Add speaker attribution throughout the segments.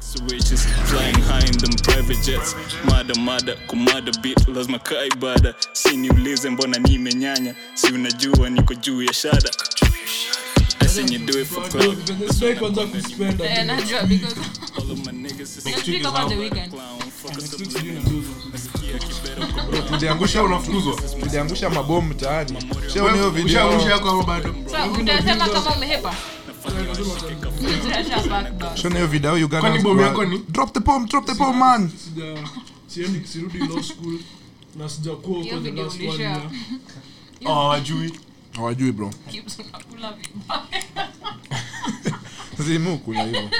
Speaker 1: Switches flying high in them private jets mada mada kumada bit lazima kaa ibada si niulize mbona nimenyanya si unajua niko juu ya shada I seen you do it for club.
Speaker 2: kwanza kuspenda
Speaker 3: Eh, najua because
Speaker 1: All of my niggas is
Speaker 3: next week over the weekend.
Speaker 4: tuliangusha unafukuzwa tuliangusha mabomu mtaani shaoni hiyo
Speaker 2: Ushaamsha
Speaker 4: video
Speaker 2: yako ama bado
Speaker 3: Sasa utasema kama umehepa. Utasema back back.
Speaker 4: shaoni hiyo video Uganda
Speaker 2: Kwani bomu yako ni?
Speaker 4: drop the bomb drop the bomb man
Speaker 5: sija siendi sirudi law school na sijakuwa
Speaker 3: Hiyo
Speaker 5: kwenye
Speaker 3: video
Speaker 5: last one
Speaker 3: ulisha.
Speaker 5: year
Speaker 2: Oh, hawajui
Speaker 4: hawajui bro
Speaker 3: Kips unakula vibaya.
Speaker 4: zimu kuna hivyo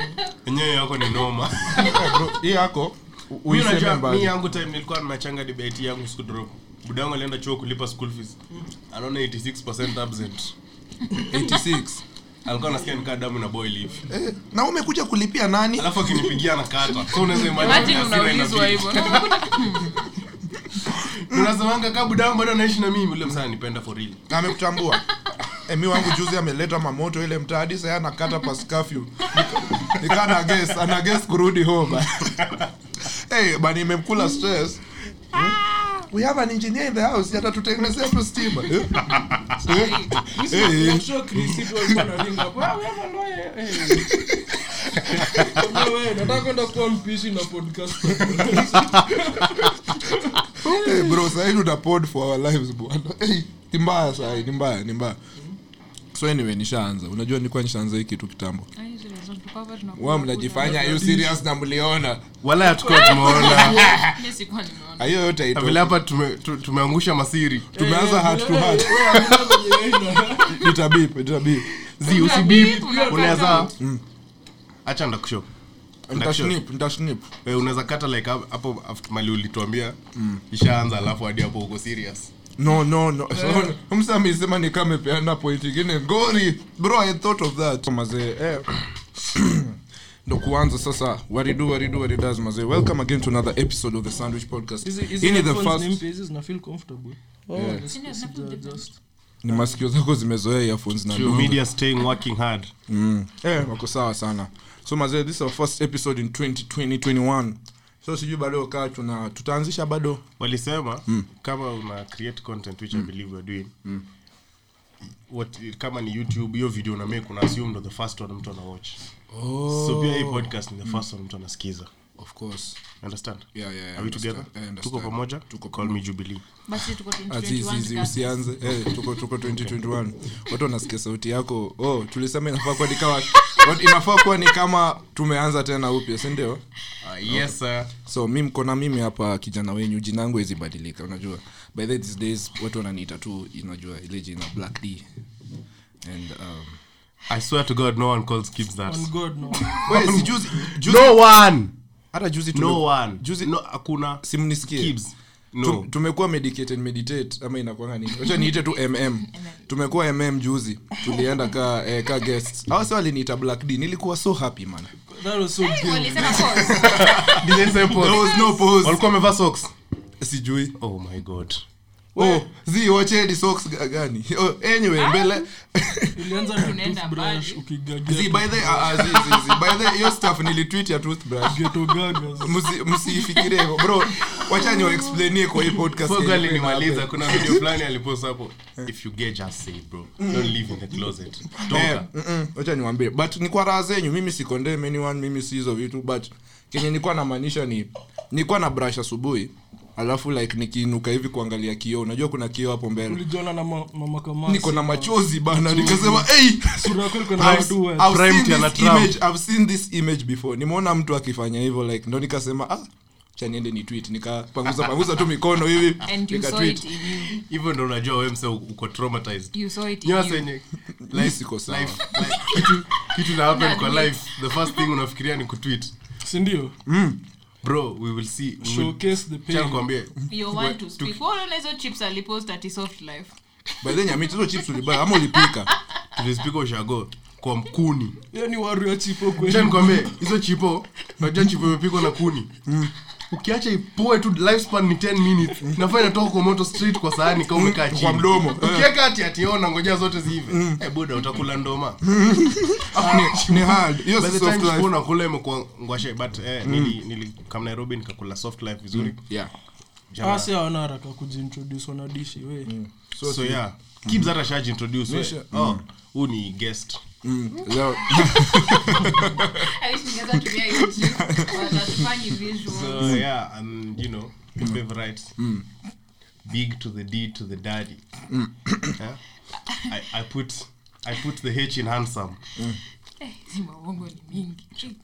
Speaker 2: wenyewe yako ni noma
Speaker 4: Yeah, bro, hii yako u-
Speaker 2: Mi
Speaker 4: uiseme
Speaker 2: unajua, mi
Speaker 4: mbali
Speaker 2: yangu time nilikuwa nachanga debate yangu skudrop budangu alienda chuo kulipa school fees anaona 86 absent
Speaker 4: 86
Speaker 2: alikuwa anasikia nikaa damu na boy live
Speaker 4: eh, na umekuja kulipia nani
Speaker 2: alafu akinipigia na kata so unaweza imagine
Speaker 3: Imagine
Speaker 2: hasira
Speaker 3: unaulizwa
Speaker 2: inapiga.
Speaker 3: hivyo.
Speaker 2: unasemanga kaa budangu bado anaishi na mimi ule msaa nipenda for real
Speaker 4: Na amekutambua emi wangu juzi ameleta mamoto ile mtaa hadi sasa anakata pas curfew Nika- nikaa na guess ana guess kurudi home hey bani imemkula stress
Speaker 2: Ah.
Speaker 4: Hmm? we have an engineer in the house yata tutengenezea tu stima Eh? Eh? Eh,
Speaker 5: I'm sure Chris it was gonna ring up. Ah, wewe bwana, wewe, eh. Wewe, wewe, nataka kwenda kuwa mpishi na podcast.
Speaker 4: eh, bro sahii tuta pod for our lives bwana Eh, ni mbaya sahii ni mbaya ni mbaya so anyway nishaanza unajua nilikuwa nishaanza hii kitu kitambo wa mnajifanya you serious na mliona
Speaker 2: wala hatukuwa tumeona
Speaker 3: Mimi sikuwa nimeona.
Speaker 4: Na hiyo yote haitoki.
Speaker 2: vile hapa tume- tu- tumeangusha masiri
Speaker 4: tumeanza heart to heart
Speaker 5: Wewe, hakuna venye ina.
Speaker 4: itabip itabip
Speaker 2: zi usibip unaweza acha ndakusho
Speaker 4: nitashnip nitashnip
Speaker 2: Eh, unaweza kata like hap- hapo after mali ulituambia ishaanza alafu hadi hapo uko serious
Speaker 4: no no
Speaker 5: Eh.
Speaker 4: no msa amesema ni kama amepeana point ingine ngori bro i thought of that mazee eh ndo kuanza sasa waridu waridu waridas mazee welcome again to another episode of the sandwich podcast
Speaker 5: Hizi- hizi
Speaker 4: hii ni the
Speaker 5: headphones ni
Speaker 4: first
Speaker 5: mpya, hizi zina feel comfortable. Oh, yes,
Speaker 3: Sina-
Speaker 5: yes,
Speaker 3: sina
Speaker 5: sija
Speaker 3: feel
Speaker 5: adjust.
Speaker 4: ni masikio zako zimezoea earphones na
Speaker 2: True
Speaker 4: ndoa.
Speaker 2: media staying working hard
Speaker 4: Mm. eh wako sawa sana so mazee this is our first episode in 2021 so sijui bado kaa tuna tutaanzisha bado
Speaker 2: walisema kama una create content which i believe you are doing what kama ni youtube hiyo video una make una assume ndo the first one mtu ana watch so pia hii podcast ni the first one mtu anasikiza
Speaker 4: of course
Speaker 2: understand
Speaker 4: Yeah, yeah,
Speaker 2: are
Speaker 4: yeah,
Speaker 2: we
Speaker 4: understand.
Speaker 2: together
Speaker 4: Yeah, understand.
Speaker 2: tuko pamoja
Speaker 4: Tuko
Speaker 2: call me jubilee
Speaker 3: Basi tuko 2021
Speaker 4: azizizi
Speaker 3: tuka-
Speaker 4: usianze eh, tuko tuko 2021 watu wanasikia sauti yako oh, tulisema inafaa kuwa ni kama wat- inafaa kuwa ni kama tumeanza tena upya sindio
Speaker 2: uh, yes sir
Speaker 4: so mi mko na mimi hapa kijana wenyu jina yangu hezibadilika unajua by the way, these days watu wananiita tu unajua ile jina black d and um,
Speaker 2: i swear to god no one calls kids that
Speaker 5: On God, no.
Speaker 4: wait, si juzi, juzi,
Speaker 2: no one
Speaker 4: hata juzi tume,
Speaker 2: no one
Speaker 4: juzi-
Speaker 2: no hakuna
Speaker 4: simnisikie
Speaker 2: Kibs. no
Speaker 4: Tum- tumekuwa medicated meditate ama inakwanga nini wacha niite tu mm tumekuwa mm juzi tulienda ka eh, ka guest hawa si waliniita black d nilikuwa so happy man
Speaker 5: That was so good.
Speaker 3: Walisema pause.
Speaker 2: Didn't say pause.
Speaker 4: There was no pause.
Speaker 2: walikuwa wamevaa socks
Speaker 4: sijui
Speaker 2: oh my god
Speaker 4: oh zi wacheni socks ga- gani oh, anyway mbele
Speaker 5: Ilianza na
Speaker 3: Tunaenda
Speaker 5: toothbrush,
Speaker 3: mbali.
Speaker 5: ukigagea
Speaker 4: zi by the ah, ah, zi zi zi by the hiyo stuff nilitweet ya toothbrush
Speaker 5: ghetto gagas.
Speaker 4: Msi- msiifikirie hivyo bro wacha niwaexplainie kwa hii podcast
Speaker 2: Fogo
Speaker 4: yenyewe na
Speaker 2: alinimaliza
Speaker 4: hapa.
Speaker 2: kuna video fulani alipost hapo if you get just say bro don't live in the closet
Speaker 4: Eh,
Speaker 2: toka
Speaker 4: mm-mm, wacha niwambie but ni kwa raha zenyu mimi si condemn anyone mimi si hizo vitu but kenye nilikuwa namaanisha ni nilikuwa na brush asubuhi alafu like nikiinuka hivi kuangalia kioo unajua kuna kioo hapo mbele
Speaker 5: Ulijiona na ma- mama kamasi.
Speaker 4: niko na machozi bana nikasema hey,
Speaker 5: Sura yako iko na
Speaker 4: I've-
Speaker 5: wadu wa-
Speaker 4: I've
Speaker 2: Primed
Speaker 4: seen
Speaker 2: ya
Speaker 4: this
Speaker 2: Trump.
Speaker 4: image- I've seen this image before nimeona mtu akifanya hivyo like ndo nikasema ah cha niende ni tweet nikapanguza panguza tu mikono hivi
Speaker 3: And you saw
Speaker 4: nikatweet
Speaker 3: it in you.
Speaker 2: hivyo ndo unajua wewe mse uko traumatized
Speaker 3: You saw it in
Speaker 2: Nyo
Speaker 3: you.
Speaker 2: senye
Speaker 4: Mimi siko sawa.
Speaker 2: life like, kitu kitu na happen kwa life the first thing unafikiria ni kutweet
Speaker 5: Si ndio?
Speaker 2: bro we will see we will-
Speaker 5: Showcase the pain.
Speaker 2: Acha nikwambie
Speaker 3: You want to speak. Wewe unazo chips alipost ati soft life.
Speaker 4: by then nyamiti hizo chips ulibaya ama ulipika
Speaker 2: tulizipika ushago kwa mkuni
Speaker 5: Hiyo ni waru ya chipo kweli.
Speaker 4: Mm.
Speaker 2: Acha nikwambie hizo chipo unajua chipo imepikwa na kuni ukiacha ipoe tu lifespan ni 10 minutes nafaa inatoka kwa moto straight kwa sahani kama umekaa chini
Speaker 4: Mm. kwa mdomo. eh. Mm.
Speaker 2: ukiweka ati ati ona ngojea zote ziive eh buda utakula ndoma
Speaker 4: ni hard hiyo
Speaker 2: By the
Speaker 4: si
Speaker 2: time
Speaker 4: Mm. soft
Speaker 2: chukua
Speaker 4: life Mm.
Speaker 2: unakula imekuwa ngwashe but eh, nili nili come Nairobi nikakula soft life vizuri
Speaker 4: yeah
Speaker 2: Jamaa.
Speaker 5: asi hawana haraka kujiintroduce wanadishi we
Speaker 2: so, yeah kibs hata shaji introduce we.
Speaker 4: Mm. Nisha.
Speaker 2: oh huu ni guest
Speaker 4: Mm, leo-
Speaker 3: I wish ningeweza tumia YouTube, but hatufanyi visual.
Speaker 2: so yeah and you know the favorite big to the d to the daddy Mm. yeah? I, i put i put the h in handsome
Speaker 3: Eh, si maongo ni mingi.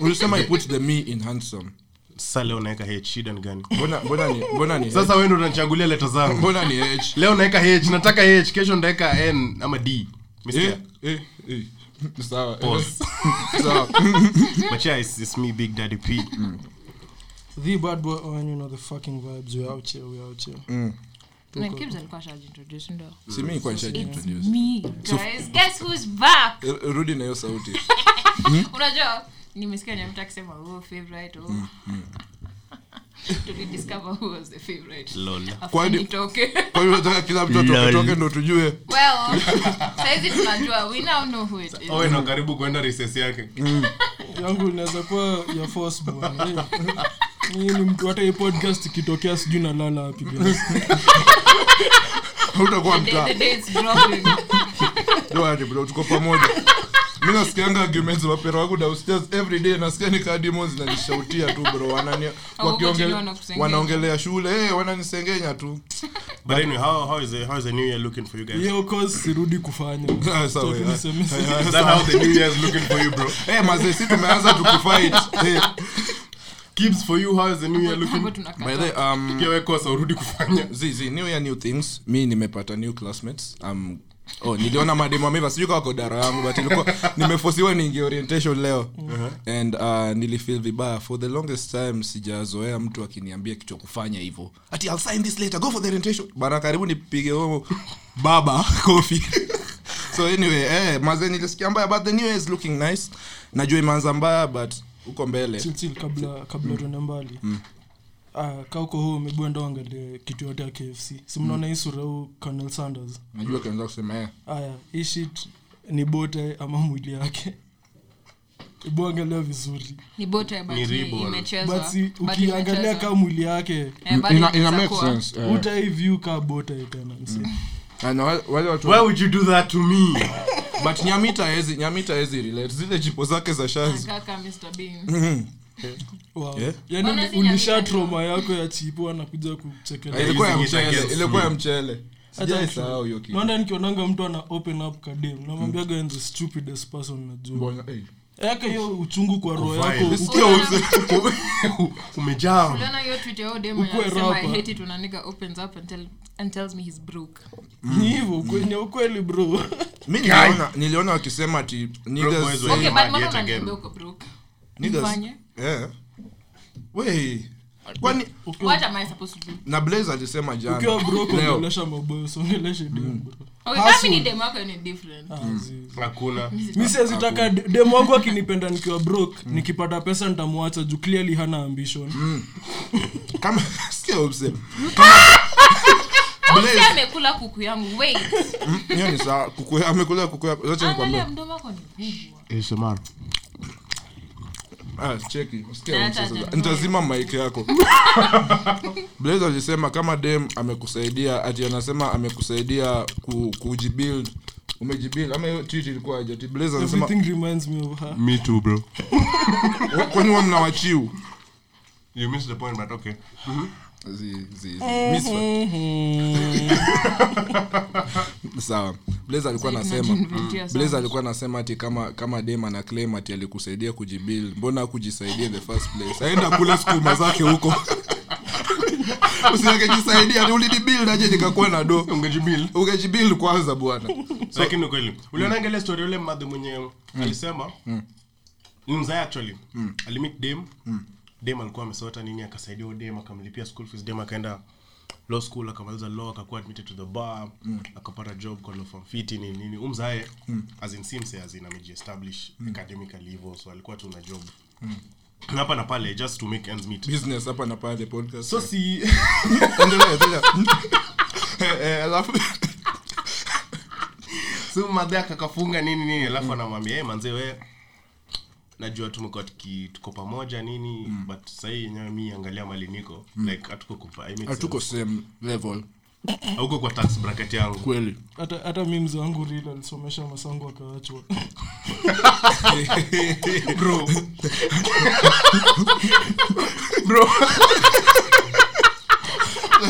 Speaker 4: ulisema i put the me in handsome
Speaker 2: sasa leo naweka h shida ni gani
Speaker 4: mbona mbona ni mbona ni
Speaker 2: sasa wewe ndio unanichagulia leta zangu
Speaker 4: mbona ni h
Speaker 2: leo naweka h nataka h kesho nitaweka n ama d Mr.
Speaker 4: eh eh eh sawa
Speaker 2: Pause.
Speaker 4: sawa
Speaker 2: But yeah, it's, it's me, Big Daddy P.
Speaker 5: the bad boy oh, and you know the fucking vibes we out here we out here
Speaker 3: Na Kibz alikuwa ashajiintroduce, ndo.
Speaker 4: si mimi kwa nishaji
Speaker 3: It's
Speaker 4: introduce
Speaker 3: me, guys. Guess who's back?
Speaker 4: Eh, rudi na hiyo sauti
Speaker 3: unajua nimesikia nyamtu akisema huo favorite huo
Speaker 4: Mm,
Speaker 3: tulidiscover who was the favorite
Speaker 2: Lol.
Speaker 4: Kwani-
Speaker 3: after nitoke
Speaker 4: kwa hiyo nataka kila mtu atoke
Speaker 2: Lol.
Speaker 4: toke ndo tujue
Speaker 3: well saizi tunajua we now know who it is
Speaker 4: Oh,
Speaker 2: Owen na Oh, karibu kuenda recess yake.
Speaker 5: yangu inaweza kuwa ya force bwana eh. Mimi ni mtu hata hii podcast ikitokea sijui nalala wapi pia.
Speaker 4: hautakuwa
Speaker 3: The day-
Speaker 4: mtaa
Speaker 3: the day it's dropping.
Speaker 4: Don't worry bro, tuko pamoja mi nasikianga arguments mapera wangu downstairs every day nasikia ni kaa demons zinanishautia tu bro wanani
Speaker 3: chini
Speaker 4: wakiongea
Speaker 3: wanakusengenya.
Speaker 4: wanaongelea shule eh wananisengenya tu
Speaker 2: But anyway, how, how is the, how is the new year looking for you guys?
Speaker 5: hiyo cause sirudi kufanya
Speaker 4: Ah, sawa,
Speaker 5: Tuniseme-
Speaker 4: yeah.
Speaker 5: seme-
Speaker 2: Is that how the new year is looking for you, bro?
Speaker 4: eh mazee si tumeanza tukifight eh
Speaker 2: Kibs for you, how is the new year
Speaker 3: Hapo
Speaker 2: looking?
Speaker 3: tunakata.
Speaker 4: by the um
Speaker 2: Pia wewe kosa urudi kufanya.
Speaker 4: zizi new year new things mi nimepata new classmates um oh niliona mademo ameva sijui kawako dara yangu but ilikuwa nimefosiwa niingie orientation leo and uh, nilifeel vibaya for the longest time sijazoea mtu akiniambia kitu ya kufanya hivyo ati I'll sign this later go for the orientation bana karibu nipige huo baba kofi so anyway eh maze nilisikia mbaya but the new year is looking nice najua imeanza mbaya but uko mbele
Speaker 5: Chill, chill, kabla kabla tuende mbali Ah, kauko huu umebwenda uangalie kitu yote ya kfc si mnaona hii sura huu colonel sanders
Speaker 4: najua kianza kusema eh
Speaker 5: aya hii shit ni bote ama mwili yake ibu angalia vizuri
Speaker 3: Ni bote, but
Speaker 2: Ni
Speaker 3: ni-
Speaker 2: ribbon.
Speaker 3: imechezwa.
Speaker 5: but si,
Speaker 3: But
Speaker 5: ukiangalia
Speaker 3: imechezwa.
Speaker 5: kaa mwili yake
Speaker 3: Eh, bado
Speaker 4: ina, ina
Speaker 3: inaweza
Speaker 4: make
Speaker 3: kuwa.
Speaker 4: sense eh.
Speaker 5: utaivu kaa bote tena msi
Speaker 4: Mm. Na wale- wale watu
Speaker 2: Why would you do that to me?
Speaker 4: but nyamita hezi nyamita hezi relate zile jipo zake za shazi
Speaker 3: Kaka Mr. Bean.
Speaker 4: Mm.
Speaker 5: wow.
Speaker 4: Yeah.
Speaker 5: yani
Speaker 3: Mbona
Speaker 5: uli-
Speaker 3: si
Speaker 5: ulisha
Speaker 3: nyamita?
Speaker 5: trauma yako ya chipu anakuja
Speaker 4: Na
Speaker 5: kuchekelea
Speaker 4: ilikuwa ya
Speaker 2: Using it
Speaker 4: mchele
Speaker 2: against
Speaker 4: ilikuwa ya
Speaker 2: me.
Speaker 4: mchele sijaisahau hiyo kitu Mm.
Speaker 5: nanda nikionanga mtu ana open up kadem namwambiaga "I'm the stupidest person najua
Speaker 4: Mbona, eh.
Speaker 5: yake hiyo uchungu kwa roho yako
Speaker 4: Mm.
Speaker 2: Vibe.
Speaker 5: uki-
Speaker 2: Ukiwa uze- Umejaa.
Speaker 3: Uliona hiyo tweet ya huyo demu
Speaker 5: Ukuwe
Speaker 3: anasema, "I
Speaker 5: rapper."
Speaker 3: hate it when a nigga opens up and tell- and tells me he's broke."
Speaker 5: ni hivyo kwe- ni ukweli bro
Speaker 4: mi niliona niliona wakisema ati niggas
Speaker 2: boys
Speaker 4: say-
Speaker 2: were-
Speaker 3: Okay,
Speaker 2: you
Speaker 3: but
Speaker 2: mad
Speaker 3: mbona
Speaker 2: yet again.
Speaker 3: unaniambia uko broke?
Speaker 4: niggas-
Speaker 3: Mfanye.
Speaker 4: Eh. Wei. kwani
Speaker 3: What am I supposed to do?
Speaker 4: na blaze alisema
Speaker 5: ukiwa
Speaker 4: jana
Speaker 5: bro
Speaker 4: Leo. Mm.
Speaker 5: kuongelesha maboyo songeleshe dem bro
Speaker 3: Okay, kama ni demo yako ni different.
Speaker 5: Ah, zi-
Speaker 2: Hakuna.
Speaker 5: mi
Speaker 4: Ah,
Speaker 5: siazitaka demu wangu akinipenda nikiwa brok
Speaker 4: Mm.
Speaker 5: nikipata pesa nitamwacha juu clearly hana ambition
Speaker 4: kama sikia upse
Speaker 3: Mzee
Speaker 4: blaze
Speaker 3: amekula kuku yangu. Wait.
Speaker 4: hiyo ni sawa kuku amekula kuku yako
Speaker 3: Angalia
Speaker 4: acha nikwambie
Speaker 3: mdomo wako ni kubwa.
Speaker 4: Ah, cheki
Speaker 3: Na
Speaker 4: sikia
Speaker 3: hata
Speaker 4: sasa
Speaker 3: hajanunua.
Speaker 4: nitazima mic yako blaze alisema kama dem amekusaidia ati anasema amekusaidia ku, kujibuild umejibuild ama hiyo tweet ilikuwa aje ati blaze anasema
Speaker 5: everything reminds me of her
Speaker 2: Me too, bro.
Speaker 4: "Wa- kwani wewe mnawachiu
Speaker 2: You missed the point, but okay.
Speaker 4: Zi- zi- zi. Miss fa- sawa blaze alikuwa anasema Mm.
Speaker 3: Tunajivutia sana.
Speaker 4: blaze alikuwa anasema ati kama kama dem ana claim ati alikusaidia kujibuild mbona kujisaidia in the first place aenda kule sukuma zake huko usiangejisaidia ni ulinibuild aje nikakuwa na do
Speaker 2: Ungejibil.
Speaker 4: ungejibuild kwanza bwana
Speaker 2: So, lakini kweli ulionanga ile story ule madhe mwenye alisema ni mzae actually alimit dem dem alikuwa amesota nini akasaidia huyo dem akamlipia school fees dem akaenda law school akamaliza law akakuwa admitted to the bar akapata job kwa law firm fiti nini nini umzae as in simse as in amejiestablish academically hivyo so alikuwa tu na job hapa na pale just to make ends meet
Speaker 4: business hapa na pale podcast
Speaker 2: so si
Speaker 4: endelea endelea Eh, eh, alafu
Speaker 2: so madhe akakafunga nini nini alafu anamwambia hey, manzee we najua tumekuwa tuki- tuko pamoja nini but sahii yenyewe mi angalia mali niko like hatuko kupa I mean,
Speaker 4: hatuko same level
Speaker 2: hauko kwa tax bracket yangu
Speaker 4: kweli
Speaker 5: hata hata mi mzee wangu ril alisomesha masangu akaachwa
Speaker 2: bro
Speaker 4: bro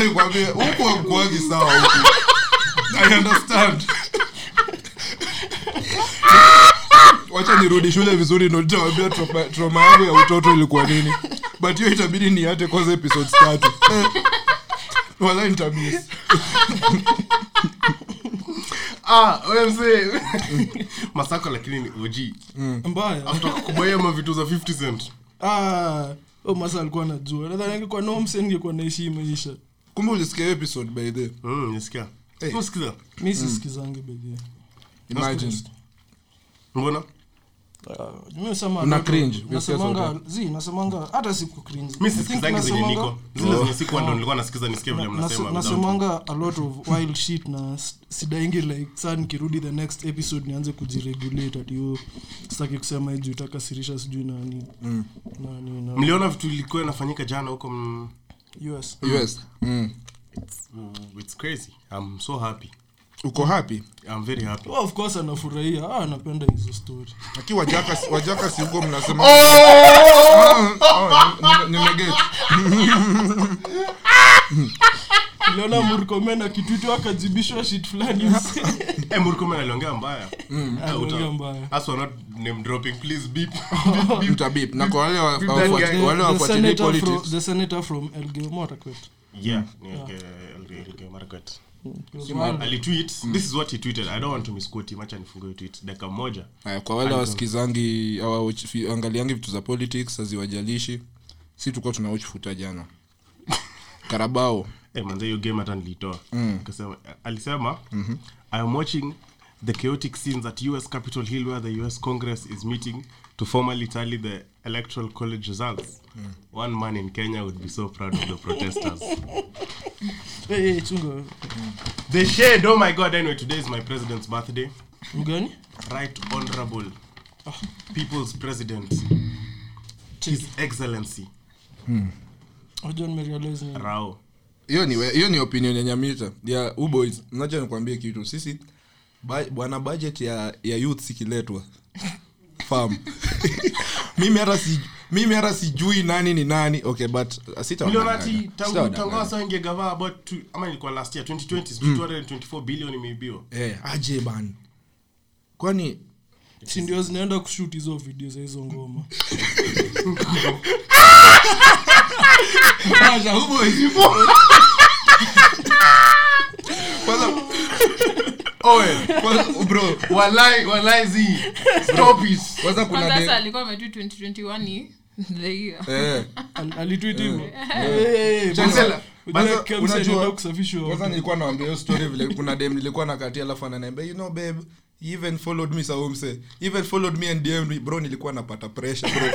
Speaker 4: nikwambie huku hakuagi sawa huku i understand wacha nirudi shule vizuri ndo nitawambia trauma- trauma yangu ya utoto ilikuwa nini but hiyo itabidi niate kwanza episodes tatu Eh, walai nitamis
Speaker 2: ah we mzee masako lakini ni og
Speaker 5: mbaya
Speaker 2: kutoka kubaia mavitu za 50 cent
Speaker 5: ah oh, masa alikuwa najua nadhani angekuwa nomse ningekuwa naishi hii maisha
Speaker 4: kumbe ulisikia hiyo episode by the way.
Speaker 2: mm, nisikia
Speaker 4: Hey.
Speaker 2: usikiza
Speaker 4: Mm.
Speaker 5: mi sisikizangi bedie
Speaker 4: imagine
Speaker 2: mbona
Speaker 4: Una cringe, ukisikia sauti.
Speaker 5: nasemanga hata siku cringe.
Speaker 2: mi
Speaker 5: I think
Speaker 2: sisikizangi zenye
Speaker 5: nasemanga-
Speaker 2: niko zile zenye sikuwa ndo nilikuwa nasikiza nisikia vile
Speaker 5: na- nase-
Speaker 2: mnasema
Speaker 5: nasemanga a lot of wild shit na s- sidaingi like saa nikirudi the next episode nianze kujiregulate atio sitaki kusema hii juu itakasirisha sijui nani
Speaker 4: Mm.
Speaker 5: nani na
Speaker 2: mliona vitu ilikuwa inafanyika jana huko mm,
Speaker 5: us
Speaker 4: yes mm.
Speaker 2: mm, it's crazy i'm so happy
Speaker 4: uko happy
Speaker 2: i'm very happy
Speaker 5: Well, of course anafurahia ah, anapenda hizo story
Speaker 4: aki wajaka wajaka si huko mnasema Ah, ah, nime- nimeget
Speaker 5: iliona murkomen akitwitu akajibishwa shit fulani
Speaker 2: Eh, Murkomen aliongea mbaya Ah, uta-
Speaker 5: Aliongea mbaya.
Speaker 2: Us were not name dropping please beep
Speaker 4: mtabip na kwa wale wa-
Speaker 2: Beep
Speaker 4: wa-
Speaker 2: that
Speaker 4: wa-
Speaker 2: guy.
Speaker 4: wale
Speaker 5: The- the
Speaker 4: wafuatilia
Speaker 5: senator fro-
Speaker 4: politics
Speaker 5: the senator from elgemo atakweta
Speaker 2: yeah ni okay, okay, okay, Margaret.
Speaker 5: Ah.
Speaker 2: alitweet this is what he tweeted i don't want to misquote him acha nifungue hiyo tweet dakika moja
Speaker 4: Aya, kwa wale wasikizangi awaangaliangi vitu za politics haziwajalishi si tulikuwa tunawatch futa jana karabao
Speaker 2: eh manze hiyo game hata nilitoa akasema alisema i am watching the chaotic scenes at US Capitol Hill where the US Congress is meeting to formally tally the electoral college results one man in Kenya would be so proud of the protesters
Speaker 5: Hey, hey, chunga
Speaker 2: the shade oh my god anyway today is my president's birthday
Speaker 5: mgani
Speaker 2: Right Honorable People's President, His Excellency
Speaker 5: Unajua nimerealize nini?
Speaker 2: Rao.
Speaker 4: hiyo ni we- hiyo ni opinion ya nyamita ya u boys nacha nikwambie kitu sisi ba- bwana budget ya ya youth sikiletwa fam mimi hata si mimi hata sijui nani ni nani okay but uh, sitawadanganya.
Speaker 2: Mlionati tangu
Speaker 4: Sitawadanganya.
Speaker 2: tangazo ingegava about two, ama ilikuwa last year 2020
Speaker 4: Mm.
Speaker 2: sijui 224 billion imeibiwa.
Speaker 4: eh aje ban kwani
Speaker 5: si ndio zinaenda kushoot hizo video za hizo ngoma
Speaker 4: kwanza oe kwanza bro
Speaker 2: Walai walai zi. Stop it.
Speaker 4: kwanza kuna
Speaker 3: Kwanza sasa
Speaker 4: de,
Speaker 3: alikuwa ametu 2021 ni the year.
Speaker 4: eh
Speaker 5: Al- Eh. alitweet hivyo
Speaker 4: Chancellor,
Speaker 5: Unajua
Speaker 4: kwanza
Speaker 5: Kemsa
Speaker 4: unajua-
Speaker 5: inaenda kusafishwa
Speaker 4: kwanza
Speaker 5: wapi?
Speaker 4: nilikuwa naambia hiyo story vile kuna dem nilikuwa nakatia alafu ananiambia you know babe you even followed me saumse even followed me and DM me." bro nilikuwa napata pressure bro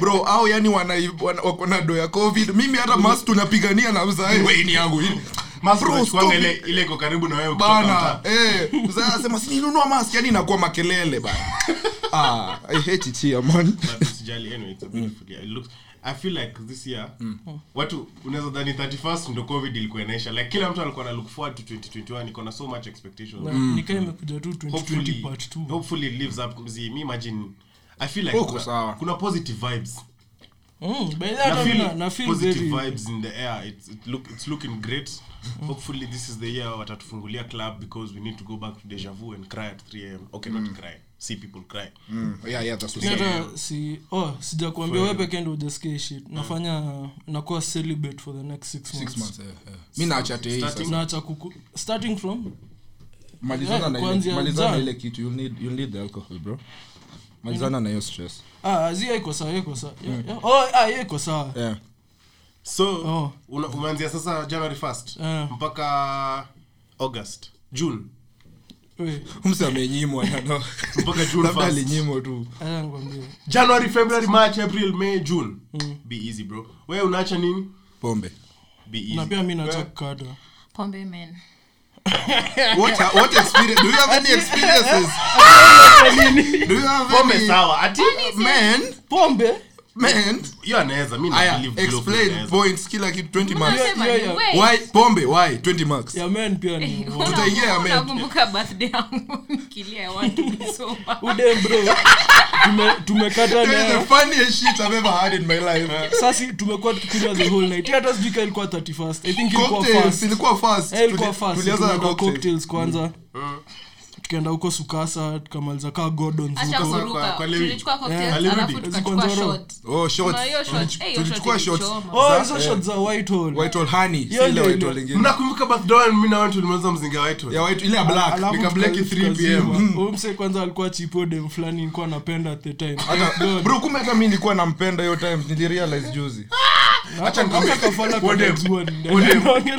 Speaker 4: bro au yani wana wana- wako na do ya covid mimi hata mas tunapigania na mzae wewe ni yangu hii
Speaker 2: Mas
Speaker 4: Bro,
Speaker 2: unachukuanga
Speaker 4: stop
Speaker 2: ile ile iko karibu na wewe kutoka
Speaker 4: bana
Speaker 2: mtaa.
Speaker 4: eh mzae anasema si ninunua mask yani inakuwa makelele bana ah i hate it here man
Speaker 2: But usijali, anyway,
Speaker 4: Mm.
Speaker 2: it's a beautiful year. It looks- I feel like this year watu unaweza dhani 31st ndo covid ilikuwa inaisha like kila mtu alikuwa na look forward to 2021 iko na so much expectations
Speaker 5: Na nikaa Mm. imekuja tu 2020
Speaker 2: hopefully,
Speaker 5: part two.
Speaker 2: hopefully it lives up mzee mi imagine i feel like
Speaker 4: Uko
Speaker 2: kuna,
Speaker 4: sawa.
Speaker 2: kuna positive vibes
Speaker 5: Mm, by the
Speaker 2: na
Speaker 5: time na-
Speaker 2: feel,
Speaker 5: na feel
Speaker 2: positive
Speaker 5: very-
Speaker 2: vibes in the air it's, it look, it's looking great hopefully this is the year watatufungulia club because we need to go back to deja vu and cry at 3 am okay
Speaker 4: Mm.
Speaker 2: not cry see people cry
Speaker 4: yeah yeah that's
Speaker 5: Ni
Speaker 4: what
Speaker 5: hata si oh sijakuambia wewe pekee ndio hujasikia shit nafanya nakuwa celibate for the next six months,
Speaker 4: 6 months eh, eh. mimi naacha tei sasa
Speaker 2: Starting-
Speaker 5: naacha kuku starting from
Speaker 4: malizana
Speaker 2: Eh,
Speaker 5: Yeah,
Speaker 4: na ile
Speaker 5: kuanzia
Speaker 4: malizana na
Speaker 5: jana.
Speaker 4: ile kitu you need you need the alcohol bro malizana na hiyo stress
Speaker 5: ah azia iko sawa iko sawa Yeah, yeah. oh ah yeye iko sawa
Speaker 4: yeah
Speaker 2: so
Speaker 5: Oh.
Speaker 2: una- umeanzia sasa january 1st
Speaker 5: Eh.
Speaker 2: mpaka august june
Speaker 5: we
Speaker 4: umsi amenyimwa yano
Speaker 2: Mpaka June
Speaker 4: labda
Speaker 2: first.
Speaker 4: alinyimwa tu
Speaker 5: haya nikwambie
Speaker 2: january february march april may june
Speaker 5: Mm.
Speaker 2: be easy bro wewe unaacha nini
Speaker 4: pombe
Speaker 2: be easy
Speaker 5: na pia mi nacha
Speaker 2: Wewe-
Speaker 5: kukada
Speaker 3: pombe men
Speaker 4: what, what experience do you have any experiences do you have
Speaker 2: pombe
Speaker 4: any
Speaker 2: sawa ati
Speaker 4: men
Speaker 5: pombe
Speaker 4: men
Speaker 2: hiyo anaweza mi na
Speaker 4: aya
Speaker 2: believe Glock
Speaker 4: explain
Speaker 2: anaweza.
Speaker 4: points kila kitu 20
Speaker 3: Mbona
Speaker 4: marks
Speaker 3: unasema
Speaker 5: Yeah,
Speaker 3: ni
Speaker 5: yeah.
Speaker 3: wewe?
Speaker 4: why pombe why 20 marks
Speaker 5: ya men pia ni
Speaker 3: Una-
Speaker 4: Tutaingia ya men.
Speaker 3: unakumbuka birthday yangu nikilia ya watu kusoma.
Speaker 5: udem bro Tume- tumekata
Speaker 4: That is the
Speaker 5: nayo
Speaker 4: funniest shit I've ever had in my life.
Speaker 5: sasi tumekuwa tukikunywa the whole night hata sijui ka ilikuwa 31st i think ilikuwa
Speaker 4: Cocktails,
Speaker 5: first
Speaker 4: ilikuwa first.
Speaker 5: Eh, ilikuwa
Speaker 4: Tuli-
Speaker 5: first
Speaker 4: tulianza na
Speaker 5: tulienda
Speaker 4: cocktail.
Speaker 5: cocktails kwanza tukaenda huko sukasa tukamaliza kaa gordons
Speaker 3: Acha
Speaker 5: huko.
Speaker 2: kwa-
Speaker 3: kuruka.
Speaker 2: kwa Lewi.
Speaker 3: Tulichukua cocktails,
Speaker 5: Yeah.
Speaker 3: alafu
Speaker 2: Alirudi.
Speaker 3: tukachukua
Speaker 5: Zikonzoro.
Speaker 3: shots.
Speaker 4: Oh, shots.
Speaker 3: Na hiyo shot- eh, hiyo shot
Speaker 4: Tulichukua shots.
Speaker 3: ilichoma.
Speaker 5: oh hizo shot za whitehall
Speaker 4: Whitehall honey, si
Speaker 5: Hiyo
Speaker 4: ile
Speaker 5: ndio
Speaker 4: Whitehall
Speaker 5: ile.
Speaker 4: ingine.
Speaker 2: mnakumbuka birthday mi na wewe tulimaliza mzinga wetu
Speaker 4: Ya White- ile ya black.
Speaker 5: Alafu
Speaker 4: Ah, Nika black
Speaker 5: tuka-
Speaker 4: 3 p.m.
Speaker 5: tukazima. Huyu mse kwanza alikuwa chipodem fulani nilikuwa napenda at the time
Speaker 4: Hata- bro kumbe hata mi nilikuwa nampenda hiyo time nilirealize juzi
Speaker 5: hata
Speaker 2: nikwambie.
Speaker 5: kafala
Speaker 2: What them?
Speaker 5: tunajua ni nani.
Speaker 2: What them?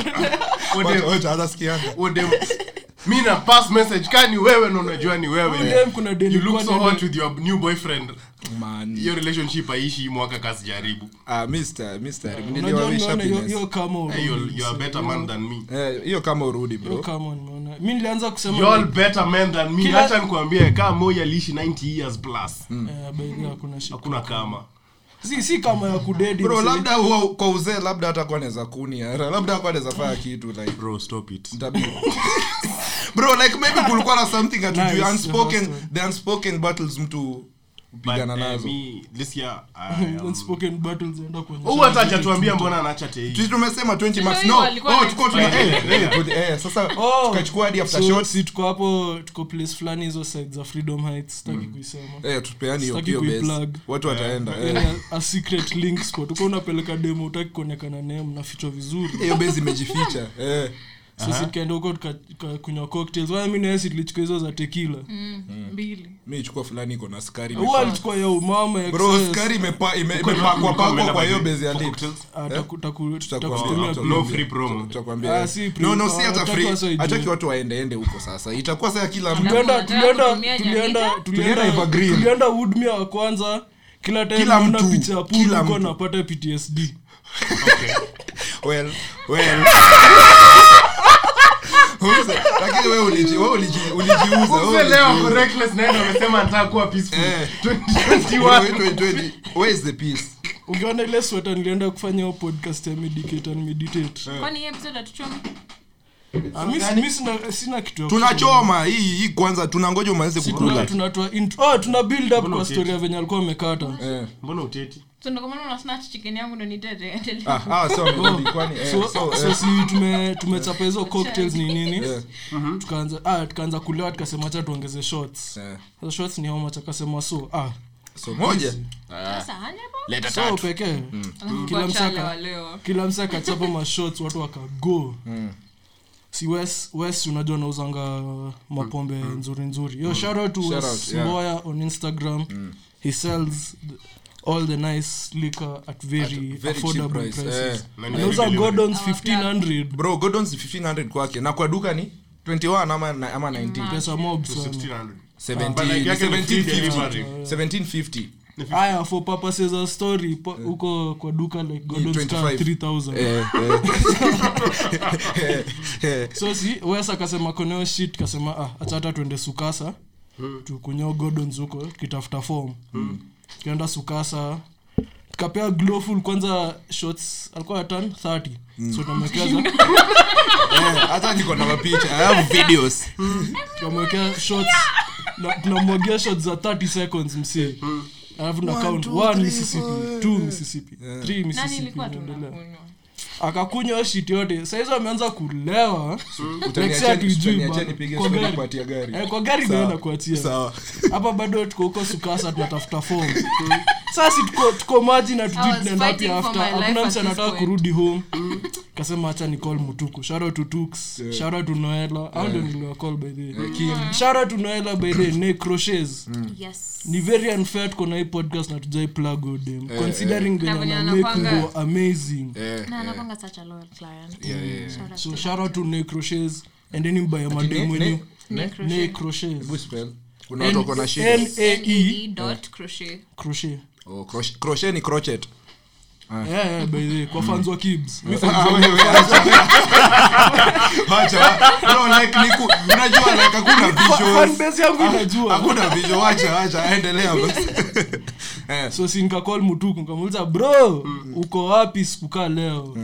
Speaker 4: Wacha- wacha ataskiaga.
Speaker 2: What the- mi na pass message ka ni wewe na unajua ni wewe
Speaker 5: Udem kuna
Speaker 2: you
Speaker 5: deli
Speaker 2: look so
Speaker 5: kwa
Speaker 2: hot with your new boyfriend
Speaker 4: Man.
Speaker 2: hiyo relationship aishi hii mwaka kasijaribu
Speaker 4: Ah, mister, mister,
Speaker 5: unajua
Speaker 4: niliwawish
Speaker 5: nimeona hiyo-
Speaker 4: happiness.
Speaker 5: hiyo kama
Speaker 2: Hey, you're,
Speaker 5: urudi
Speaker 2: you're a better man than me
Speaker 4: Eh, hiyo kama urudi
Speaker 5: hiyo
Speaker 4: bro
Speaker 5: kama nimeona mi nilianza kusema
Speaker 2: You're all
Speaker 5: like,
Speaker 2: better men than me
Speaker 5: Kila-
Speaker 2: hata nikwambie kaa moi aliishi 90 years plus
Speaker 5: eh, by the way, hakuna shida.
Speaker 2: hakuna kama
Speaker 5: si si kama ya kudedi
Speaker 4: bro
Speaker 5: mse.
Speaker 4: labda huwa- kwa uzee labda hatakuwa anaweza kuni ara. labda hakuwa anaweza fanya kitu like
Speaker 2: bro stop it
Speaker 4: Mtabibu. bro like maybe kulikuwa na something hatujui
Speaker 5: Nice,
Speaker 4: unspoken
Speaker 5: the first
Speaker 4: the unspoken battles mtu
Speaker 2: But,
Speaker 4: pigana
Speaker 2: eh,
Speaker 4: nazo
Speaker 2: me, this year, I am-
Speaker 4: Um,
Speaker 5: Unspoken battles zaenda kwenye
Speaker 2: huu hata hajatuambia mbona anaacha tei
Speaker 4: Sisi tumesema 20 marks
Speaker 3: hiyo
Speaker 4: no
Speaker 3: walikuwa
Speaker 4: oh
Speaker 3: na
Speaker 4: tuko tuna
Speaker 2: expire.
Speaker 4: eh eh, good, eh sasa
Speaker 5: Oh.
Speaker 4: tukachukua hadi after
Speaker 5: So,
Speaker 4: shots
Speaker 5: si tuko hapo tuko place fulani hizo side za freedom heights sitaki kuisema
Speaker 4: eh tupeani hiyo
Speaker 5: Sitaki
Speaker 4: hiyo base
Speaker 5: kuiplug.
Speaker 4: watu wataenda eh
Speaker 5: Yaani, a secret link spot uko unapeleka demo utaki kuonekana naye mnafichwa vizuri
Speaker 4: hiyo base imejificha eh
Speaker 5: sisi tukaenda huko tuka- tukakunywa cocktails waya mi naesi tulichukua hizo za tekila
Speaker 3: Mbili.
Speaker 4: mimi chukua fulani iko na sukari
Speaker 5: huwa alichukua ya umama ya
Speaker 4: bro
Speaker 5: excess.
Speaker 4: sukari imepa- ime-
Speaker 2: Kwa nini
Speaker 4: imepakwa
Speaker 2: mlikuwa
Speaker 4: pakwa
Speaker 2: mmeenda
Speaker 4: kwa hiyo
Speaker 2: kwenye-
Speaker 4: base ya
Speaker 2: for
Speaker 4: lips
Speaker 2: cocktails?
Speaker 5: Ah, taku- taku-
Speaker 4: tutakwambia
Speaker 5: tutakutumia
Speaker 4: after
Speaker 5: pia.
Speaker 2: no
Speaker 4: long
Speaker 2: free promo.
Speaker 4: tutakwambia
Speaker 5: Ah, si free
Speaker 4: no no
Speaker 5: promo.
Speaker 4: si hata
Speaker 5: Hataki
Speaker 4: free
Speaker 5: watu waijue.
Speaker 4: hataki watu waendeende huko sasa itakuwa sasa kila mtu
Speaker 5: Tulienda- tulienda-
Speaker 3: Tulienda
Speaker 5: tulienda-
Speaker 3: Nyamita.
Speaker 5: tulienda-
Speaker 4: Tulienda Evergreen.
Speaker 5: tulienda woodmia wa kwanza kila time
Speaker 4: Kila
Speaker 5: naona
Speaker 4: mtu,
Speaker 5: picha ya pool,
Speaker 4: kila
Speaker 5: niko
Speaker 4: mtu.
Speaker 5: napata ptsd
Speaker 4: well well Uza, lakini wewe uliji- wewe uliji- ulijiuza wewe
Speaker 2: Leo
Speaker 4: ulijiuza.
Speaker 2: reckless na yeye amesema anataka kuwa peaceful.
Speaker 4: Eh.
Speaker 2: 2021.
Speaker 4: 2020, where is the peace
Speaker 5: ukiona ile sweta nilienda kufanya hiyo podcast ya medicate and
Speaker 4: Eh.
Speaker 5: meditate
Speaker 3: Kwani hii episode hatuchomi?
Speaker 5: Ah, mi- mi sina- sina kitu ya kusema.
Speaker 4: tunachoma hii hii kwanza tunangoja umalize
Speaker 5: Tuna-
Speaker 4: kukula
Speaker 5: tunatoa intro- oh, tuna build up kwa
Speaker 2: uteti?
Speaker 5: storia venye alikuwa amekata
Speaker 4: Eh.
Speaker 2: mbona uteti
Speaker 3: So ndio kwa maana una snatch chicken yangu ndio nitete.
Speaker 4: Ah, hawa sio wamerudi, kwani, eh,
Speaker 5: so,
Speaker 4: so,
Speaker 5: so
Speaker 4: eh,
Speaker 5: si tume- tumechapa hizo cocktails ni nini tukaanza ah, tukaanza kulewa tukasema cha tuongeze shots
Speaker 4: eh,
Speaker 5: Sasa shots ni how much akasema so ah
Speaker 4: so moja
Speaker 3: Sasa hanya hapo.
Speaker 5: so pekee
Speaker 4: Mm.
Speaker 5: kila
Speaker 3: Wachale wa
Speaker 5: msaka
Speaker 3: leo.
Speaker 5: kila msa akachapa mashots watu wakago si wes wes unajua nauzanga mapombe nzuri nzuri yo shout out to
Speaker 4: Mm, Shout
Speaker 5: wes
Speaker 4: out, yeah. Mm.
Speaker 5: mboya on instagram he sells th- all the nice liquor at very,
Speaker 4: very cheap
Speaker 5: affordable
Speaker 4: price,
Speaker 5: prices
Speaker 2: eh.
Speaker 5: anauza gordons
Speaker 3: Our plug.
Speaker 5: 1500
Speaker 4: bro gordons 1500 kwake na kwa duka ni 21 ama, na- ama 19
Speaker 5: pesa mobs
Speaker 2: To
Speaker 5: sana.
Speaker 2: 1600. But like yake ni free
Speaker 4: 1750
Speaker 2: delivery.
Speaker 4: 1750
Speaker 5: haya for purposes of story po- huko kwa duka like gordons ka
Speaker 4: 25.
Speaker 5: 3000
Speaker 4: eh, eh. Eh,
Speaker 5: so si wes akasema koneo shit kasema ah, acha hata twende sukasa
Speaker 4: Hmm.
Speaker 5: tukunywa gordons huko tukitafuta form tukaenda sukasa tukapea glowful kwanza shots alikuwa atan 30
Speaker 4: Hmm.
Speaker 5: so tumekeza
Speaker 4: eh, hata niko na mapicha I have videos
Speaker 5: tunamwekea shots na- tunamwagia shots za 30 seconds msee
Speaker 4: Hmm.
Speaker 5: alafu na count 1 mississippi 2 mississippi 3
Speaker 3: Nani
Speaker 5: mississippi
Speaker 3: ilikuwa
Speaker 5: inaendelea.
Speaker 3: tunakunywa?
Speaker 5: akakunywa shit yote saizi ameanza kulewa
Speaker 4: Hmm.
Speaker 5: Like, si
Speaker 4: Utaniacheni-
Speaker 5: hatujui
Speaker 4: utaniacheni
Speaker 5: bado.
Speaker 4: pige
Speaker 5: Kwa
Speaker 4: story
Speaker 5: gari.
Speaker 4: kupatia gari.
Speaker 5: Eh, kwa gari
Speaker 4: Sawa.
Speaker 5: naenda kuachia
Speaker 4: Sawa.
Speaker 5: hapa bado tuko huko sukasa tunatafuta form sasi tuko, tuko maji na
Speaker 3: I
Speaker 5: tujui
Speaker 3: was
Speaker 5: tunaenda wapi
Speaker 3: fighting for
Speaker 5: after
Speaker 3: my life
Speaker 5: hakuna
Speaker 3: at
Speaker 5: mtu
Speaker 3: this
Speaker 5: anataka
Speaker 3: point. Mm.
Speaker 5: kurudi home kasema hacha ni call mutuku shara tu tux shara tu noela au ndo niliwa call by the shara tu noela by the ne crochets
Speaker 3: Mm. Yes.
Speaker 5: ni very unfair tuko na hii podcast na tujai plug odem considering
Speaker 3: Na
Speaker 5: venye
Speaker 3: venye
Speaker 5: ana make
Speaker 3: anapanga.
Speaker 5: nguo amazing
Speaker 4: Eh,
Speaker 3: Na
Speaker 4: eh.
Speaker 3: anapanga such a loyal client. Shout out
Speaker 5: so
Speaker 3: to-
Speaker 5: shara tu ne crochets endeni mbaya
Speaker 4: Ne-
Speaker 5: mademu
Speaker 4: ne-
Speaker 5: wenyu
Speaker 3: Nick
Speaker 5: eh, ne
Speaker 3: Crochet.
Speaker 5: crochet
Speaker 4: Hebu spell. Unaotoka na shida.
Speaker 5: N- A- E.
Speaker 3: NAE dot crochet.
Speaker 5: crochet
Speaker 4: Oh, crochet- crochet ni crochet.
Speaker 5: yeah, yeah, by the way, kwa fans wa kibs Mi fans
Speaker 4: Ah,
Speaker 5: wa-
Speaker 4: wewe, acha. Acha. No, like, ni ku- unajua, like, hakuna
Speaker 5: Fa- fan
Speaker 4: visuals.
Speaker 5: base yangu inajua
Speaker 4: Hakuna visual. Acha, acha, endelea basi. Eh,
Speaker 5: so si nikacall mutuku nikamuuliza bro
Speaker 4: Mm.
Speaker 5: uko wapi sikukaa leo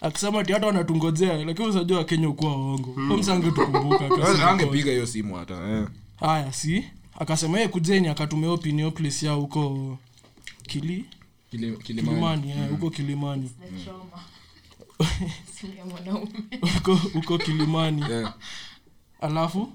Speaker 5: akisema ati hata wanatungojea lakini usajua kenya ukuwa waongo
Speaker 4: Mm.
Speaker 5: msangetukumbuka
Speaker 4: sasa angepiga hiyo simu hata eh.
Speaker 5: haya si akasema ye kujeni akatumia opinio place yao huko kili
Speaker 4: Kili- Kilimani. Mm.
Speaker 5: kilimani eh, huko kilimani
Speaker 3: The trauma. Sura ya mwanaume.
Speaker 5: huko huko kilimani
Speaker 4: Yeah.
Speaker 5: alafu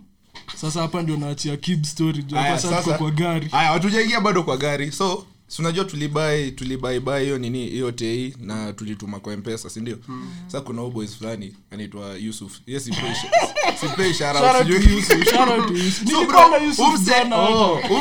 Speaker 5: sasa hapa ndio naachia kib story juu
Speaker 4: Aya,
Speaker 5: hapa sasa tuko
Speaker 4: sasa-
Speaker 5: kwa gari
Speaker 4: haya hatujaingia bado kwa gari so sinajua tulibai tulibaibai hiyo nini hiyo tei na tulituma kwa mpesa sindio
Speaker 5: Hmm.
Speaker 4: mm. sa kuna huyu boys fulani anaitwa yusuf yes siplei
Speaker 5: Shout out to Yusuf, shout out to Yusuf. Nilikuwa na Yusuf jana
Speaker 4: Oh,
Speaker 5: hapa.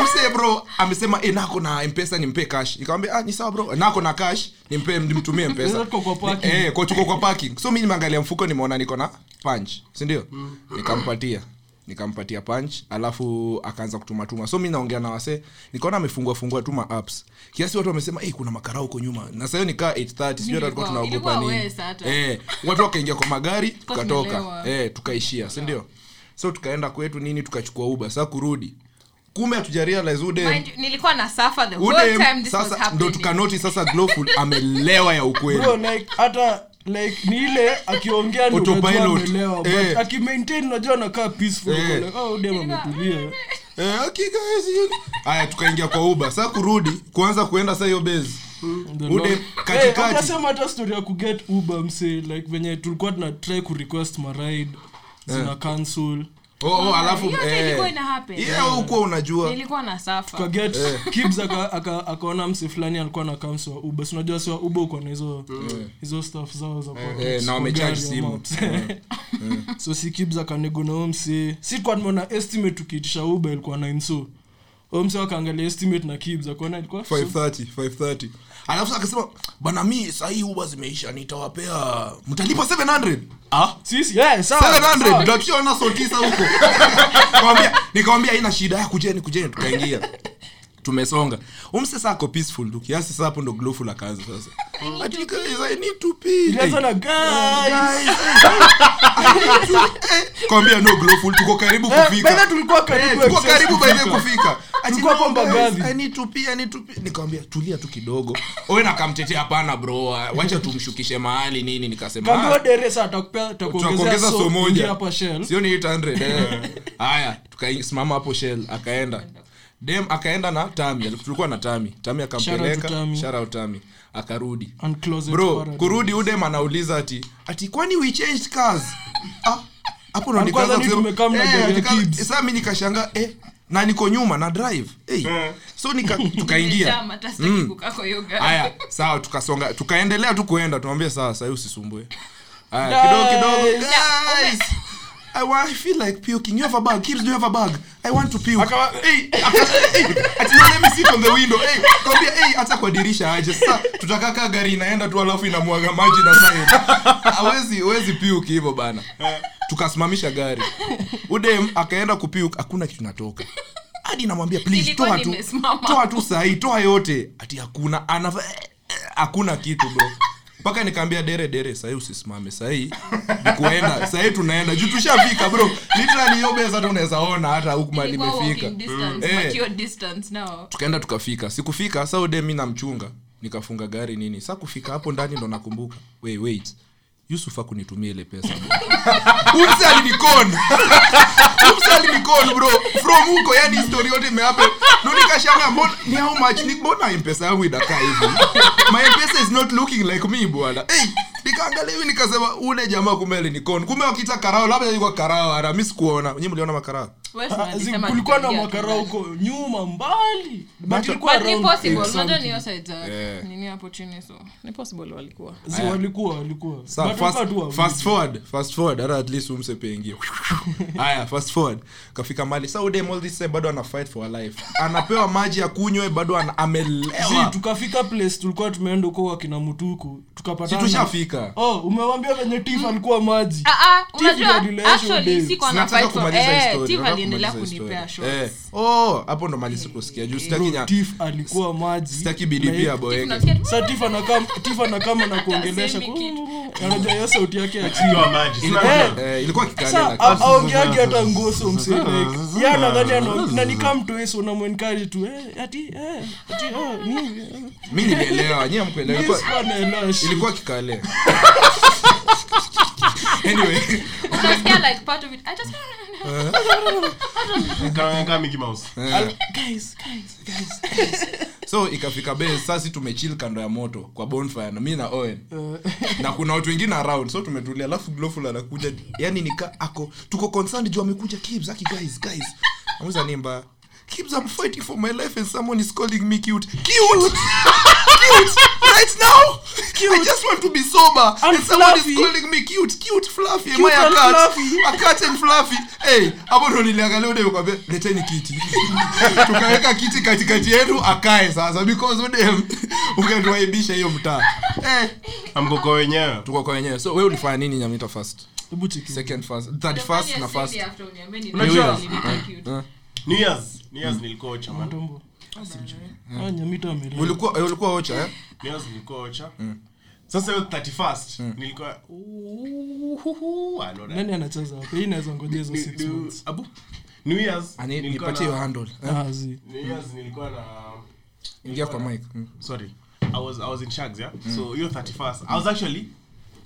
Speaker 4: umse bro amesema "Eh, nako na mpesa nimpe cash ikawambia ah, ni sawa bro nako na cash nimpe nimtumie
Speaker 5: Sasa
Speaker 4: mpesa
Speaker 5: tuko kwa parking.
Speaker 4: eh, kwa tuko kwa parking so mi nimeangalia mfuko nimeona niko na punch sindio nikampatia nikampatia punch alafu akaanza kutumatuma so mi naongea na wasee nikaona amefungua fungua tuma apps kiasi watu wamesema hey, kuna makarao huko nyuma na sahiyo nikaa 830 sijui hata
Speaker 3: Ilikuwa-
Speaker 4: tulikuwa tunaogopa
Speaker 3: ilikuwa
Speaker 4: nini
Speaker 3: worse hata.
Speaker 4: eh, watu wakaingia kwa magari tukatoka
Speaker 3: tumelewa.
Speaker 4: eh, tukaishia sindio so tukaenda kwetu nini tukachukua uba saa kurudi kumbe hatujarealize huu
Speaker 5: Eh.
Speaker 4: dem-
Speaker 3: Mind you, nilikuwa na suffer the
Speaker 4: huu
Speaker 3: whole
Speaker 4: dem
Speaker 3: time this was
Speaker 4: sasa ndo
Speaker 3: happening.
Speaker 4: tukanoti sasa Glowful amelewa ya ukweli
Speaker 5: bro like hata like ni ile akiongea ni unajua
Speaker 4: Autopilot.
Speaker 5: amelewa
Speaker 4: Eh.
Speaker 5: but akimaintain unajua anakaa peaceful
Speaker 4: Eh.
Speaker 5: like oh dem ametulia
Speaker 4: Eh, okay, guys, you- haya tukaingia kwa uba saa kurudi kuanza kuenda saa hiyo base
Speaker 5: The
Speaker 4: Ude,
Speaker 5: long-
Speaker 4: katikati.
Speaker 5: Eh, unasema hata story ya kuget uber msee like venye tulikuwa tunatry kurequest maride
Speaker 4: Eh.
Speaker 5: zina cancel
Speaker 4: oh, oh, alafu
Speaker 3: Hiyo
Speaker 5: eh.
Speaker 3: hata Mm. ilikuwa ina happen.
Speaker 4: ukuwa unajua
Speaker 3: Nilikuwa na suffer.
Speaker 5: tukaget
Speaker 4: Eh.
Speaker 5: kibs aka- aka- akaona mse fulani alikuwa na kamsi wa uber si unajua si wa uber uko na hizo hizo staff zao za kwa-
Speaker 4: Eh, na
Speaker 5: kwa
Speaker 4: wamecharge
Speaker 5: gari ya
Speaker 4: simu.
Speaker 5: maps. so si kibs akanego na huyo mse si kwa tumeona estimate tukiitisha uber ilikuwa 9 so huyo mse akaangalia estimate na kibs akaona ilikuwa
Speaker 4: 5:30, 5:30. alafu sasa akasema bana mi sahii uba zimeisha nitawapea mtalipa 700 ah?
Speaker 5: sisi eh sawa sawa.
Speaker 4: 700 tunakiona so tisa huko Nikamwambia- nikamwambia haina shida ya kujeni kujeni tukaingia tumesonga umse saa ako peaceful tu kiasi saa hapo ndo glowful akaanza sasa Ati, guys, I need to pee.
Speaker 5: Ilianza na guys
Speaker 4: kwambia no glowful tuko karibu
Speaker 5: Eh, by the way
Speaker 4: kufika
Speaker 5: tulikuwa karibu
Speaker 4: tuko
Speaker 5: excess
Speaker 4: karibu by the way kufika Ati,
Speaker 5: Tulikuwa
Speaker 4: no,
Speaker 5: kwamba
Speaker 4: guys,
Speaker 5: gavi.
Speaker 4: I need to pee, I need to pee. nikamwambia tulia tu kidogo owe nakamtetea hapana bro wacha tumshukishe mahali nini nikasema "Ah,
Speaker 5: Kaambiwa dere sasa atakupea
Speaker 4: tunakuongeza
Speaker 5: atakuongezea
Speaker 4: so
Speaker 5: ingia
Speaker 4: moja
Speaker 5: hapa shell
Speaker 4: sio ni 800 eh. haya tukasimama hapo shell akaenda dem akaenda na tami Aliku- tulikuwa na tami tami
Speaker 5: Shout out to
Speaker 4: akampeleka
Speaker 5: Tami.
Speaker 4: sharau tami akarudi
Speaker 5: and close it
Speaker 4: bro
Speaker 5: paradise.
Speaker 4: kurudi udem anauliza ati ati kwani we changed cars Ah, hapo ndo
Speaker 5: Na kwanza
Speaker 4: nikaanza
Speaker 5: ni
Speaker 4: kusema,
Speaker 5: tumekam na
Speaker 4: eh,
Speaker 5: gari ya
Speaker 4: nika-
Speaker 5: kids.
Speaker 4: sasa mi nikashanga eh, na niko nyuma na drive eh. so nika tukaingia
Speaker 3: Nimechama, hata
Speaker 5: Mm.
Speaker 3: sitaki kukaa kwa hiyo gari.
Speaker 4: haya sawa tukasonga tukaendelea tu kuenda tumwambie sawa sahii usisumbue haya
Speaker 5: Guys.
Speaker 4: kidogo kidogo
Speaker 5: Na,
Speaker 4: guys I, want, I feel like puking. You have a bag. Kids, do you have a bag? I want to puke.
Speaker 5: Akawa-
Speaker 4: hey, aka- hey, ati no, let me sit on the window. Hey, kambia, hey, hata kwa dirisha aje. Sasa tutakaa kaa gari inaenda tu alafu inamwaga maji na sasa. Hawezi, hawezi puke hivyo bana. Tukasimamisha gari. Udem akaenda kupuke, hakuna kitu natoka. Hadi namwambia please
Speaker 3: Nilikuwa
Speaker 4: toa tu.
Speaker 3: nimesimama.
Speaker 4: Toa tu sahi, toa yote. Ati hakuna anava eh, eh, hakuna kitu bro mpaka nikaambia dere dere sahii usisimame sahii nikuenda sahii tunaenda juu tushafika bro literally hiyo besa hata unaweza ona hata huku mali
Speaker 3: Ilikuwa
Speaker 4: imefika
Speaker 3: walking distance,
Speaker 5: Mm.
Speaker 4: Eh.
Speaker 3: but your distance now.
Speaker 4: tukaenda tukafika sikufika sa ude mi namchunga nikafunga gari nini sa kufika hapo ndani ndo nakumbuka wait, wait yusuf akunitumia ile pesa umse alinikon umse alinikon bro from huko yani story yote imeape ndo nikashanga mbona ni how much ni mbona mpesa yangu inakaa hivi my mpesa is not looking like me bwana hey, nikaangalia hivi nikasema ule jamaa kumbe alinikon kumbe wakita karao labda ilikuwa karao ara mi sikuona nyi mliona makarao
Speaker 3: West
Speaker 5: Ah,
Speaker 3: alisema
Speaker 5: zi-
Speaker 3: tutampiga
Speaker 5: kulikuwa na
Speaker 3: tu
Speaker 5: mwakara
Speaker 3: basi.
Speaker 5: huko nyuma mbali but ilikuwa
Speaker 3: But ni
Speaker 5: around
Speaker 3: possible,
Speaker 5: eight
Speaker 3: unajua ni
Speaker 5: something.
Speaker 3: hiyo side za
Speaker 4: Yeah.
Speaker 3: nini hapo chini so ni possible walikuwa
Speaker 5: Zi- walikuwa walikuwa
Speaker 4: Sa-
Speaker 5: But
Speaker 4: fast-
Speaker 5: walikuwa tu wawili.
Speaker 4: fast forward, fast forward, hata at least umsepe ingia. Haya, fast forward. kafika mali Sa udem all this time bado ana fight for her life anapewa maji ya kunywe bado ana- amelewa
Speaker 5: Zi, tukafika place tulikuwa tumeenda huko wakina mutuku
Speaker 4: Si
Speaker 5: tukapatana
Speaker 4: tushafika
Speaker 5: oh umewambia venye tif
Speaker 4: Mm.
Speaker 5: alikuwa maji
Speaker 3: Ah, ah,
Speaker 5: Tif
Speaker 3: unajua,
Speaker 5: ndio relation
Speaker 3: actually,
Speaker 5: based.
Speaker 3: sikuwa na
Speaker 4: Sinataka
Speaker 3: fight for-
Speaker 4: kumaliza hii
Speaker 3: eh,
Speaker 4: story,
Speaker 3: Tif
Speaker 4: nataka
Speaker 3: aliendelea
Speaker 4: kumaliza hii
Speaker 3: kunipea
Speaker 4: story.
Speaker 3: shots.
Speaker 4: Eh, oh, hapo ndo mali sikusikia juu sitaki nya-
Speaker 5: tif alikuwa maji
Speaker 4: sitaki
Speaker 5: Like,
Speaker 4: bidipia
Speaker 3: Tif
Speaker 4: boeke
Speaker 3: unasikia tu,
Speaker 5: sa tif anakam- Tif anakama na kuongelesha
Speaker 3: Semi kitu.
Speaker 5: anajua hiyo sauti yake ya chini
Speaker 2: Kinywa maji. Sina
Speaker 5: Eh,
Speaker 2: kinywa.
Speaker 4: Eh, ilikuwa kikali
Speaker 5: Sa-
Speaker 4: lakini-
Speaker 5: a- aongeagi hata ngoso
Speaker 4: Ah.
Speaker 5: msenananikamtoesonamwenkari tu eh, ati eh, ati eh, nini, eh.
Speaker 4: mi nilielewa nyie hamkuelewa.
Speaker 5: Yes,
Speaker 4: Ilikuwa-
Speaker 5: wanaelewa shit.
Speaker 4: ilikuwa kikale anyway
Speaker 3: unasikia like part of it. I just-
Speaker 2: Kama- kama Mickey Mouse.
Speaker 4: eh,
Speaker 5: Guys, guys, guys.
Speaker 4: so ikafika base sasi tumechil kando ya moto kwa bonfire na mi na owen
Speaker 5: Eh,
Speaker 4: na kuna watu wengine around so tumetulia alafu gloful anakuja yani nika ako tuko concerned juu amekuja kibs aki guys guys amuza nimba kibs i'm fighting for my life and someone is calling me cute cute cute right now cute. i just want to be sober and,
Speaker 5: And
Speaker 4: someone is
Speaker 5: fluffy.
Speaker 4: calling me cute cute fluffy am
Speaker 5: Cute
Speaker 4: i a
Speaker 5: and
Speaker 4: cat
Speaker 5: fluffy.
Speaker 4: a cat and fluffy hey hapo ndo niliangalia ude nikamwambia leteni kiti tukaweka kiti katikati yetu akae sasa because udem ukatuaibisha hiyo mtaa eh
Speaker 2: Amkoko wenyewe.
Speaker 4: tuko kwa wenyewe so we ulifanya nini nyamita first
Speaker 5: hebu cheki.
Speaker 4: second first third first na first
Speaker 3: After uniambia ni
Speaker 2: Unajua-
Speaker 3: nani nilitaka you.
Speaker 2: New Year's. New Year's nilikuwa ocha, man.
Speaker 5: Matombo. Ah, nyamita amelala.
Speaker 4: ulikuwa eh, ulikuwa ocha eh
Speaker 2: New Year's nilikuwa ocha.
Speaker 4: Mm.
Speaker 2: Sasa hiyo 31st nilikuwa Uhuhu, I know that.
Speaker 5: nani anacheza hapa? Hii inaweza ngojea hizo
Speaker 2: Ni-
Speaker 5: six
Speaker 2: ni-
Speaker 5: months.
Speaker 2: Abu, New Year's
Speaker 4: Ani-
Speaker 2: nilikuwa
Speaker 4: nipatie hiyo
Speaker 2: na-
Speaker 4: handle eh?
Speaker 5: Ah, zi.
Speaker 2: New Year's nilikuwa na
Speaker 4: ingia kwa mic mm.
Speaker 2: sorry i was i was in shags yeah so hiyo 31st i was actually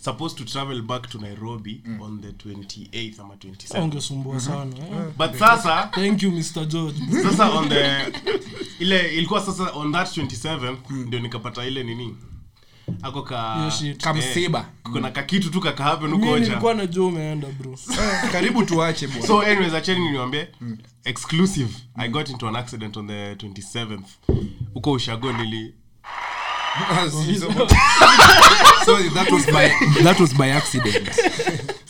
Speaker 2: supposed to travel back to nairobi on the 28th ama 27th
Speaker 5: Ungesumbua
Speaker 4: Mhm.
Speaker 5: sana eh.
Speaker 2: but sasa
Speaker 5: thank you mr george
Speaker 2: sasa on the ile ilikuwa sasa on that 27th ndio nikapata ile nini ako
Speaker 5: Hiyo
Speaker 2: ka
Speaker 5: shit.
Speaker 4: kamsiba
Speaker 2: kuna kakitu tu kakahapen
Speaker 5: mi
Speaker 2: ukoja
Speaker 5: nilikuwa najua umeenda bro
Speaker 4: Eh, karibu tuache bwana
Speaker 2: so anyways acheni niwaambie exclusive i got into an accident on the 27th huko ushago nili
Speaker 4: Ah, si- so- sorry that was by that was by accident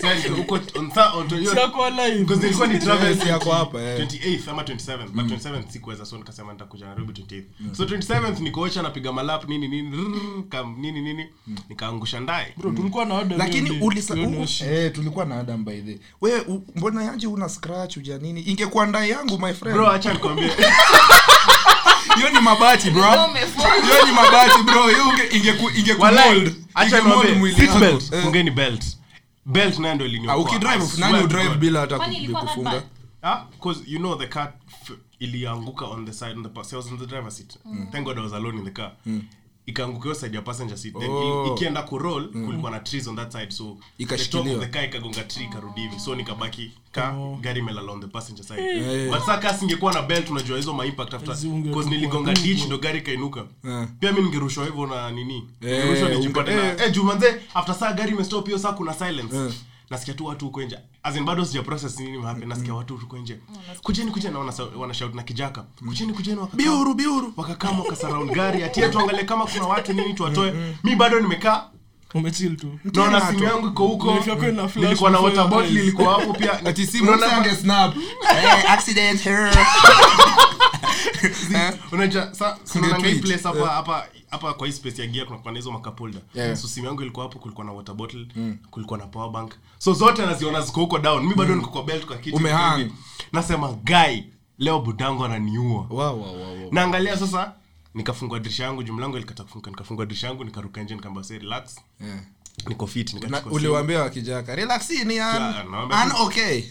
Speaker 2: Sorry, huko on tha- on hiyo-
Speaker 5: Sitakuwa live.
Speaker 2: Because ilikuwa ni travel
Speaker 4: Yes, yako hapa, eh.
Speaker 2: 28th ama 27th but 27th sikuweza so nikasema nitakuja Nairobi 28th so 27th nikoocha napiga malap nini nini rrrr, kam nini nini nikaangusha ndaye
Speaker 5: Bro, tulikuwa na order
Speaker 4: lakini
Speaker 5: leo
Speaker 4: ulisa
Speaker 5: leo, leo
Speaker 4: u-
Speaker 5: shit.
Speaker 4: eh tulikuwa na adam by the wewe u- mbona yaje una scratch uja nini ingekuwa ndai yangu my friend
Speaker 2: bro acha nikwambie
Speaker 4: hiyo ni mabati bro
Speaker 3: Leo umefungwa.
Speaker 4: hiyo ni mabati bro hiyo inge- ingeku ingeku
Speaker 2: Walai,
Speaker 4: mold
Speaker 2: acha
Speaker 4: Inge mold
Speaker 2: nikwambie
Speaker 4: mwili
Speaker 2: seat
Speaker 4: yako.
Speaker 2: belt
Speaker 4: Eh.
Speaker 2: fungeni belt belt nayo ndio
Speaker 4: Ah,
Speaker 2: iliniokoa I
Speaker 4: ukidrive
Speaker 2: swear
Speaker 4: nani
Speaker 2: to
Speaker 4: udrive
Speaker 2: God.
Speaker 4: bila hata
Speaker 3: Kwani ilikuwa that
Speaker 4: kufunga
Speaker 3: bad?
Speaker 2: Ah, because you know the car f- ilianguka on the side on the pas- I was in the driver's seat.
Speaker 4: Mm.
Speaker 2: Thank God I was alone in the car. Ikaanguka hiyo side ya passenger seat. Then
Speaker 4: Oh.
Speaker 2: i- ikienda kuroll kulikuwa na trees on that side so the
Speaker 4: Ikashikiliwa. Oh.
Speaker 2: top of the car ikagonga tree ikarudi hivi. So nikabaki ka gari imelala on the passenger side.
Speaker 4: Eh.
Speaker 2: But sasa kasi ingekuwa na belt unajua hizo ma impact after
Speaker 5: Hizi unge-
Speaker 2: because niligonga
Speaker 5: unge-
Speaker 2: ditch ndo gari ikainuka.
Speaker 4: Eh.
Speaker 2: Pia mimi ningerushwa hivyo na nini?
Speaker 4: Eh,
Speaker 2: Ningerushwa nijipate
Speaker 4: unge-
Speaker 2: na
Speaker 4: eh.
Speaker 2: eh juu manze after saa gari imestop hiyo saa kuna silence
Speaker 4: Eh.
Speaker 2: nasikia tu watu huko nje as in bado sija process nini mahape nasikia watu huko nje kujeni kujeni naona sa- wana shout na kijaka kujeni kujeni wakakaa
Speaker 4: biuru biuru
Speaker 2: wakakama wakasurround gari atie tuangalie kama kuna watu nini tuwatoe mi bado nimekaa
Speaker 5: umechill tu
Speaker 2: naona
Speaker 4: Tena
Speaker 2: simu
Speaker 4: tu.
Speaker 2: yangu iko huko
Speaker 5: Nilifika kweli na flash
Speaker 2: nilikuwa na
Speaker 5: before
Speaker 2: water
Speaker 5: your
Speaker 2: bottle
Speaker 5: eyes.
Speaker 2: ilikuwa hapo pia
Speaker 4: ati si
Speaker 2: Unaona-
Speaker 4: mwana ange snap eh accident here Eh?
Speaker 2: unajua sa
Speaker 4: Unge
Speaker 2: unaona hii
Speaker 4: tweet.
Speaker 2: place hapa
Speaker 4: Eh.
Speaker 2: hapa hapa kwa hii space ya gear kuna kuna hizo makapolda
Speaker 4: Yeah. Mm.
Speaker 2: so simu yangu ilikuwa hapo kulikuwa na water bottle kulikuwa na power bank so zote naziona ziko huko down mi bado niko kwa belt kwa kiti
Speaker 4: Mm. Umehang.
Speaker 2: hivi. nasema guy leo budango ananiua
Speaker 4: wow wow wow, wow
Speaker 2: naangalia sasa nikafungua dirisha yangu jumlango ilikata kufunguka nikafungua dirisha yangu nikaruka nje nikaamba se relax
Speaker 4: Yeah.
Speaker 2: niko fit
Speaker 4: Na
Speaker 2: nikachukua simu.
Speaker 4: uliwaambia wakijaka relax ni
Speaker 2: Yeah,
Speaker 4: an
Speaker 2: nawaambia
Speaker 4: an
Speaker 2: tu-
Speaker 4: okay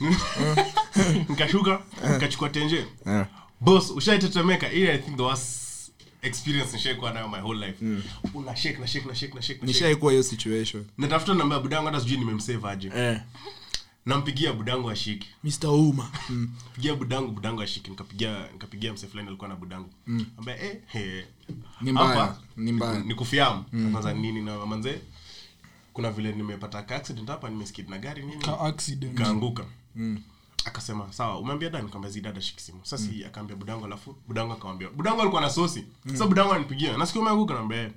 Speaker 2: nikashuka nikachukua tenje
Speaker 4: Eh.
Speaker 2: boss ushaitetemeka ile i think the worst experience nishaikuwa nayo my whole life
Speaker 4: Mm.
Speaker 2: una shake na shake na shake na shake na shake
Speaker 4: nishaikuwa hiyo situation
Speaker 2: natafuta namba ya budangu hata sijui nimemsave aje
Speaker 4: eh
Speaker 2: nampigia budangu ashiki
Speaker 4: Mr. Uma
Speaker 2: pigia budangu budangu ashiki nikapigia nikapigia mse fulani alikuwa na budangu ambaye eh eh,
Speaker 4: Mm. Ni mbaya,
Speaker 2: hapa,
Speaker 4: ni mbaya. Mm.
Speaker 2: niku- nikufiamu kwanza nini na manze kuna vile nimepata ka accident hapa nimeskid na gari nini
Speaker 5: ka accident
Speaker 2: kaanguka Mm. akasema sawa umeambia dada nikamwambia zi dada shiki simu sasa mm. akaambia budango alafu budango akamwambia budango alikuwa na sosi mm. sasa budango anipigia nasikia umeanguka naambia "Eh,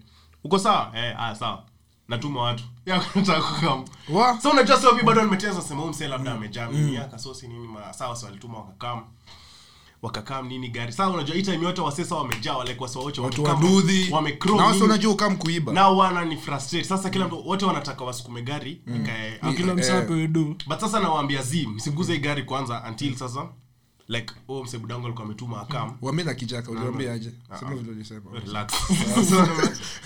Speaker 2: uko sawa eh ah sawa natuma watu yakatakukamu
Speaker 4: Wa? Mm.
Speaker 2: sasa unajua sio vipi bado nimeteza sema huyu msee labda amejaa nini akasosi nini ma sawa sasa walituma wakakam wakakam nini gari sasa unajua hii time yote wasee sasa wamejaa wale kwa sawa wote
Speaker 4: watu
Speaker 2: wamekam,
Speaker 4: waduhi
Speaker 2: wamecrow
Speaker 4: na
Speaker 2: nini
Speaker 4: wasi unajua Mm. ukam kuiba
Speaker 2: na wana ni frustrate sasa kila mtu wote wanataka wasukume gari
Speaker 4: Mm.
Speaker 2: ikae
Speaker 5: kila msaa
Speaker 4: eh.
Speaker 5: apewe do
Speaker 2: but sasa nawaambia z msiguze hii gari kwanza until sasa like oh, msebudangu alikuwa ametuma akam
Speaker 4: wami na kijaka uliambia aje sema vile ulisema
Speaker 2: relax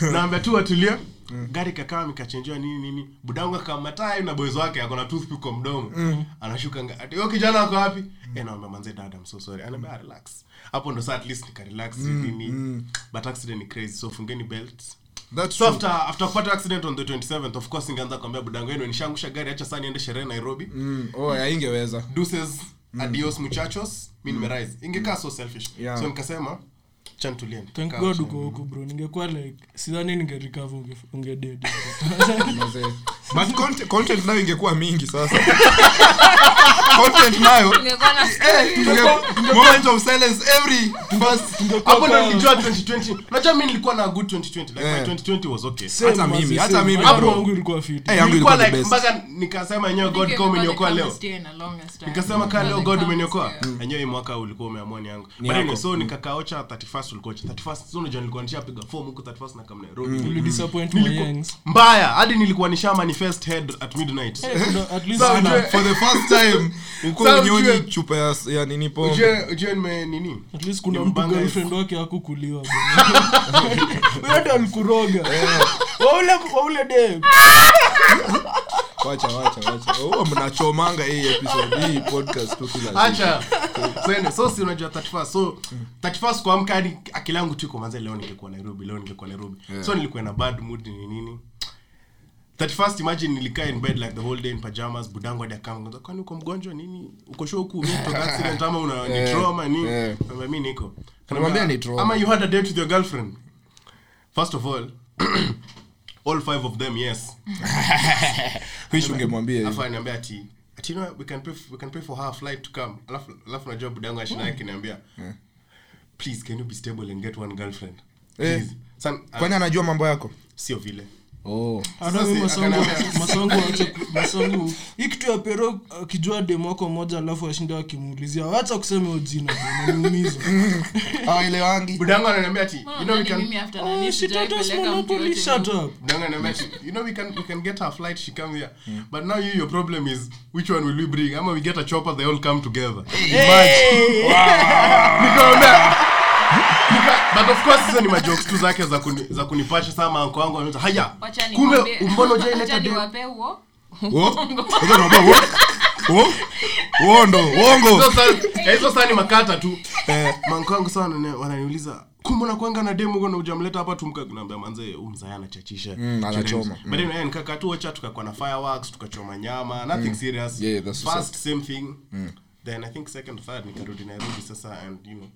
Speaker 2: naambia tu watulie gari kakaa ikachenjewa nini nini budangu akamatai na boys wake akona toothpick kwa mdomo anashuka nga- ati yo kijana ako wapi eh naambia manze dada I'm so sorry anaambia "Ah, relax hapo ndo saa at least nika relax nini but accident ni crazy so fungeni belts
Speaker 4: That's
Speaker 2: so
Speaker 4: true.
Speaker 2: after after kupata accident on the 27th of course ningeanza kuambia budangu yenu nishaangusha gari acha saa niende sherehe nairobi
Speaker 4: Mm, oh, haingeweza
Speaker 2: deuces adios muchachos mi nimerise ingekaa so selfish
Speaker 4: Mm. Yeah.
Speaker 2: so nikasema chan tulieni
Speaker 5: thank
Speaker 2: Kaa
Speaker 5: god
Speaker 2: chini.
Speaker 5: uko huko bro ningekuwa like sidhani ningerecover unge, ungededi
Speaker 4: mazee but content, content nayo ingekuwa mingi sasa content nayo
Speaker 3: Ningekuwa na
Speaker 4: eh, tunge- moment of silence every first
Speaker 2: hapo ndo nilijua 2020 unajua mi nilikuwa na good 2020 like
Speaker 4: Yeah.
Speaker 2: my 2020 was okay
Speaker 4: Hata mimi,
Speaker 5: Same,
Speaker 4: hata
Speaker 5: same.
Speaker 4: mimi,
Speaker 5: Hata
Speaker 2: bro.
Speaker 5: wangu ilikuwa fit
Speaker 4: Eh, yangu
Speaker 2: Nilikuwa
Speaker 4: ilikuwa the
Speaker 2: like
Speaker 4: best.
Speaker 2: mpaka nikasema enyewe god
Speaker 3: Ningekuwa
Speaker 2: kama
Speaker 3: the
Speaker 2: umeniokoa leo
Speaker 3: calmest day in a longest time.
Speaker 2: nikasema kaa
Speaker 3: Nilikuwa
Speaker 2: leo
Speaker 3: the
Speaker 2: god
Speaker 3: calmest
Speaker 2: umeniokoa
Speaker 3: day.
Speaker 2: enyewe hii mwaka ulikuwa umeamua ni yangu
Speaker 4: Ni
Speaker 2: But anyway,
Speaker 4: yako. Mm.
Speaker 2: so nikakaocha 31st ulikocha 31st so unajua nilikuwa nishapiga form huku 31st na kam
Speaker 4: Mm.
Speaker 2: nairobi
Speaker 5: ulidisappoint my yangs
Speaker 2: mbaya hadi nilikuwa nisha manifest head at midnight
Speaker 5: Eh, kuna- at least
Speaker 2: Sawa,
Speaker 5: kuna-
Speaker 2: ujue-
Speaker 4: for the first time
Speaker 2: Sasa
Speaker 4: uko
Speaker 2: ujue-
Speaker 4: unyonyi chupa ya, ya nini pombe
Speaker 2: ujue ujue nime nini
Speaker 5: at least kuna
Speaker 2: Ni
Speaker 5: mtu
Speaker 2: mbanga
Speaker 5: girlfriend wake hakukuliwa wende alikuroga waule waule dem
Speaker 4: wacha wacha wacha Oh, huwa mnachomanga hii episode hii podcast tu kila siku.
Speaker 2: acha twende so si unajua 31 so 31 kuamka hadi akili yangu tu iko manze leo ningekuwa nairobi leo ningekuwa nairobi so nilikuwa na bad mood ni nini 31st imagine nilikaa in bed like the whole day in pajamas budangu hadi akamza kwani uko mgonjwa nini uko sure huku mimi kutoka accident ama una ni
Speaker 4: Eh,
Speaker 2: trauma nini
Speaker 4: eh.
Speaker 2: Nikamwambia, mimi niko
Speaker 4: Nikamwambia ni trauma.
Speaker 2: ama you had a date with your girlfriend first of all all five of them yes
Speaker 4: Wish ungemwambia hivyo.
Speaker 2: alafu ananiambia ati ati you know, we can pay f- we can pay for her flight to come alafu alafu najua budangu ashina yake niambia please can you be stable and get one girlfriend
Speaker 4: Eh.
Speaker 2: Please." San- ah,
Speaker 4: kwani anajua mambo yako
Speaker 2: sio vile Oh.
Speaker 5: Hata mimi
Speaker 2: si-
Speaker 5: masongo
Speaker 2: akaniambia-
Speaker 5: masongo acha masongo hii kitu ya pero akijua demo wako moja alafu ashinde wakimuulizia wacha kusema hiyo jina bwana niumiza
Speaker 4: Ah, aelewangi
Speaker 2: budangu ananiambia ati
Speaker 3: Mbona
Speaker 2: you know we
Speaker 3: unadhani
Speaker 2: can
Speaker 3: Hmm, mimi after
Speaker 5: oh
Speaker 3: nani
Speaker 5: shit
Speaker 3: sijawahi
Speaker 5: hata
Speaker 3: peleka Yaani mtu
Speaker 5: smonopoly
Speaker 3: yote
Speaker 5: shut
Speaker 3: nyumbani?
Speaker 5: up
Speaker 2: budangu ananiambia ati you know we can we can get her flight she come here but now you your problem is which one will we bring ama we get a chopper they all come together nikamwambia nika- but of course hizo ni majokes tu zake za kuni, za kunipasha saa manko wangu anaita haya
Speaker 3: Wacha
Speaker 2: kumbe
Speaker 3: niwaambie-
Speaker 2: mbona hujaileta
Speaker 3: wacha
Speaker 2: demu?"
Speaker 3: niwape huo
Speaker 4: Oh. wondo wongo
Speaker 2: Hizo sa- eh, hizo saa ni makata tu
Speaker 4: Eh.
Speaker 2: mankangu saa wanani- wananiuliza kumbe nakwanga na demu huko na ujamleta hapa tumkanaambia manze huu mzaya anachachisha
Speaker 4: Mm, anachoma. Mm.
Speaker 2: badeni nikakaa tu wacha tukakuwa na fireworks tukachoma nyama nothing serious
Speaker 4: Mm. Yeah, that's Mm. what's
Speaker 2: first same thing then i think second third nikarudi nairobi sasa and you know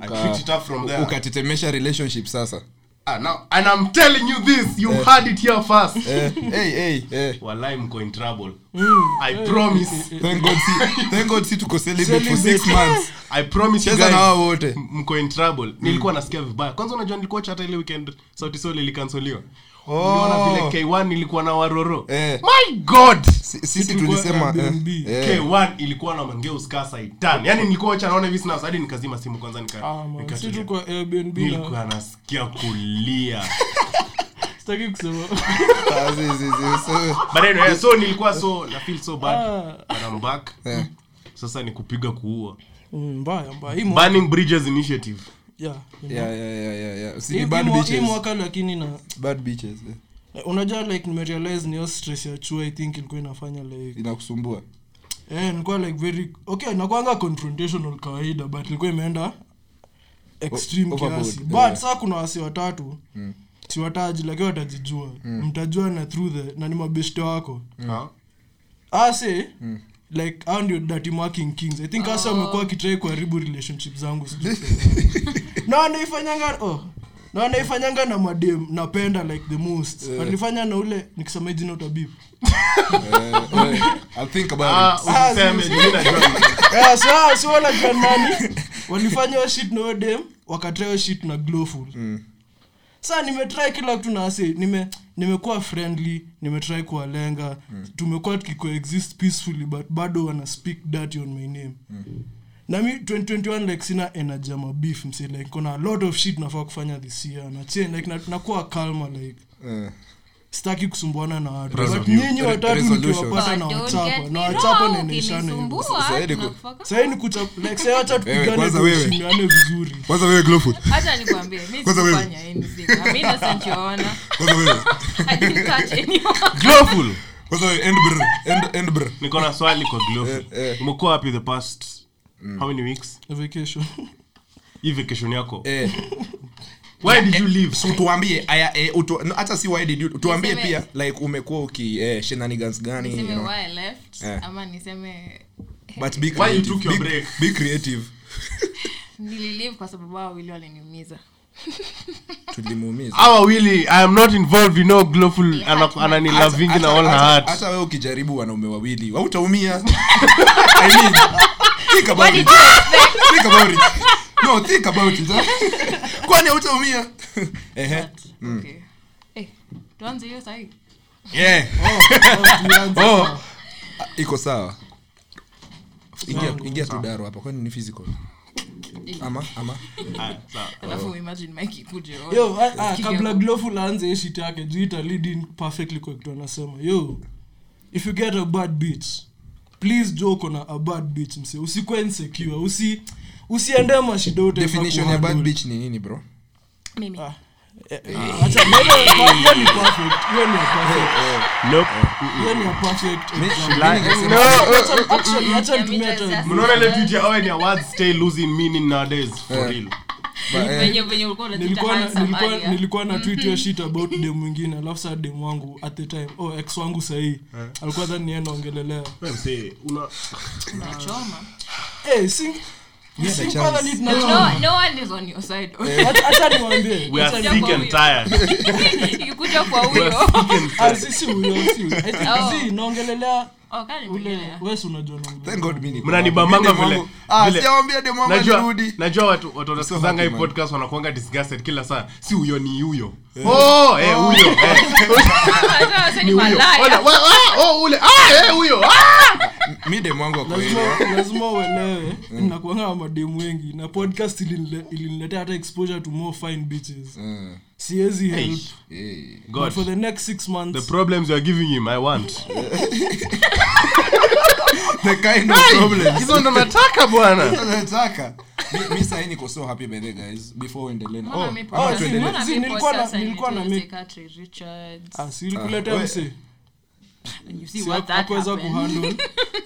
Speaker 2: I
Speaker 4: Uka-
Speaker 2: picked it up from there.
Speaker 4: ukatetemesha relationship sasa
Speaker 2: Ah, now, and I'm telling you this, you heard it here first.
Speaker 4: Eh, hey, hey, hey.
Speaker 2: Walai mko in trouble. I promise.
Speaker 4: Thank God si- thank God si tuko celibate for six
Speaker 5: Celibate.
Speaker 4: months
Speaker 2: I promise you
Speaker 4: cheza na
Speaker 2: guys.
Speaker 4: wao wote
Speaker 2: M- mko in trouble nilikuwa nasikia vibaya kwanza unajua nilikuwa chata ile weekend sauti sol ilikansoliwa
Speaker 4: Oh.
Speaker 2: Uliona vile k1 ilikuwa na waroro
Speaker 4: Eh.
Speaker 2: my god
Speaker 4: Si- sisi
Speaker 5: Tulikuwa
Speaker 4: tulisema eh,
Speaker 5: Airbnb.
Speaker 4: eh.
Speaker 2: k1 ilikuwa na mangeus kasa itani yani nilikuwa cha naona hivi sina hadi nikazima simu kwanza nika
Speaker 5: Ah, man, si
Speaker 2: nikatulia.
Speaker 5: tulikuwa Airbnb na-
Speaker 2: nilikuwa nasikia kulia
Speaker 5: sitaki kusema
Speaker 4: Ah, si- si- si- si-
Speaker 2: but anyway so nilikuwa so na feel so bad
Speaker 5: Ah,
Speaker 2: but I'm back
Speaker 4: eh.
Speaker 2: sasa ni kupiga kuua
Speaker 5: mm, mbaya mbaya hii mwa-
Speaker 2: burning bridges initiative
Speaker 5: yeah, yeah.
Speaker 4: Yeah, yeah, yeah, yeah, yeah. Si
Speaker 5: Hii-
Speaker 4: ni
Speaker 5: hii
Speaker 4: bad
Speaker 5: mwa- hii
Speaker 4: bitches.
Speaker 5: mwaka lakini na
Speaker 4: Bad bitches, eh.
Speaker 5: eh, unajua like nimerealize niyo stress ya chua i think ilikuwa inafanya like
Speaker 4: inakusumbua
Speaker 5: eh, nilikuwa like very okay nakwanga confrontational kawaida but ilikuwa imeenda extreme
Speaker 4: O- overboard,
Speaker 5: kiasi
Speaker 4: eh.
Speaker 5: but saa kuna wasi watatu mm. siwataji lakini watajijua mm. mtajua na through the na ni mabeshte wako
Speaker 2: Huh?
Speaker 5: ase mm like hao ndio dirty marking kings i think hasa wamekuwa wakitrai kuharibu relationship zangu sijui kwa nini. na wanaifanyanga oh na anaifanyanga na madem napenda like the most alifanya na ule nikisema jina utabip
Speaker 4: Eh, I'll think about it.
Speaker 5: Ah,
Speaker 2: usiseme,
Speaker 5: si-
Speaker 2: mimi najua.
Speaker 5: siwanajua nani walifanya hiyo shit na huyo dem wakatrea hiyo shit na glowful saa nimetry kila kitu nasi nime nimekuwa friendly nimetry kuwalenga tumekuwa tukikoexist peacefully but bado wana speak dirty on my name nami 2021 like sina energy ya mabeef msi like kona a lot of shit nafaa kufanya this year na change like na- nakuwa kalma like
Speaker 4: Eh.
Speaker 5: sitaki kusumbuana na watu
Speaker 4: Resolu-
Speaker 5: but nyinyi
Speaker 4: re-
Speaker 5: watatu
Speaker 4: resolutions.
Speaker 5: nikiwapata na
Speaker 3: But don't
Speaker 5: wachapa
Speaker 3: get
Speaker 5: na
Speaker 3: me
Speaker 5: wachapa
Speaker 3: wrong,
Speaker 5: naendeshana hivyo
Speaker 3: imesumbua,
Speaker 4: Saidi ku-
Speaker 3: tunafaka.
Speaker 5: sahii ni kuchap- like, sahii wacha tupigane
Speaker 4: kwanza wewe.
Speaker 5: tushindane vizuri
Speaker 4: Kwanza wewe Glowfoot.
Speaker 3: Acha nikwambie, mi
Speaker 4: Kwanza wewe.
Speaker 3: sikufanya anything. I'm innocent, Your Honor.
Speaker 4: Kwanza wewe.
Speaker 3: I didn't touch anyone.
Speaker 5: Yaani
Speaker 2: Glowful.
Speaker 4: Kwanza wewe end brr. End end brr.
Speaker 2: niko na swali kwa glowful
Speaker 4: Eh, eh.
Speaker 2: umekuwa wapi the past how many weeks
Speaker 5: vacation
Speaker 2: hii vacation yako
Speaker 4: Eh.
Speaker 2: why did you leave
Speaker 4: So tuambie aya eh, utu- no, hata si why did you tuambie
Speaker 3: Niseme-
Speaker 4: pia like umekuwa uki eh, shenanigans gani you
Speaker 3: Niseme
Speaker 4: know.
Speaker 3: why I left,
Speaker 4: Eh.
Speaker 3: ama niseme
Speaker 4: But be
Speaker 2: Why you
Speaker 4: creative.
Speaker 2: took your
Speaker 4: Be-
Speaker 2: break?
Speaker 4: be creative.
Speaker 3: nililive kwa sababu hao wawili waliniumiza
Speaker 4: Tulimuumiza.
Speaker 2: hawa wawili i am not involved you know glowful
Speaker 3: Yeah,
Speaker 2: ana- ananilaving
Speaker 4: Hata-
Speaker 2: na all her
Speaker 4: hata-
Speaker 2: heart
Speaker 4: hata wewe ukijaribu wanaume wawili wautaumia I mean, think about
Speaker 3: What
Speaker 4: it.
Speaker 3: is happening?
Speaker 4: Think about it. No, think about it, huh? kwani hautaumia Ehe.
Speaker 5: Mm.
Speaker 3: Okay. Eh, tuanze hiyo sahi
Speaker 4: Yeah.
Speaker 5: tuanze.
Speaker 4: Oh. Ah, iko sawa ingia ingia tu daro hapa kwani ni physical ama ama
Speaker 2: Ah, sawa.
Speaker 3: alafu imagine mike ikuje oh,
Speaker 5: Oh. yo ah, ah,
Speaker 3: sikia
Speaker 5: kabla
Speaker 3: hapo.
Speaker 5: gloful aanze hii shit yake juu italid in perfectly kwa kitu anasema yo if you get a bad bitch please joke on a, a bad bitch mse usikuwa insecure usi usiende mashida utaweza
Speaker 4: definition ya bad
Speaker 5: kuhandle.
Speaker 4: bitch ni nini bro
Speaker 3: Mimi.
Speaker 5: Ah. Acha, hiyo ni- hiyo ni perfect, hiyo ni ya
Speaker 4: Eh,
Speaker 5: perfect,
Speaker 2: Nope.
Speaker 5: hiyo ni ya perfect example.
Speaker 4: Like-
Speaker 5: Acha- actually, acha
Speaker 3: Yeah,
Speaker 5: nitumie
Speaker 3: me
Speaker 5: hata-
Speaker 3: just-
Speaker 2: mnaona ile tweet ya, "Oh, any awards stay losing meaning nowadays for
Speaker 4: Eh.
Speaker 2: real
Speaker 4: But, eh,
Speaker 3: Venye- venye ulikuwa unajiita
Speaker 5: Nilikuwa na-
Speaker 3: handsome
Speaker 5: nilikuwa-
Speaker 3: earlier.
Speaker 5: nilikuwa na tweet
Speaker 3: Mm-hmm.
Speaker 5: hiyo shit about dem mwingine alafu saa dem wangu at the time oh, ex wangu sahii
Speaker 4: Eh.
Speaker 5: alikuwa dhani niye naongelelea
Speaker 2: Wewe msee, una-
Speaker 3: Unachoma.
Speaker 5: Eh, sing-
Speaker 4: Yeah, the
Speaker 5: sing
Speaker 4: chance.
Speaker 5: kwanza ni tunachoma.
Speaker 3: No- no one is on your side.
Speaker 5: Acha- acha niwaambie,
Speaker 2: we
Speaker 5: acha
Speaker 2: are
Speaker 5: ni-
Speaker 2: sick and tired
Speaker 3: Ikikuja kwa huyo.
Speaker 5: Ah, si- si huyo, si huyo. I think
Speaker 3: Oh.
Speaker 5: zi, naongelelea
Speaker 3: Oh, kali
Speaker 5: ule
Speaker 3: nimeongelea.
Speaker 5: wesi unajua naongelea.
Speaker 4: thank god mimi ni-
Speaker 2: Mnanibambanga
Speaker 4: Mimi ni
Speaker 2: vile-
Speaker 4: mwangu. Ah,
Speaker 2: vile-
Speaker 4: sijawaambia demu wangu
Speaker 2: najua
Speaker 4: anirudi.
Speaker 2: najua watu watu
Speaker 4: happy,
Speaker 2: wanasikizanga hii
Speaker 4: man.
Speaker 2: podcast wanakuanga disgusted kila saa si huyo ni huyo oh eh huyo eh
Speaker 3: Hata waseni
Speaker 2: ni huyo
Speaker 3: malaya.
Speaker 2: Ona, wa- ah, oh ule ah eh huyo ah
Speaker 4: mi demu wangu wa kweli
Speaker 5: lazima lazima uelewe
Speaker 4: Mm.
Speaker 5: nakuanga na mademu wengi na podcast ilinile- iliniletea hata exposure to more fine bitches
Speaker 4: Mm.
Speaker 5: siwezi help
Speaker 4: Eh.
Speaker 5: but for
Speaker 2: god
Speaker 5: the next six months
Speaker 2: the problems you are giving him i want
Speaker 4: the kind of problems
Speaker 2: hizo ndo nataka bwana
Speaker 4: nataka Mi- mi sahi niko so happy by the guys before uendelee na-
Speaker 3: Mbona
Speaker 4: Oh,
Speaker 3: mipo
Speaker 4: ama
Speaker 5: oh,
Speaker 3: sasa?
Speaker 5: tuendelee.
Speaker 3: Mbona
Speaker 5: Zi,
Speaker 3: mipo
Speaker 5: nilikuwa na-
Speaker 3: sasa
Speaker 5: nilikuwa na
Speaker 3: imetoa
Speaker 5: make-
Speaker 3: Zachary Richards?
Speaker 5: Ah, si ulikuletea
Speaker 4: Ah, we-
Speaker 5: mse
Speaker 3: And you see
Speaker 5: Si
Speaker 3: what that
Speaker 5: hakuweza
Speaker 3: happened.
Speaker 5: kuhandle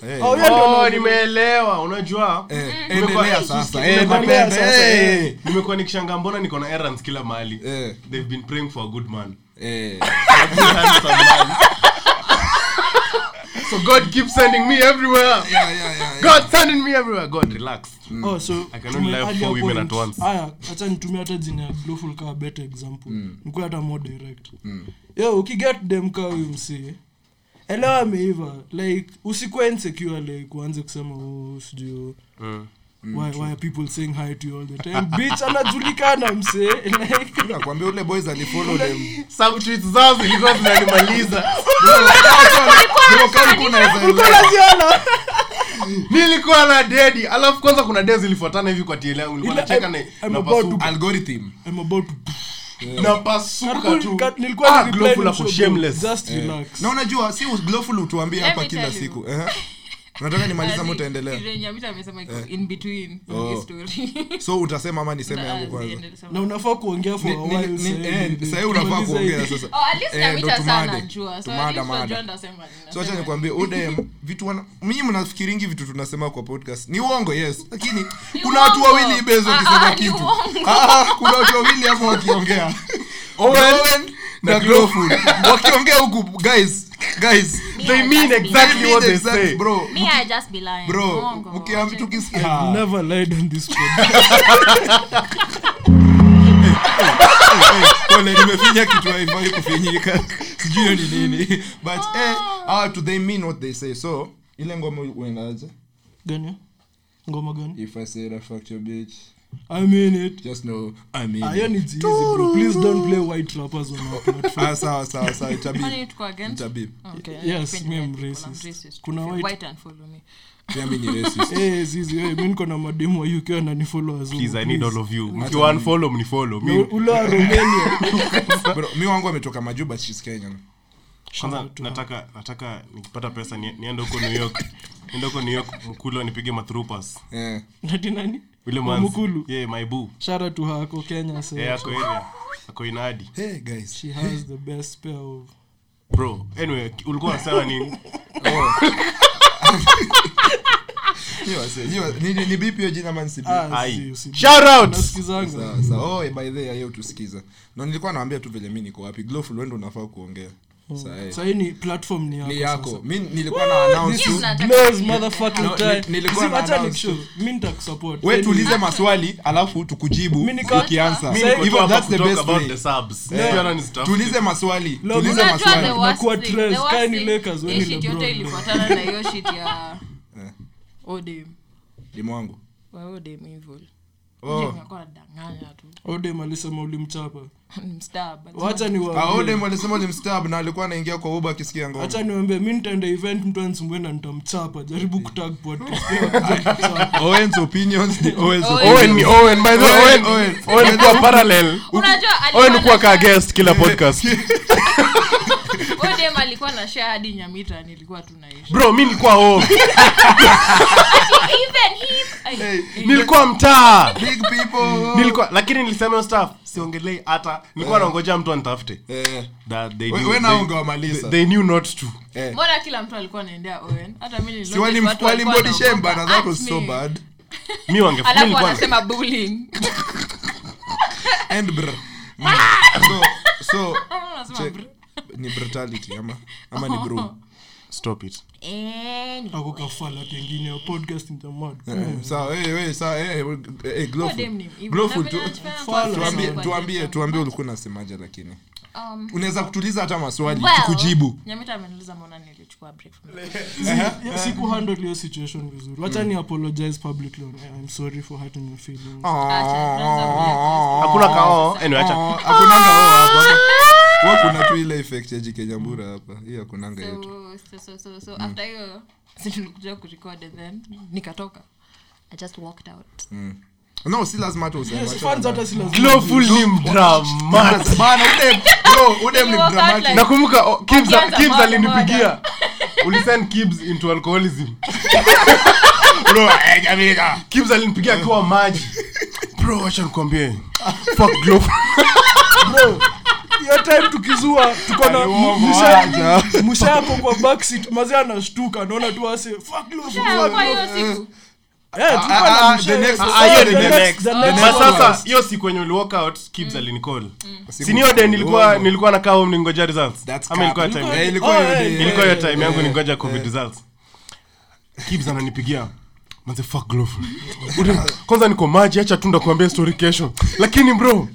Speaker 4: hey.
Speaker 5: Oh, yeah, ndo-
Speaker 2: oh nimeelewa unajua
Speaker 4: Eh, endelea sasa Eh,
Speaker 5: Nimekuwa-
Speaker 4: napenda.
Speaker 5: sasa,
Speaker 4: Eh,
Speaker 2: nimekuwa nikishanga mbona niko na errands kila mahali
Speaker 4: Eh.
Speaker 2: they've been praying for a good man
Speaker 4: eh.
Speaker 2: A good handsome man. so god keep sending me everywhere
Speaker 4: Yeah, yeah, yeah, yeah.
Speaker 2: god sending me everywhere god relax
Speaker 5: Oh, so
Speaker 2: I can only
Speaker 5: tume-
Speaker 2: love
Speaker 5: hadi
Speaker 2: four
Speaker 5: hapo
Speaker 2: women
Speaker 5: ins-
Speaker 2: at once.
Speaker 5: Aya, acha nitumie hata jina ya Glowful kaa better example
Speaker 4: Mm.
Speaker 5: nikuwe hata more direct yo ukiget dem kaa huyu msee elewa ameiva like usikuwa insecure like uanze kusema oh, sijui
Speaker 2: Mm.
Speaker 4: Mm,
Speaker 5: why, why are people saying hi to you all the time bitch anajulikana msee like
Speaker 4: nakwambia ule boys alifollow them
Speaker 2: some tweets zao zilikuwa zinanimaliza
Speaker 4: Bro, kama ulikuwa unaweza
Speaker 5: ulikuwa
Speaker 4: elewa.
Speaker 5: unaziona
Speaker 2: nilikuwa na dedi alafu kwanza kuna dea zilifuatana hivi kwa tiel yangu nilikuwa
Speaker 5: Ile,
Speaker 2: nacheka
Speaker 5: I'm-
Speaker 2: na-
Speaker 5: I'm
Speaker 2: na
Speaker 5: about
Speaker 2: pasu-
Speaker 4: algorithm
Speaker 5: I'm about to
Speaker 2: na pasuka tu
Speaker 5: Ka- nilikuwa
Speaker 2: Ah,
Speaker 5: ni
Speaker 2: Glowful
Speaker 5: reply
Speaker 2: ako
Speaker 5: mshow,
Speaker 2: shameless.
Speaker 5: just
Speaker 4: Eh.
Speaker 5: relax
Speaker 4: na unajua si glowful utuambie
Speaker 3: Let
Speaker 4: hapa
Speaker 3: me
Speaker 4: kila
Speaker 3: tell you.
Speaker 4: siku Eh. unataka nimaliza
Speaker 3: As
Speaker 4: ama
Speaker 3: in,
Speaker 4: utaendelea Eh.
Speaker 3: Irene Yamita amesema iko in between
Speaker 4: Oh.
Speaker 3: his story.
Speaker 4: so utasema ama niseme
Speaker 3: Na
Speaker 4: yangu kwanza
Speaker 3: ziendelee sema.
Speaker 5: na unafaa kuongea for a
Speaker 4: Ni- ni-
Speaker 5: while
Speaker 4: ni-
Speaker 5: sasa
Speaker 4: eh,
Speaker 5: hivi.
Speaker 4: sasa hivi unafaa
Speaker 5: Tumaliza hii.
Speaker 4: kuongea sasa
Speaker 3: Oh, at least
Speaker 4: Eh,
Speaker 3: Yamita
Speaker 4: ndo
Speaker 3: sana
Speaker 4: tumade.
Speaker 3: anajua. So at
Speaker 4: Tumada,
Speaker 3: least
Speaker 4: mada.
Speaker 3: wajua ndasema nini.
Speaker 4: so acha
Speaker 3: Ndasema
Speaker 4: nikwambie udem vitu wana mimi mnafikiringi vitu tunasema kwa podcast ni uongo yes lakini kuna watu
Speaker 3: uongo.
Speaker 4: wawili bezo
Speaker 3: Ah,
Speaker 4: wakisema
Speaker 3: ah, ni
Speaker 4: kitu
Speaker 3: uongo.
Speaker 4: Ah, ah, kuna watu wawili hapo wakiongea
Speaker 2: Owen
Speaker 4: Owen na Glowful wakiongea huku guys guys
Speaker 2: they mean exactly what they
Speaker 4: Exact,
Speaker 2: say
Speaker 4: bro
Speaker 3: Me, I just be lying.
Speaker 4: bro
Speaker 3: Mwongo.
Speaker 4: ukiambi
Speaker 2: Ah,
Speaker 4: tukisikia
Speaker 5: I've never lied on this podcast.
Speaker 4: ole nimefinya kitu haifai kufinyika sijui hiyo ni nini but eh, ah, do they mean what they say so ile ngoma uendaje
Speaker 5: gani ngoma gani
Speaker 4: if i said I fucked your bitch
Speaker 5: i mean it
Speaker 4: just know i mean
Speaker 5: Ah,
Speaker 4: it.
Speaker 5: hiyo ni jizi bro please don't play white rappers on our platform
Speaker 4: ah sawa sawa sawa
Speaker 3: How do you
Speaker 4: itabi
Speaker 3: tuko against?
Speaker 4: itabi
Speaker 3: Okay,
Speaker 5: Yes,
Speaker 3: I
Speaker 5: me, I'm
Speaker 3: defend white people, I'm
Speaker 5: racist.
Speaker 3: racist.
Speaker 5: Kuna
Speaker 3: If you're
Speaker 5: white-
Speaker 3: white and follow me.
Speaker 4: pia mimi ni racist
Speaker 5: Eh, zizi eh, mi niko na mademu wa uk ananifollow wazungu,
Speaker 2: Please, I need all of you.
Speaker 4: Hata
Speaker 2: Mkiwa unfollow, mnifollow.
Speaker 5: Na
Speaker 2: Mi-
Speaker 5: ule wa romania
Speaker 4: bro mi wangu ametoka majuu but she's kenyan
Speaker 2: kwanza nataka nataka nikipata pesa nie- niende huko new york niende huko new york mkulo nipige mathrupas
Speaker 4: eh
Speaker 5: nati nani
Speaker 2: ule
Speaker 5: Wa
Speaker 2: manzi.
Speaker 5: Mukulu?
Speaker 2: yeah my boo
Speaker 5: shara tu hako kenya sir.
Speaker 2: yeah ako area ako inadi
Speaker 4: hey guys
Speaker 5: she has the best pair of
Speaker 2: bro anyway ki- ulikuwa unasema nini
Speaker 4: you are saying you are ni ni- ni bipi hiyo jina man si bipi?
Speaker 5: Ah,
Speaker 2: Ai.
Speaker 5: si- si-
Speaker 2: shout out
Speaker 5: nasikizanga
Speaker 4: Sawa, sawa. Oh, by the way, yeye utusikiza na nilikuwa naambia tu vile mi niko wapi gloful wendo unafaa kuongea
Speaker 5: Oh.
Speaker 4: Sawa, eh.
Speaker 5: sahii ni platform ni
Speaker 4: ni
Speaker 5: yako
Speaker 4: yako mi nilikuwa na announce
Speaker 3: Yes,
Speaker 4: tu-
Speaker 3: nataka-
Speaker 5: Blows, motherfucking
Speaker 4: No,
Speaker 5: tie.
Speaker 4: ni- nilikuwa
Speaker 5: Zip,
Speaker 4: na
Speaker 5: acha
Speaker 4: announce
Speaker 5: nikushow. mi nitakusupport.
Speaker 4: we
Speaker 5: Yaani,
Speaker 4: tuulize maswali alafu tukujibu
Speaker 5: Mi niko-
Speaker 4: ukiansa
Speaker 2: Mi
Speaker 5: Say-
Speaker 2: niko tu
Speaker 4: Hivyo,
Speaker 2: hapa
Speaker 4: that's the
Speaker 2: kutalk
Speaker 4: best
Speaker 2: about
Speaker 4: way.
Speaker 2: the subs.
Speaker 4: Eh,
Speaker 2: Ukiona ni stuff.
Speaker 4: tuulize maswali
Speaker 5: Logo.
Speaker 4: tuulize
Speaker 5: Unajua
Speaker 3: Unajua the
Speaker 4: maswali
Speaker 5: wa-
Speaker 3: worst
Speaker 5: Nakuwa
Speaker 3: thing,
Speaker 5: Trez,
Speaker 3: the worst
Speaker 5: kai ni
Speaker 3: thing,
Speaker 5: Lakers, we
Speaker 3: hii
Speaker 5: ni
Speaker 3: shit
Speaker 5: LeBron,
Speaker 3: yote
Speaker 5: bro.
Speaker 3: ilifuatana na hiyo shit ya
Speaker 4: Eh.
Speaker 3: odem
Speaker 4: Limu wangu
Speaker 3: wa odem evil
Speaker 4: Oh.
Speaker 3: Nilikuwa nadanganya tu
Speaker 5: Odem alisema ulimchapa
Speaker 3: Ni mstaa, but-
Speaker 5: wacha niwaambie.
Speaker 4: Ah, Odem alisema ulimstab na alikuwa anaingia kwa uba akisikia ngoma
Speaker 5: wacha niwambie mi nitaenda event mtu anisumbue na nitamchapa jaribu kutag podcast pia wakuja kuchapa.
Speaker 4: Owen's opinions ni Owen's
Speaker 3: Owen.
Speaker 4: opinions.
Speaker 1: Owen ni Owen, by the way,
Speaker 4: Owen,
Speaker 1: Owen-
Speaker 4: Owen.
Speaker 1: Owen kuwa parallel.
Speaker 3: Unajua alikuwa
Speaker 1: Owen
Speaker 3: na-
Speaker 1: kuwa ka guest kila podcast.
Speaker 3: ODM alikuwa na share hadi nyamita nilikuwa tunaishi
Speaker 1: Bro, mi nilikuwa home.
Speaker 3: Even him- Ay, eh,
Speaker 1: Nilikuwa mtaa.
Speaker 4: Big people.
Speaker 2: nilikuwa lakini nilisema hiyo staff siongelei hata nilikuwa naongojea mtu anitafute
Speaker 4: Eh,
Speaker 2: That they
Speaker 4: we-
Speaker 2: knew-
Speaker 4: we
Speaker 2: they-
Speaker 4: naonga wamaliza
Speaker 2: they knew not to
Speaker 4: Eh,
Speaker 3: mbona kila mtu alikuwa anaendea Owen? hata mimi
Speaker 4: si wali-
Speaker 3: niliona watu
Speaker 4: wali
Speaker 3: walikuwa
Speaker 4: body shame
Speaker 3: wanaogopa.
Speaker 4: bana, that
Speaker 3: At
Speaker 4: was so
Speaker 3: me.
Speaker 4: bad.
Speaker 2: mi wange- mi
Speaker 3: alafu
Speaker 2: nilikuwa na-
Speaker 3: anasema bullying
Speaker 4: And brr. Mm. So- so,
Speaker 3: Anasema
Speaker 4: check.
Speaker 3: br-
Speaker 4: ni brutality ama ama ni bru
Speaker 2: stop it
Speaker 3: Eh, ni-
Speaker 5: ako kafala kengine ya podcast in the mud.
Speaker 4: Eh, sawa wewe wewe sawa eh, we- eh, Glowful.
Speaker 3: ODM ni-
Speaker 4: Glowful,
Speaker 3: Na
Speaker 4: tu-
Speaker 3: vile anajifanya
Speaker 5: Follow.
Speaker 3: kwa-
Speaker 4: tuambie
Speaker 3: kwa-
Speaker 4: tuambie tuambie ulikuwa unasemaje lakini
Speaker 3: Um,
Speaker 4: unaweza kutuliza hata maswali
Speaker 3: well,
Speaker 4: kujibu
Speaker 3: nyamita ameniuliza mbona nilichukua break from
Speaker 4: Ah,
Speaker 3: the-
Speaker 5: Yeah, sikuhandle hiyo situation vizuri wacha ni apologize publicly on air. I'm sorry for hurting your feelings
Speaker 4: Ah,
Speaker 2: hakuna kao oh, anyway, acha.
Speaker 4: Oh, hakunanga hapa Huwa kuna tu ile effect ya jike nyambura hapa hiyo hakunanga yetu
Speaker 3: So- so- so- so-
Speaker 4: Hmm.
Speaker 3: so after hiyo si tulikuja kurecord and then nikatoka i just walked out
Speaker 4: no si lazima hata useme,
Speaker 5: Yes,
Speaker 4: acha
Speaker 5: fans
Speaker 4: bana.
Speaker 5: hata si lazima-
Speaker 1: Glowful ni mdrama.
Speaker 4: Bana, eh, udem bro udem ni
Speaker 3: Niliwalk out
Speaker 4: dramatic
Speaker 3: like-
Speaker 2: nakumbuka oh, Kibz-
Speaker 3: Wakianza
Speaker 2: Kibz
Speaker 3: moja
Speaker 2: alinipigia ulisend Kibz into alcoholism
Speaker 4: bro eh, jamaica.
Speaker 2: Kibz alinipigia akiwa maji bro wacha nikwambie fuck Glowful.
Speaker 5: hiyo time tukizua tuko na
Speaker 4: Aliuongo,
Speaker 5: musha-
Speaker 4: acha.
Speaker 5: musha yako kwa backseat mazee anashtuka naona tu ase "Fuck you, fuck you."
Speaker 3: Yeah, kwa hiyo siku
Speaker 5: Eh, tuko na
Speaker 4: ah,
Speaker 5: musha
Speaker 4: the next-
Speaker 5: yetu.
Speaker 4: ah,
Speaker 2: hiyo
Speaker 5: The
Speaker 2: ni the
Speaker 5: next-
Speaker 2: next.
Speaker 5: the
Speaker 2: But
Speaker 5: next one.
Speaker 2: sasa hiyo siku wenye uliwalkout Kibz
Speaker 3: Mm.
Speaker 2: alinicall sinioden nilikuwa
Speaker 4: Uongo.
Speaker 2: nilikuwa nakaa home ningoja results
Speaker 4: Mm. That's
Speaker 2: ama ilikuwa
Speaker 4: cap.
Speaker 2: time
Speaker 4: Eh, ilikuwa
Speaker 5: Oh,
Speaker 4: hiyo
Speaker 5: eh,
Speaker 4: day.
Speaker 2: ilikuwa hiyo time yangu
Speaker 4: Eh,
Speaker 2: ningoja covid results kibs ananipigia manze fuck glove Udem, kwanza niko maji acha tu ndakuambia story kesho lakini bro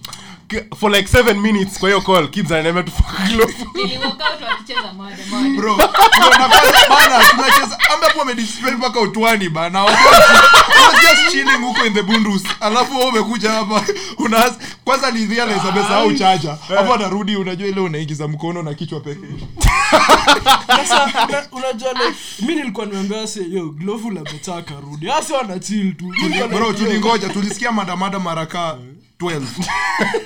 Speaker 2: k- for like 7 minutes kwa hiyo call kibs ananiambia tu fuck glove
Speaker 3: niliwalk out wakicheza mada mada
Speaker 4: bro tunafanya bana tunacheza ambapo wamedisplay mpaka utwani bana Watu wa- just chilling huko in the bundus alafu wewe umekuja hapa unaas kwanza ni realize amesahau chaja
Speaker 5: Eh.
Speaker 4: hapo anarudi unajua ile unaingiza mkono na kichwa pekee
Speaker 5: Sasa, una- unajua like mi nilikuwa nimeambia se yo glovu labetaa karudi ase wanachil tu Nilikuwa like,
Speaker 4: bro
Speaker 5: yo,
Speaker 4: tulingoja tulisikia madamada maraka 12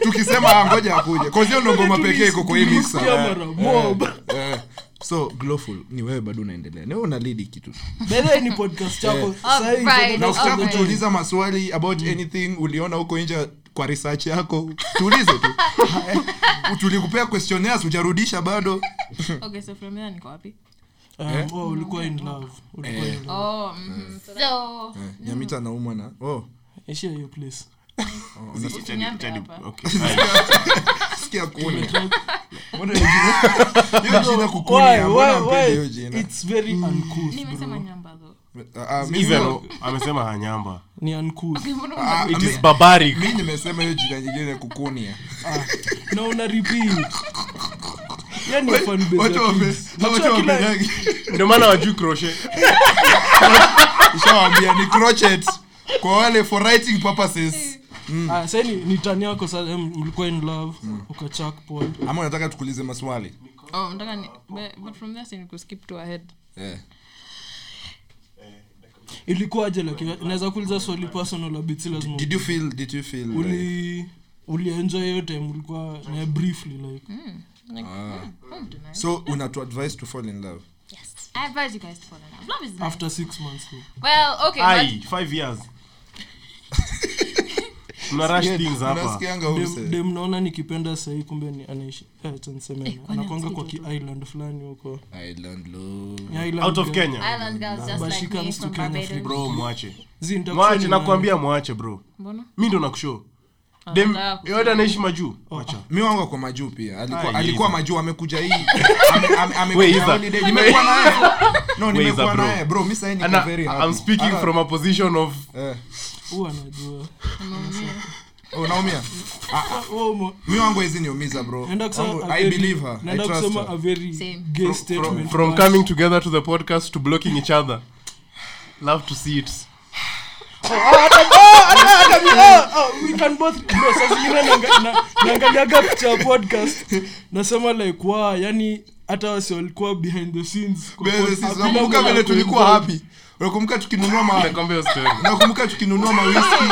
Speaker 4: tukisema "Ah, ngoja akuje cause hiyo ndo ngoma pekee iko kwa hii mixer
Speaker 5: tulisikia mara mob.
Speaker 4: Eh, eh. so glowful ni wewe bado unaendelea ni wewe unalidi kitu tu
Speaker 5: Bele ni podcast yako. Sasa hivi
Speaker 3: Alright,
Speaker 5: ndio
Speaker 4: na ukitaka
Speaker 5: tunasema.
Speaker 3: Okay.
Speaker 4: kutuuliza maswali about anything uliona huko nje kwa research yako tuulize tu Eh, tulikupea questionnaires hujarudisha bado
Speaker 3: okay so from there niko wapi
Speaker 5: Um, oh, ulikuwa in love ulikuwa in love
Speaker 3: oh mhm. so
Speaker 4: Mm. Eh, nyamita anaumwa na oh
Speaker 5: ishia hiyo place
Speaker 3: usiniambe hapa
Speaker 2: Ah,
Speaker 4: sikia kuona
Speaker 5: Try-
Speaker 4: Mbona hiyo jina- hiyo jina kukuni
Speaker 5: Why,
Speaker 4: ya, mbona
Speaker 5: why,
Speaker 4: hampendi hiyo
Speaker 5: why?
Speaker 4: jina Mm.
Speaker 5: It's very uncool, bro.
Speaker 3: nimesema nyamba tho
Speaker 4: Ah, ah, mimi-
Speaker 2: even amesema hanyamba
Speaker 5: Ni uncool.
Speaker 4: ah,
Speaker 2: it
Speaker 4: mi-
Speaker 2: is barbaric
Speaker 4: mi nimesema hiyo jina nyingine kukunia
Speaker 5: Ah. na una repeat yani fan base
Speaker 4: Watu
Speaker 5: ya
Speaker 4: wame-
Speaker 5: kids.
Speaker 4: watu
Speaker 5: Unajua kila-
Speaker 4: wamenyagi.
Speaker 2: ndio maana wajuu crochet
Speaker 4: Nishawaambia ni crochet kwa wale for writing purposes
Speaker 5: Ah, sasa ni ni tani yako sasa em, mlikuwa in love
Speaker 4: Mm.
Speaker 5: ukachak pod
Speaker 4: ama unataka tukulize maswali
Speaker 3: oh, nataka ni, but, but from there sinikuskip to ahead
Speaker 4: Eh.
Speaker 5: ilikuwaje lakini naweza kuuliza swali personal abitsi lazima
Speaker 4: did you feel did you feel like,
Speaker 5: uli ulienjoy hiyo time ulikuwa na briefly like
Speaker 3: Mm. like, yeah, I'm denied.
Speaker 4: so unatu advise to fall in love
Speaker 3: Yes. Oh, I advise you guys to fall in love. Love is nice.
Speaker 5: after six months though.
Speaker 3: Well, okay,
Speaker 2: ai 5 years mna rush things hapa
Speaker 4: Unasikianga huyu
Speaker 5: Dem-
Speaker 4: msee?
Speaker 5: dem naona nikipenda sahii kumbe ni anaishi eh, acha niseme na-
Speaker 3: kwani
Speaker 5: anakuanga kwa
Speaker 3: amsikiza
Speaker 5: kiisland fulani huko
Speaker 4: Island love.
Speaker 5: Ni island
Speaker 2: out
Speaker 5: girl.
Speaker 2: of
Speaker 3: but
Speaker 2: kenya
Speaker 3: island girls just
Speaker 5: But she
Speaker 3: like me
Speaker 5: comes to
Speaker 3: from
Speaker 5: Kenya
Speaker 3: Barbados.
Speaker 5: free.
Speaker 2: bro mwache
Speaker 5: Zi, nitakusema
Speaker 2: mwache
Speaker 5: ni
Speaker 2: nakwambia mwache bro
Speaker 3: Mbona?
Speaker 2: mi ndo nakushow dem
Speaker 3: nataka kusema.
Speaker 2: yote anaishi majuu wacha
Speaker 4: mi wangu ako majuu pia alikuwa,
Speaker 2: Ai,
Speaker 4: alikuwa
Speaker 2: Iza.
Speaker 4: majuu amekuja hii Ame- ame-
Speaker 2: We,
Speaker 4: amekuja
Speaker 2: Iza.
Speaker 4: holiday. Nimekuwa naye. No, nimekuwa
Speaker 2: Iza, bro.
Speaker 4: naye. Bro, mi sahi niko
Speaker 2: Ana-
Speaker 4: very
Speaker 2: I'm
Speaker 4: happy.
Speaker 2: speaking
Speaker 4: Ana-
Speaker 2: from a position of
Speaker 4: eh.
Speaker 5: huwa anajua
Speaker 4: Oh, naumia
Speaker 5: Ah, Huwa umo-
Speaker 4: mi wangu hizi niumiza bro
Speaker 5: naenda kusema
Speaker 4: Wangu-
Speaker 5: a
Speaker 4: I
Speaker 5: very-
Speaker 4: believe her. I
Speaker 5: naenda
Speaker 4: trust
Speaker 5: kusema
Speaker 4: her.
Speaker 5: a very
Speaker 3: Same.
Speaker 5: gay statement
Speaker 2: from, from
Speaker 5: but-
Speaker 2: coming together to the podcast to blocking each other love to see it
Speaker 5: Ah, ah, we can both bro, saa zingine naanga- na- naangaliaga picha ya podcast nasema like wa yani hata wasi walikuwa behind the scenes kwa
Speaker 4: Bebe,
Speaker 5: pod-
Speaker 4: sisi,
Speaker 5: hakuna
Speaker 4: nakumbuka
Speaker 5: mwenye
Speaker 4: vile tulikuwa
Speaker 5: kuinvolve.
Speaker 4: happy nakumbuka tukinunua ma
Speaker 2: nakwambia hiyo story
Speaker 4: nakumbuka tukinunua mawiski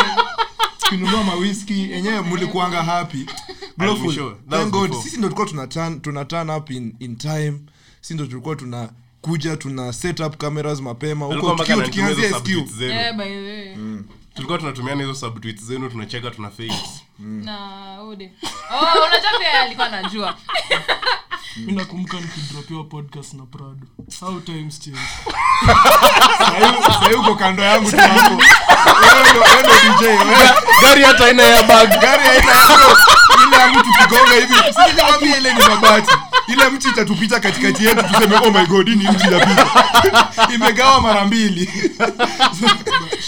Speaker 4: tukinunua mawiski enyewe mulikuanga happy Glowful,
Speaker 2: I'm sure. That
Speaker 4: thank
Speaker 2: was
Speaker 4: God,
Speaker 2: before.
Speaker 4: sisi ndo tulikuwa tuna turn, tuna turn up in, in time sisi ndo tulikuwa tuna kuja tuna set up cameras mapema
Speaker 2: Alikuwa
Speaker 4: huko
Speaker 2: mpaka
Speaker 4: tukio
Speaker 2: anatumia hizo
Speaker 4: tukianzia SQ
Speaker 2: subtweets zenu
Speaker 3: Yeah, by the way.
Speaker 2: tulikuwa tunatumiana hizo subtweets zenu tunacheka tuna fails
Speaker 3: Na Ode. Oh, unajua pia alikuwa anajua.
Speaker 5: mi nakumbuka nikidropiwa podcast na prado how times change
Speaker 4: sahi uko kando yangu tu hapo Wewe ndo- wewe ndo DJ wewe.
Speaker 2: gari hata aina ya bag
Speaker 4: gari haina hilo ile ya mtu kigonga hivi Sisi nikwambie ile ni mabati ile mti itatupita katikati yetu tuseme oh my god hii ni mti inapita imegawa mara mbili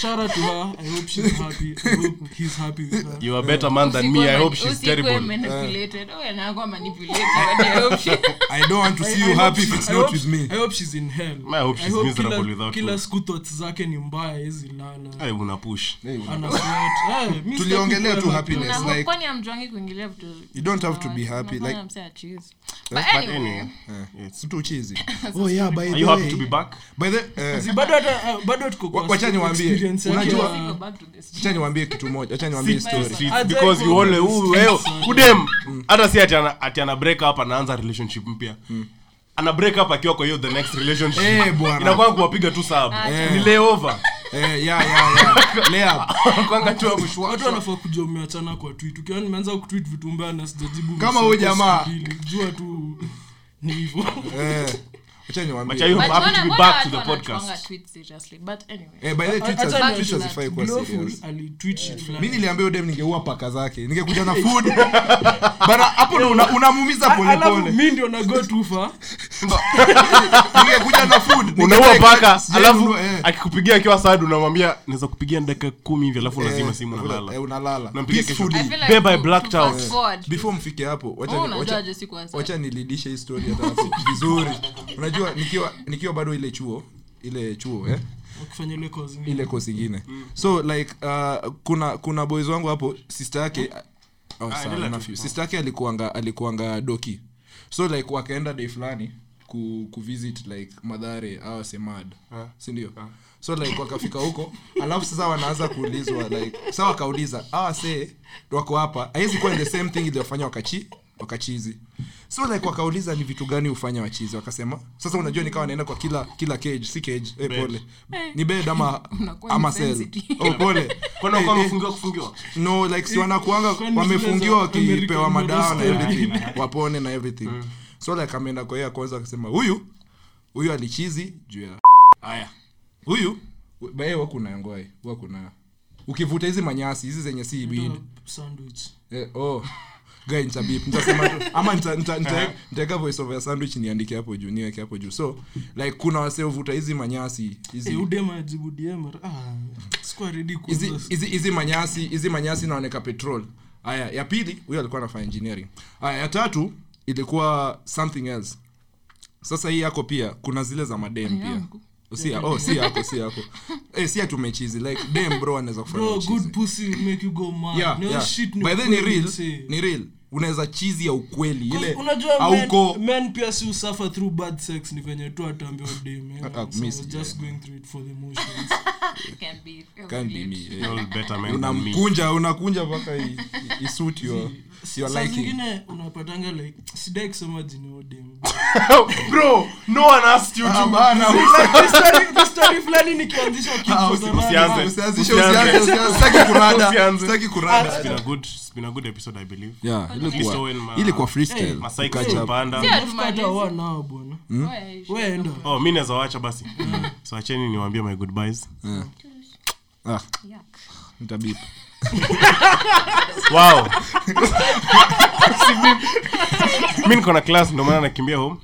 Speaker 5: shout out to her i hope she's happy i hope he's happy with her
Speaker 2: you are better man than me i hope she's
Speaker 3: Usikuwe
Speaker 2: terrible
Speaker 3: manipulated. Oh, anakuwa manipulated, but I hope she-
Speaker 4: i don't want to see you happy if it's
Speaker 5: I
Speaker 4: not
Speaker 5: hope-
Speaker 4: with me
Speaker 5: I hope she's in hell.
Speaker 2: I hope she's
Speaker 5: I hope
Speaker 2: miserable
Speaker 5: kila-
Speaker 2: without
Speaker 5: kila
Speaker 2: me.
Speaker 5: siku thoughts zake ni mbaya hizi lala
Speaker 2: Hey, una push
Speaker 5: Ana sweat. Eh, mi
Speaker 4: Tuliongelea
Speaker 5: sitaki
Speaker 4: tu
Speaker 5: kuwa
Speaker 4: happiness.
Speaker 3: Na
Speaker 5: happy.
Speaker 4: It's like-
Speaker 3: kwani hamjuangi kuingilia vitu
Speaker 4: you don't have to be
Speaker 3: wanawake.
Speaker 4: happy
Speaker 3: Unafanya
Speaker 4: like eh,
Speaker 3: msee achieve. But
Speaker 2: but
Speaker 3: anyway,
Speaker 2: anyway
Speaker 4: si tu uchizi oh yeah by
Speaker 2: are
Speaker 4: the
Speaker 2: you happy
Speaker 4: way
Speaker 2: to be back
Speaker 4: by the eh,
Speaker 5: Si bado hata- ah, bado tuko kwa
Speaker 4: Wa- wacha
Speaker 5: school
Speaker 4: niwaambie.
Speaker 5: experience yake
Speaker 4: Unajua-
Speaker 5: ya-
Speaker 3: let's go back to this.
Speaker 4: acha niwaambie kitu moja acha niwaambie
Speaker 2: Sit to
Speaker 4: story
Speaker 2: streets
Speaker 5: Ajai
Speaker 2: because you
Speaker 5: kwa-
Speaker 2: all- huyu- wewe- udem oh, hata si ati ana- ati ana break up anaanza relationship mpya ana break up akiwa kwa hiyo the next relationship
Speaker 4: Mm. Eh, bwana.
Speaker 2: inakuwa kuwapiga tu sabu
Speaker 3: Acha.
Speaker 2: ni layover
Speaker 4: eh yeah yeah yeah lea
Speaker 2: kwanga tu hapo shwa-
Speaker 5: watu wanafaa kujua umeachana kwa tweet ukiwa nimeanza kutweet vitu mbaya na sijajibu
Speaker 4: Kama huyu
Speaker 5: message
Speaker 4: jamaa.
Speaker 5: siku mbili, jua tu ni hivyo
Speaker 4: eh acha
Speaker 2: But are
Speaker 4: niwaambie
Speaker 2: you
Speaker 3: But
Speaker 2: happy to
Speaker 3: mbona-
Speaker 2: be
Speaker 3: mbona
Speaker 2: back to
Speaker 3: watu
Speaker 2: the
Speaker 3: wanachuanga
Speaker 2: podcast
Speaker 3: tweets seriously? But anyway.
Speaker 4: eh by the way
Speaker 5: Acha
Speaker 4: teachers
Speaker 5: niwaambie.
Speaker 4: teachers ifai kuwa
Speaker 5: Glowful
Speaker 4: serious
Speaker 5: alitweet shit
Speaker 4: mi
Speaker 5: fulani.
Speaker 4: niliambia udem ningeua paka zake ningekuja na food bana hapo ndo una- unamuumiza
Speaker 5: Ah, alafu
Speaker 4: polepole
Speaker 5: mi ndio nago tufa
Speaker 4: ningekuja na food
Speaker 2: unaua
Speaker 4: ningeteka-
Speaker 2: paka
Speaker 4: sijainunua,
Speaker 2: alafu
Speaker 4: eh.
Speaker 2: akikupigia akiwa sad unamwambia naweza kupigia dakika kumi hivi alafu unazima
Speaker 4: Eh,
Speaker 2: simu
Speaker 4: eh,
Speaker 2: unalala
Speaker 4: unalala
Speaker 2: Unampigia
Speaker 4: Peace
Speaker 2: kesho.
Speaker 4: food.
Speaker 3: I feel like
Speaker 2: Babe, I
Speaker 3: to-
Speaker 2: blacked
Speaker 3: to
Speaker 2: out.
Speaker 3: fast forward.
Speaker 4: before mfike hapo wacha-
Speaker 3: Oh, unajua
Speaker 4: wacha-
Speaker 3: aje siku wa sasa.
Speaker 4: wacha nilidisha hii story hata hapo vizuri unajua nikiwa nikiwa bado ile chuo ile chuo eh?
Speaker 5: wakifanya ile kozi
Speaker 4: ile kosi ingine so like uh, kuna kuna boys wangu hapo sister yake oh, sorry,
Speaker 2: Ah, endelea tu.
Speaker 4: nephew. sister yake alikuanga alikuanga doki so like wakaenda day fulani ku, kuvisit like madhare au semad
Speaker 2: Ah.
Speaker 4: sindio so like wakafika huko alafu sasa wanaanza kuulizwa like sa wakauliza awase wako hapa haizi kuwa ni the same thing iliyofanya wakachi wakachizi so like wakauliza ni vitu gani hufanya wachizi wakasema sasa unajua nikawa naenda kwa kila kila cage si cage eh, pole ni bed ama
Speaker 3: Unakuwa
Speaker 4: ama cell
Speaker 3: insensitive.
Speaker 4: oh, pole
Speaker 2: kwani wakuwa
Speaker 4: Eh, eh,
Speaker 2: wamefungiwa kufungiwa
Speaker 4: no like si wanakuanga
Speaker 5: Kwani zile
Speaker 4: wamefungiwa
Speaker 5: za
Speaker 4: wakipewa
Speaker 5: American
Speaker 4: madawa na
Speaker 5: Model
Speaker 4: everything wapone na everything so like ameenda kwa hiyo kwanza akasema huyu huyu alichizi juu ya haya huyu bae wakunayangwai wakuna ukivuta hizi manyasi hizi zenye si ibidi
Speaker 5: sandwich
Speaker 4: eh, oh guy nitabip nitasema tu ama nita- nita- nita- nitaweka voice over ya sandwich niandike hapo juu niweke hapo juu so like kuna waseovuta hizi manyasi hizi
Speaker 5: udemajibu dm ah, sikuwa redi
Speaker 4: hizi hizi- hizi manyasi hizi manyasi inaoneka petrol haya ya pili huyo alikuwa anafanya engineering haya ya tatu ilikuwa something else sasa hii yako pia kuna zile za madem pia
Speaker 3: yangu.
Speaker 4: si ya- oh, si yako si yako eh, si atumechizi like dem bro anaweza kufanya
Speaker 5: Bro,
Speaker 4: uchizi.
Speaker 5: good pussy will make you go mad.
Speaker 4: Yeah,
Speaker 5: No
Speaker 4: yeah.
Speaker 5: shit ni
Speaker 4: By the way, ni
Speaker 5: ukweli,
Speaker 4: real,
Speaker 5: see.
Speaker 4: ni real unaweza chizi ya ukweli ile
Speaker 5: unajua men,
Speaker 4: auko
Speaker 5: men pia si usuffer through bad sex ni venye tu ataambiwa dem eh.
Speaker 4: Ah, ah,
Speaker 5: So,
Speaker 4: mi
Speaker 5: just
Speaker 4: sijui.
Speaker 5: going through it for the emotions.
Speaker 3: Can be real
Speaker 4: Can't be
Speaker 3: weird.
Speaker 4: me, eh.
Speaker 2: You're all better men than me.
Speaker 4: unamkunja unakunja mpaka i- i- isuit your, your
Speaker 5: saa
Speaker 4: liking
Speaker 5: zingine unapatanga like sidai kusema jinodem
Speaker 2: Bro, no one asked you
Speaker 4: Ah,
Speaker 2: to-
Speaker 4: bana,
Speaker 5: story fulani nikianzisha
Speaker 4: Ah,
Speaker 2: usianze.
Speaker 4: usianzishe,
Speaker 2: Usianze.
Speaker 4: usianze, usianze, sitaki kurada,
Speaker 2: Usianze.
Speaker 4: sitaki kurada.
Speaker 2: It's been a good- it's been a good episode, I believe.
Speaker 4: Yeah,
Speaker 2: least
Speaker 4: ilikuwa
Speaker 2: when ma-
Speaker 4: ilikuwa freestyle.
Speaker 5: ma
Speaker 2: Masai
Speaker 4: Catch up.
Speaker 2: kupanda.
Speaker 3: Yeah.
Speaker 5: wanao bwana
Speaker 4: Hmm?
Speaker 3: Why you should-
Speaker 5: weenda
Speaker 2: Oh, mi naweza wacha basi so acheni niwaambie my goodbyes
Speaker 4: Ah,
Speaker 3: Yuck.
Speaker 4: nitabip.
Speaker 2: wow mi niko na class ndio maana nakimbia home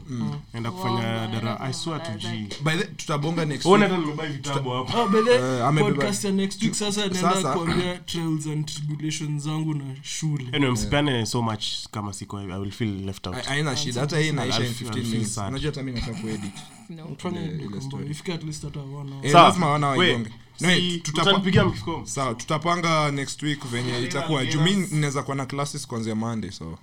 Speaker 2: naenda kufanya dara i swear to g
Speaker 4: By the- tutabonga next
Speaker 2: Uone
Speaker 4: week.
Speaker 2: hata nimebai vitabu hapo
Speaker 5: Oh, by the way,
Speaker 4: Eh, amebeba-
Speaker 5: podcast ya next week sasa naenda
Speaker 4: Sasa-
Speaker 5: kuambia trials and tribulations zangu na
Speaker 4: Eh,
Speaker 5: shule
Speaker 2: anyway msipeane so much kama siko i I will feel left out
Speaker 4: Ha- haina shida hata hii inaisha in
Speaker 2: I'll feel-
Speaker 4: 15
Speaker 2: I'll feel
Speaker 4: minutes
Speaker 2: sad.
Speaker 4: unajua hata mimi nataka kuedit
Speaker 3: No.
Speaker 5: Fanya
Speaker 4: Ile-
Speaker 5: ndio
Speaker 4: ile
Speaker 5: kwamba
Speaker 4: story.
Speaker 5: ifike at least hata wana
Speaker 4: Eh,
Speaker 2: Sawa.
Speaker 4: lazima wana
Speaker 2: We,
Speaker 4: waigonge No,
Speaker 2: si-
Speaker 4: tutapa-
Speaker 2: utanipigia mkifiko
Speaker 4: sawa tutapanga next week venye itakuwa juu mi ninaweza kuwa na classes kuanzia monday so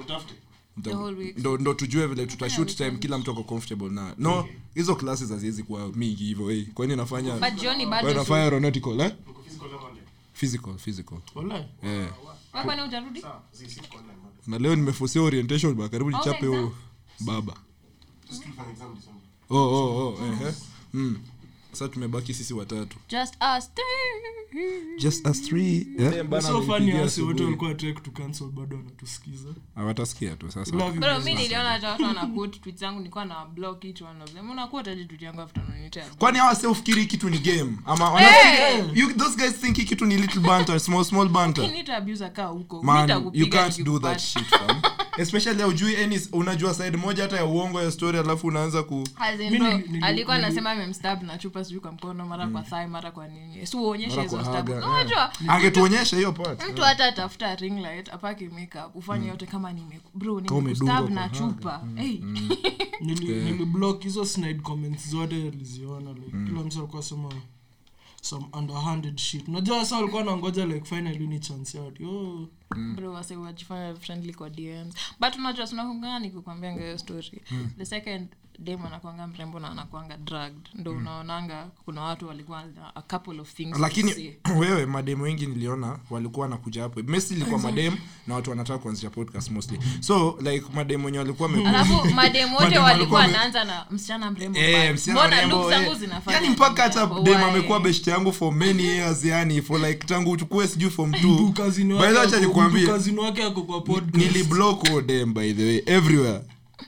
Speaker 2: utafute
Speaker 4: nita-
Speaker 3: The whole week.
Speaker 4: ndo, ndo tujue vile tutashoot time kila mtu ako comfortable na no hizo classes haziwezi kuwa mingi hivyo eh. kwani nafanya
Speaker 3: But Johnny bado tu-
Speaker 4: nafanya aeronautical eh?
Speaker 2: Niko physical leo Monday.
Speaker 4: physical physical
Speaker 5: Wala.
Speaker 4: eh.
Speaker 3: Wewe kwani hujarudi?
Speaker 2: Zii, siko online Monday.
Speaker 4: na leo nimefosia orientation ba karibu
Speaker 3: All
Speaker 4: nichape
Speaker 3: exams.
Speaker 4: huyo baba
Speaker 2: Still for exam December.
Speaker 4: oh, oh, oh, eh, eh. Mm. sasa tumebaki sisi watatu
Speaker 3: Just us three.
Speaker 4: just us three eh. yeah?
Speaker 5: so funny asi wote walikuwa track to cancel bado wanatusikiza
Speaker 4: awatasikia tu sasa
Speaker 5: love you
Speaker 3: Bro,
Speaker 5: guys.
Speaker 3: mi niliona hata watu wanaquote tweets zangu nilikuwa na block each one of them. Unaquote aje tweet yangu after unanitea?
Speaker 4: kwani hawa sio ufikiri hii kitu ni game ama
Speaker 3: Hey!
Speaker 4: wanafikiri- you, those guys think hii kitu ni little banter small small banter
Speaker 3: Nita abuse kaa huko.
Speaker 4: man
Speaker 3: Nitakupiga
Speaker 4: you can't do
Speaker 3: nikikupata.
Speaker 4: that shit fam especially aujui any unajua side moja hata ya uongo ya story alafu unaanza ku
Speaker 3: As in,
Speaker 5: Mi
Speaker 3: bro,
Speaker 5: nili- nili-
Speaker 3: alikuwa anasema amemstab na chupa sijui kwa mkono mara kwa thai mara kwa nini si uonyeshe
Speaker 4: Mm. Mara
Speaker 3: hizo
Speaker 4: kwa
Speaker 3: stab
Speaker 4: haga,
Speaker 3: Na unajua
Speaker 4: angetuonyesha hiyo part Eh.
Speaker 3: mtu hata atafuta ring light apake makeup ufanye yote kama nime bro
Speaker 4: umedungwa
Speaker 3: nimestab na
Speaker 4: Mm. kwa Mm,
Speaker 3: chupa hey
Speaker 5: Nili-
Speaker 4: Eh.
Speaker 5: niliblock hizo snide comments zote aliziona like
Speaker 4: Mm.
Speaker 5: kila mtu alikuwa sema some underhanded shit unajua sasa walikuwa nangoja like finally ni chance oh, out yo
Speaker 4: mm.
Speaker 3: bro wase wajifanya friendly kwa DMs but unajua tunakuanga nikukwambianga hiyo story
Speaker 4: Mm.
Speaker 3: the second dem anakuanga mrembo na anakuanga drugged ndo
Speaker 4: Mm.
Speaker 3: unaonanga kuna watu walikuwa na a couple of things to say.
Speaker 4: lakini wewe mademu wengi niliona walikuwa wanakuja hapo mesi ilikuwa madem na watu wanataka kuanzisha podcast mostly so like madem wenye walikuwa wame-
Speaker 3: alafu mademu wote
Speaker 4: Mademu walikuwa
Speaker 3: walikuwa
Speaker 4: wame-
Speaker 3: anaanza na msichana mrembo
Speaker 4: Eh,
Speaker 3: pale.
Speaker 4: msichana
Speaker 3: Mbona
Speaker 4: mrembo,
Speaker 3: looks
Speaker 4: eh.
Speaker 3: zangu zinafanya
Speaker 4: Yaani mpaka hata
Speaker 3: nini hapo?
Speaker 4: dem
Speaker 3: Why?
Speaker 4: amekuwa best yangu for many years yani for like tangu uchukue sijui form
Speaker 5: Mtu
Speaker 4: 2
Speaker 5: kazini
Speaker 4: by the way
Speaker 5: wake
Speaker 4: acha
Speaker 5: ako-
Speaker 4: nikwambie
Speaker 5: mtu kazini wake ako kwa podcast
Speaker 4: niliblock huo dem by the way everywhere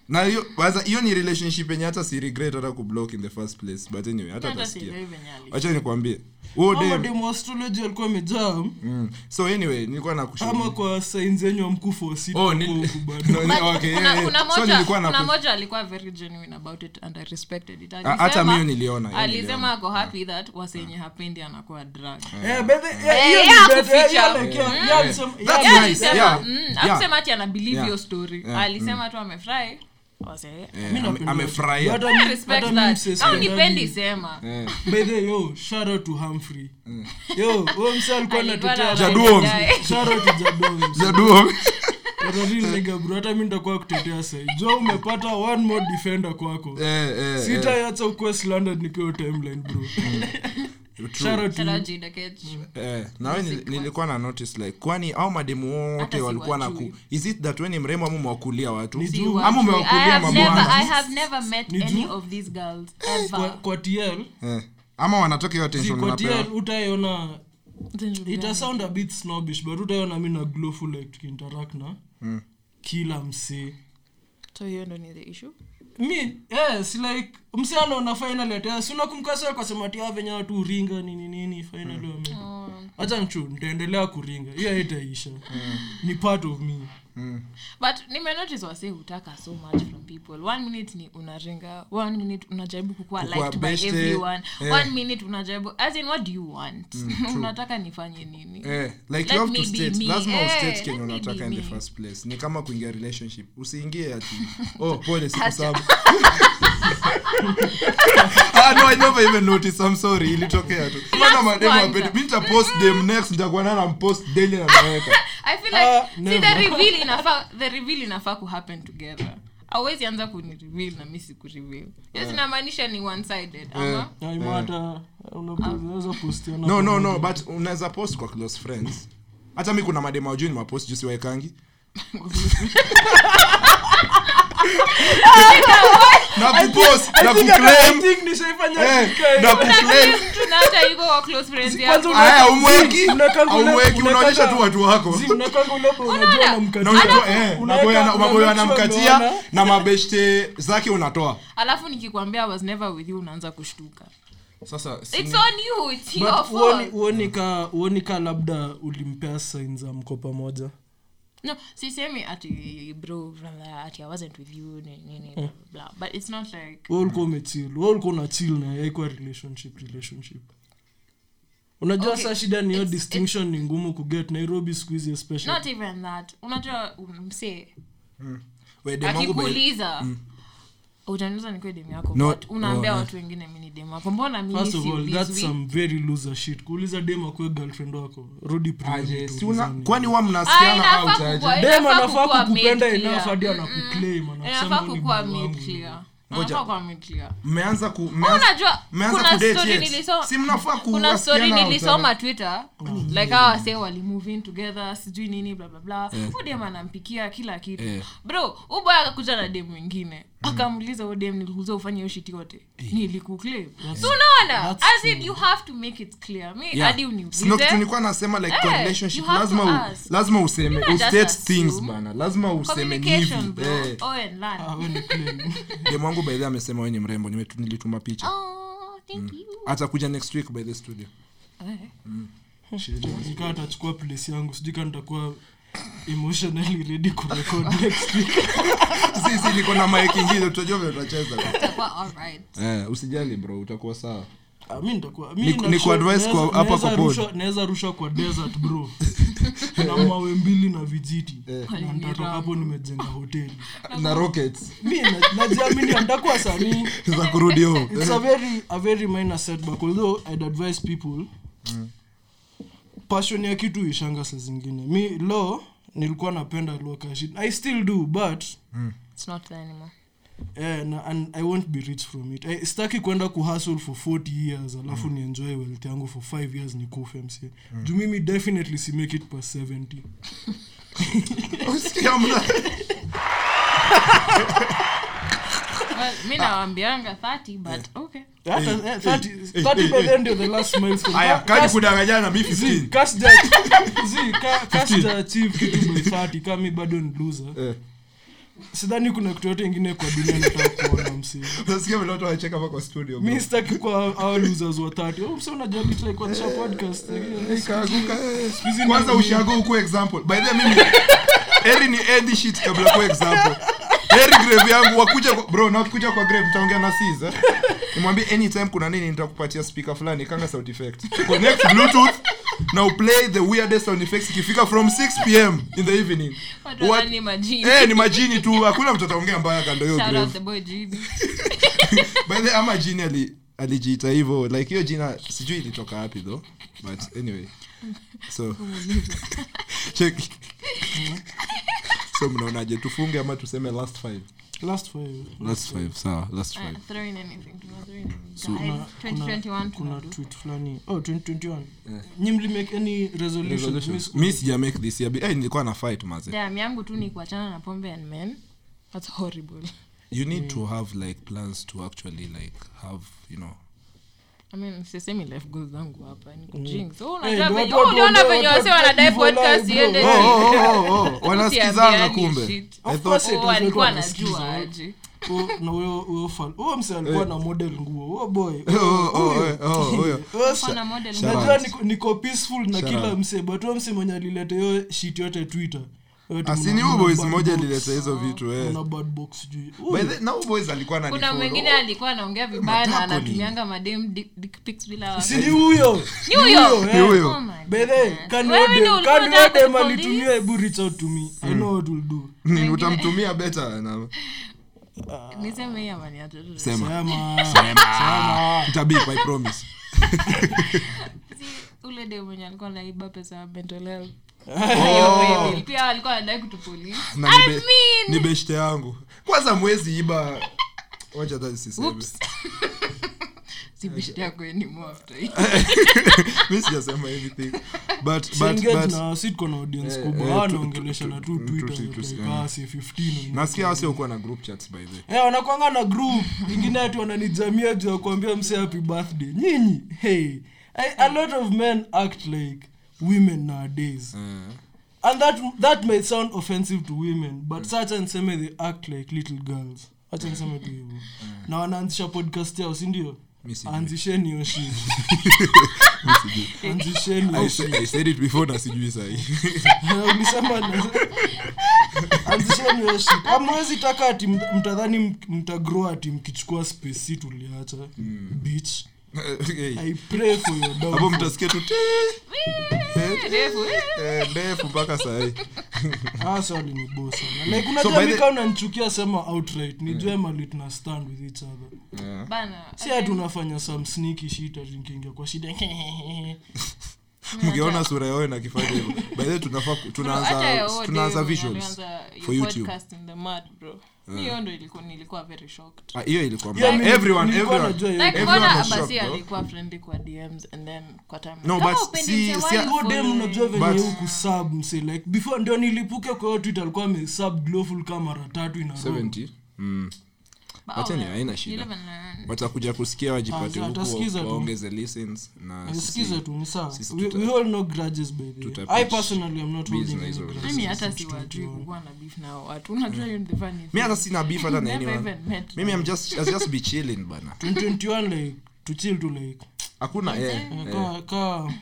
Speaker 4: na hiyo kwanza hiyo ni relationship yenye hata si regret hata kublock in the first place but anyway hata
Speaker 3: Hata sielewi
Speaker 4: tasikia
Speaker 3: venye ali-
Speaker 4: acha nikwambie huo
Speaker 5: Kama
Speaker 4: dem
Speaker 5: demo astrology alikuwa amejaa
Speaker 4: mm. so anyway nilikuwa nakushauri
Speaker 5: ama kwa signs yenyu amkufa
Speaker 4: Mm. Oh, nil- No, ni-
Speaker 3: But
Speaker 4: okay,
Speaker 3: kuna-
Speaker 4: eh, eh.
Speaker 3: kuna
Speaker 4: So
Speaker 3: moja-
Speaker 4: nilikuwa
Speaker 3: kuna
Speaker 4: naku-
Speaker 3: moja alikuwa very genuine about it and I respected it.
Speaker 4: Ah, hata
Speaker 3: Alisema-
Speaker 4: mimi niliona, hiyo niliona.
Speaker 3: alisema ako happy that wasenye hapendi anakuwa drug
Speaker 5: Eh,
Speaker 3: Eh, Mm.
Speaker 4: That's
Speaker 3: Yeah,
Speaker 4: nice,
Speaker 3: alisema,
Speaker 4: yeah,
Speaker 3: mm,
Speaker 4: yeah.
Speaker 3: hakusema ati ana believe
Speaker 4: Yeah.
Speaker 3: hiyo story alisema tu amefurahi wase
Speaker 4: Eh, ame- amefurahia
Speaker 3: I respect that. Au nipendi sema
Speaker 4: Eh. Mm.
Speaker 3: Alikuwa na-
Speaker 4: Jaduo.
Speaker 5: hata
Speaker 4: Jaduo.
Speaker 5: mi ntakuwa kutetea sai jo umepata one more defender kwako
Speaker 4: Eh, eh, eh.
Speaker 5: sitayacha ukuwe slandered nikiwa timeline bro
Speaker 4: Mm.
Speaker 5: Shout out to
Speaker 3: Shout out Jida Ketch.
Speaker 4: Eh, na we nil- nilikuwa na notice like kwani au mademu
Speaker 3: Hata
Speaker 4: wote
Speaker 3: si
Speaker 4: walikuwa na
Speaker 3: wajui.
Speaker 4: ku is it that we ni mrembo ama umewakulia watu
Speaker 5: Si
Speaker 3: You
Speaker 4: ama
Speaker 3: are true. I
Speaker 4: umewakulia
Speaker 3: have never- I
Speaker 4: mabwana
Speaker 3: have never met
Speaker 5: Ni
Speaker 3: any
Speaker 5: juu.
Speaker 3: of these girls
Speaker 5: kwa,
Speaker 3: ever.
Speaker 5: kwa tl
Speaker 4: eh, ama wanatoka hiyo
Speaker 5: si
Speaker 4: attention
Speaker 5: kwa
Speaker 4: wanapewa
Speaker 5: tl utaiona
Speaker 3: Zenye-
Speaker 5: itasound a bit snobbish but utaiona mi na glowful like tukiinteract na
Speaker 4: Hmm.
Speaker 5: kila msee
Speaker 3: So hiyo ndo ni the issue.
Speaker 5: mi yes like msee anaona final ata sina kumkasa kasema tia venye watu uringa nini nini
Speaker 3: Hmm.
Speaker 4: Hmm.
Speaker 3: Mm.
Speaker 4: Hmm.
Speaker 5: final wame hacha nchu nitaendelea kuringa hiyo haitaisha ni part of me
Speaker 3: but nimenotice wase hutaka so much from people one minute ni unaringa one minute unajaribu kukua
Speaker 4: Kukua
Speaker 3: liked by
Speaker 4: beste,
Speaker 3: everyone
Speaker 4: eh.
Speaker 3: one minute unajaribu as in what do you want unataka nifanye nini
Speaker 4: Eh, like
Speaker 3: Let
Speaker 4: you have
Speaker 3: me
Speaker 4: to
Speaker 3: be
Speaker 4: state
Speaker 3: me.
Speaker 4: lazima
Speaker 3: Eh,
Speaker 4: ustate
Speaker 3: let
Speaker 4: kenye
Speaker 3: me be
Speaker 4: unataka in the
Speaker 3: me.
Speaker 4: first place ni kama kuingia relationship usiingie ati oh pole sikusabu ah, no, I never even noticed. I'm sorry. Ilitokea tu. Mbona mademu
Speaker 3: kwanza.
Speaker 4: wapendi? Mimi nitapost dem next, nitakuwa naye nampost daily anaweka.
Speaker 3: i feel
Speaker 5: Ah,
Speaker 3: like see the
Speaker 5: never.
Speaker 3: reveal inafaa the reveal inafaa kuhappen together awezi anza kunireveal na mi sikureveal hiyo sinamaanisha ni one sided ama
Speaker 5: Na ima hata unaweza postiana
Speaker 4: Hmm. No,
Speaker 5: kwa
Speaker 4: no, no,
Speaker 5: video.
Speaker 4: but unaweza post kwa close friends. Hata mimi kuna mademu wajui ni mapost juu siwaekangi. Na kupost, na
Speaker 5: I think hata- I
Speaker 4: kuclaim.
Speaker 5: think nishaifanya
Speaker 4: Eh,
Speaker 5: kikai.
Speaker 4: na kuclaim.
Speaker 3: mtu na hata yuko wa close friends
Speaker 5: Kwanza
Speaker 3: yako
Speaker 5: una-
Speaker 4: Aya, umweki,
Speaker 5: Unaweka-
Speaker 4: umweki,
Speaker 5: unaweka-
Speaker 4: Eh, unaonyesha tu watu wako.
Speaker 5: Zi, unaweka ule bro, unajua
Speaker 3: Unaona?
Speaker 4: Na
Speaker 5: unamkatia.
Speaker 4: unajua, eh,
Speaker 5: Unaweka-
Speaker 4: maboyo ana- maboyo
Speaker 5: unamjua
Speaker 4: anamkatia
Speaker 5: umeona.
Speaker 4: na mabeshte zake unatoa.
Speaker 3: alafu nikikwambia I was never with you unaanza kushtuka
Speaker 4: Sasa si-
Speaker 3: it's on you it's
Speaker 5: But
Speaker 3: your
Speaker 5: huoni-
Speaker 3: fault
Speaker 5: huoni ka- huoni ka labda ulimpea sign za mko pamoja
Speaker 3: no sisemi ati bro brother ati i wasn't with you nini nini
Speaker 5: Hmm.
Speaker 3: blah, blah but it's not like
Speaker 5: We ulikuwa umechil we ulikuwa una chill na yeye haikuwa relationship relationship unajua
Speaker 3: Okay,
Speaker 5: saa shida ni hiyo
Speaker 3: it's-
Speaker 5: distinction ni ngumu kuget nairobi siku hizi especially
Speaker 3: not even that unajua um, msee
Speaker 4: we, dem wangu by-
Speaker 3: akikuuliza
Speaker 5: Mm.
Speaker 3: utaniuza nikuwe demu yako
Speaker 4: No,
Speaker 3: but unaambia
Speaker 4: no, no.
Speaker 3: watu wengine mi ni demu wako mbona mi
Speaker 5: oh, first of
Speaker 3: si
Speaker 5: all
Speaker 3: with
Speaker 5: that's
Speaker 3: you?
Speaker 5: some very loser shit kuuliza dem akuwe girlfriend wako rudi primary
Speaker 4: Aje,
Speaker 5: tu
Speaker 4: si una-
Speaker 5: ulizane.
Speaker 4: kwani huwa
Speaker 3: Ah,
Speaker 4: mnasikiana
Speaker 3: inafaa
Speaker 4: out aje?
Speaker 3: kukua-
Speaker 5: dem
Speaker 3: inafaa
Speaker 5: anafaa
Speaker 3: kukua
Speaker 5: kukupenda
Speaker 3: made clear.
Speaker 5: enough hadi
Speaker 3: Mm, mm.
Speaker 5: anakuclaim anasema
Speaker 3: inafaa
Speaker 5: "Wewe ni
Speaker 3: kukua
Speaker 5: bro wangu."
Speaker 3: made clear
Speaker 4: Ngoja.
Speaker 3: Inafaa kuwa made clear
Speaker 4: mmeanza ku
Speaker 3: Ma
Speaker 4: mmeanza-
Speaker 3: unajua
Speaker 4: mmeanza
Speaker 3: kuna
Speaker 4: kudate
Speaker 3: story
Speaker 4: yet?
Speaker 3: nilisoma
Speaker 4: si mnafaa ku-
Speaker 3: kuna story
Speaker 4: wasiana out,
Speaker 3: nilisoma twitter
Speaker 4: Mm.
Speaker 3: like hawa wase wali move in together sijui nini bla bla bla
Speaker 4: Eh.
Speaker 3: Huyu dem anampikia kila kitu bro huyu boy akakuja na dem mwingine
Speaker 4: Mm.
Speaker 3: akamuuliza huyu dem nilikuuza ufanye hiyo shit yote
Speaker 4: Eh.
Speaker 3: nilikuclaim so unaona
Speaker 5: that's
Speaker 3: as in you have to make it clear mi
Speaker 4: Yeah.
Speaker 3: hadi
Speaker 4: Si ndo kitu
Speaker 3: uniulize
Speaker 4: nilikuwa nasema like kwa
Speaker 3: Eh,
Speaker 4: relationship
Speaker 3: you have
Speaker 4: lazima
Speaker 3: to
Speaker 4: u,
Speaker 3: ask.
Speaker 4: lazima useme
Speaker 3: You can't
Speaker 4: ustate
Speaker 3: just assume.
Speaker 4: things bana lazima useme ni hivi
Speaker 3: communication bro
Speaker 4: Eh,
Speaker 3: oh and learn
Speaker 5: Ah, wewe ni claim.
Speaker 4: demu wangu by the way amesema wewe ni mrembo nimetu- nilituma picha
Speaker 3: oh
Speaker 4: Mm.
Speaker 3: thank you
Speaker 4: atakuja next week by the studio
Speaker 3: Eh.
Speaker 5: Nikaa atachukua place yangu sijui ka nitakuwa emotionally ready kurekod next week
Speaker 4: sisi niko na mic ingine tutajua vile tutacheza
Speaker 3: Itakuwa alright
Speaker 4: eh usijali bro utakuwa sawa
Speaker 5: Ah, mi nitakuwa-
Speaker 4: Ni-
Speaker 5: mi
Speaker 4: ni
Speaker 5: na-
Speaker 4: kuadvise kwa-
Speaker 5: naweza-
Speaker 4: hapa kwa
Speaker 5: naweza
Speaker 4: pod.
Speaker 5: rusha- naweza rusha kwa desert bro na mawe mbili na vijiti
Speaker 4: Eh.
Speaker 5: na ntatoka hapo nimejenga hoteli
Speaker 4: na rockets
Speaker 5: mi na- najiamini ntakuwa sanii
Speaker 4: za kurudi home
Speaker 5: it's a very a very minor setback although i'd advise people
Speaker 4: Mm.
Speaker 5: passion ya kitu ishanga saa zingine mi law nilikuwa napenda law kashi i still do but
Speaker 3: it's not there anymore
Speaker 5: eh, na, and i won't be rich from it I, staki kwenda kuhustle for 40 years alafu mm. nienjoy wealth yangu for 5 years nikufe msie mm. juu mimi definitely si make it past 70
Speaker 4: Usikia mna-
Speaker 3: well
Speaker 4: Ah.
Speaker 3: mi nawambianga 30 but okay
Speaker 5: hata eh, 30 30 by then ndio the last milestone.
Speaker 4: Aya,
Speaker 5: Ka-
Speaker 4: kani
Speaker 5: kas-
Speaker 4: kudanganyana mi
Speaker 5: zi,
Speaker 4: 15
Speaker 5: kas ja- zi, ka- kas ja achieve kitu by 30 kama mi bado ni loser
Speaker 4: Eh.
Speaker 5: sidhani kuna kitu yote ingine kwa dunia nataka kuona msee
Speaker 4: Unasikia vile watu wanacheka hapa kwa studio bro.
Speaker 5: mi sitaki kwa our losers wa 30 oh, msee unajua litai kuanzisha podcast lakini-
Speaker 4: Ikaanguka, eh.
Speaker 5: hizi ni-
Speaker 4: kwanza ushago ukuwa example by the way mimi heri ni endi shit kabla kuwa example heri grave yangu wakuja kwa, bro na kuja kwa grave mtaongea na siza nimwambie anytime kuna nini nitakupatia speaker fulani kanga sound effect connect bluetooth na uplay the weirdest sound effects ikifika from 6 pm in the evening
Speaker 3: Watu
Speaker 4: What-
Speaker 3: wanani majini.
Speaker 4: eh ni majini tu hakuna mtu ataongea mbaya kando hiyo
Speaker 3: Shout out
Speaker 4: grave
Speaker 3: the boy GB.
Speaker 4: by the way, ama jini ali alijiita hivyo like hiyo jina sijui ilitoka wapi though but anyway so check so mnaonaje tufunge ama tuseme last five
Speaker 5: last five
Speaker 4: last five sawa last
Speaker 3: Uh,
Speaker 4: five
Speaker 3: throw in anything, do not throw in anything.
Speaker 4: So-
Speaker 3: Guys,
Speaker 5: Kuna- kuna
Speaker 3: 2021 tunadu.
Speaker 5: tweet fulani oh 2021
Speaker 4: Eh.
Speaker 5: nyi mlimake any resolutions Mi siku-
Speaker 4: mi sija make this year eh, nilikuwa na fight maze
Speaker 3: Damn, yangu tu ni kuachana na pombe and men that's horrible
Speaker 4: you need to have like plans to actually like have you know
Speaker 3: I mean, sisemi life goals zangu hapa ni kujinx. Oh,
Speaker 5: Mm. Hey, ndio
Speaker 3: unajua venye-
Speaker 5: watu-
Speaker 3: oh, uliona
Speaker 5: watu-
Speaker 3: venye
Speaker 5: watu-
Speaker 3: wasee wanadai
Speaker 5: watu-
Speaker 3: podcast
Speaker 5: watu-
Speaker 3: iende
Speaker 4: oh, oh, oh, oh. wanasikizana
Speaker 3: Usiambiani
Speaker 4: kumbe
Speaker 3: shit.
Speaker 4: I
Speaker 5: Of
Speaker 4: thought-
Speaker 5: course it
Speaker 3: Oh,
Speaker 5: was watu
Speaker 3: alikuwa
Speaker 5: wanasikiza,
Speaker 3: anajua
Speaker 5: eh.
Speaker 3: aje.
Speaker 5: Oh, na huyo- huyo fan- huyo msee alikuwa na model nguo huyo boy
Speaker 4: Eh. oh,
Speaker 5: huyo-
Speaker 4: oh, oh,
Speaker 5: huyo.
Speaker 4: eh, oh, huyo.
Speaker 5: Huyo
Speaker 3: Alikuwa na
Speaker 5: sa-
Speaker 3: model
Speaker 4: Shout
Speaker 3: mmoja.
Speaker 4: out.
Speaker 5: najua niko- niko peaceful na
Speaker 4: Shout
Speaker 5: kila
Speaker 4: out.
Speaker 5: msee but huyo msee mwenye alileta hiyo shit yote twitter Eh, Wewe tu
Speaker 4: asini
Speaker 5: mna-
Speaker 4: huyo
Speaker 5: mna
Speaker 4: boys
Speaker 5: bad
Speaker 4: moja
Speaker 5: box.
Speaker 4: alileta hizo vitu eh.
Speaker 5: Mna bad box sijui.
Speaker 4: By the- na huyo boys alikuwa
Speaker 3: kuna
Speaker 4: ananifollow.
Speaker 3: mwingine alikuwa anaongea vibaya na
Speaker 4: Matako ni-
Speaker 3: anatumianga madem dick- dick pics bila
Speaker 5: Si
Speaker 4: Eh.
Speaker 5: ni huyo
Speaker 3: Ni huyo
Speaker 5: Ni
Speaker 4: huyo.
Speaker 3: Oh my
Speaker 5: bedhe
Speaker 3: goodness. Wewe ndio ulikuwa unataka
Speaker 5: kanwodem
Speaker 3: kutupolice?
Speaker 5: alitumia hebu reach out to me i know what we'll do
Speaker 4: Mm, utamtumia beta na-
Speaker 3: niseme hii ama niache tu?
Speaker 4: sema
Speaker 5: sema
Speaker 4: Nitabip, I promise.
Speaker 3: Si ule dem mwenye alikuwa anaiba pesa ya mental health.
Speaker 4: Oh.
Speaker 3: Hiyo bill. pia alikuwa anadai kutupolice.
Speaker 4: Na
Speaker 3: I
Speaker 4: nibe-
Speaker 3: mean-
Speaker 4: ni beshte yangu kwanza mwezi iba wacha hata nisiseme
Speaker 3: Oops. Si beshte yako anymore after hii.
Speaker 4: mi sijasema anything but but
Speaker 5: Engage
Speaker 4: but
Speaker 5: na si tuko na audience
Speaker 4: Eh,
Speaker 5: kubwa
Speaker 4: eh,
Speaker 5: Hawa
Speaker 4: tu-
Speaker 5: wanaongeleshana
Speaker 4: tu-
Speaker 5: tu
Speaker 4: tu- tu- tu- tu-
Speaker 5: twitterasi 15
Speaker 4: nasikia wasiokuwa na group chats by the way
Speaker 5: Eh, wanakwanga na group ingine ati wananijamia juu ya kuambia mse happy birthday nyinyi hey I, a lot of men act like women nowadays
Speaker 4: Mm.
Speaker 5: and that, that may sound offensive to women
Speaker 4: Mm.
Speaker 5: but sacha niseme they act like little girls hacha niseme tu hivyo
Speaker 4: Mm.
Speaker 5: na wanaanzisha podcast yao sindio
Speaker 4: Mi sijui.
Speaker 5: anzisheni hiyo shit anzisheni hiyo
Speaker 4: I said- I said it before na sijui sahi
Speaker 5: ulisema na- anzisheni hiyo shit amwezi taka ati mt- mtadhani mtagrow ati mkichukua space si tuliacha beach
Speaker 4: Hey,
Speaker 5: i pray for your
Speaker 4: Hmm. hapo
Speaker 5: dog
Speaker 4: mtasikia tu "Tee."
Speaker 3: Refu, eh.
Speaker 4: Eh, ndefu mpaka sahi
Speaker 5: hasa ni bosa Ah, na like
Speaker 4: So by
Speaker 5: unajua
Speaker 4: the- Hmm.
Speaker 5: mika unanichukia sema outright nijue mali tuna stand with each other
Speaker 3: Bana,
Speaker 5: si ati unafanya some sneaky shit ati nikiingia kwa shida
Speaker 4: mkiona sura yao na kifanya hivyo by the way tunafaa ku-
Speaker 3: bro, hata ya
Speaker 4: tunaanza
Speaker 3: huo
Speaker 4: tunaanza
Speaker 3: dem mwenye
Speaker 4: visuals
Speaker 3: alianza your
Speaker 4: for YouTube
Speaker 3: podcast in the mud, bro. Mi hiyo ndo ilikuwa- nilikuwa very shocked.
Speaker 4: Ah, hiyo ilikuwa
Speaker 5: Yeah,
Speaker 4: mbaya.
Speaker 5: mi-
Speaker 4: everyone
Speaker 5: nilikuwa
Speaker 4: everyone
Speaker 5: najua hiyo.
Speaker 3: Like,
Speaker 4: everyone
Speaker 3: mbona
Speaker 4: was shocked,
Speaker 3: Abasi
Speaker 4: bro.
Speaker 3: alikuwa friendly kwa DMs and then kwa time-
Speaker 4: No,
Speaker 3: Kama
Speaker 4: but
Speaker 3: upendi
Speaker 4: si-
Speaker 3: mse,
Speaker 4: si-
Speaker 3: why
Speaker 5: huo dem
Speaker 3: unfollow?
Speaker 5: unajua venye
Speaker 4: But-
Speaker 5: huku sub mse like before ndio nilipuke kwa hiyo twitter alikuwa amesub glowful kama mara tatu ina row.
Speaker 4: 70 mm.
Speaker 3: But
Speaker 4: Wacha ni
Speaker 3: oh,
Speaker 4: haina
Speaker 3: you
Speaker 4: shida.
Speaker 3: live and learn.
Speaker 4: watakuja kusikia wajipate
Speaker 5: Ah, watasikiza
Speaker 4: huko
Speaker 5: tu.
Speaker 4: waongeze listens na sisi-
Speaker 5: nisikize tu ni sawa
Speaker 4: sisi
Speaker 5: we,
Speaker 4: tuta-
Speaker 5: we all know grudges by the way.
Speaker 4: tuta
Speaker 5: i
Speaker 4: pitch
Speaker 5: personally am not holding
Speaker 4: business
Speaker 5: any
Speaker 4: over
Speaker 5: grudges
Speaker 3: mimi hata
Speaker 5: since
Speaker 3: siwajui
Speaker 5: 2021.
Speaker 3: kukuwa na beef na watu unajua hiyo ndio funny
Speaker 4: mi
Speaker 3: thing.
Speaker 4: hata sina beef hata na
Speaker 3: Never
Speaker 4: anyone
Speaker 3: even met
Speaker 4: mimi I'm just, I'll just be chilling bana
Speaker 5: 2021 like to chill to like uh,
Speaker 4: hakuna eh, eh.
Speaker 5: ka, ka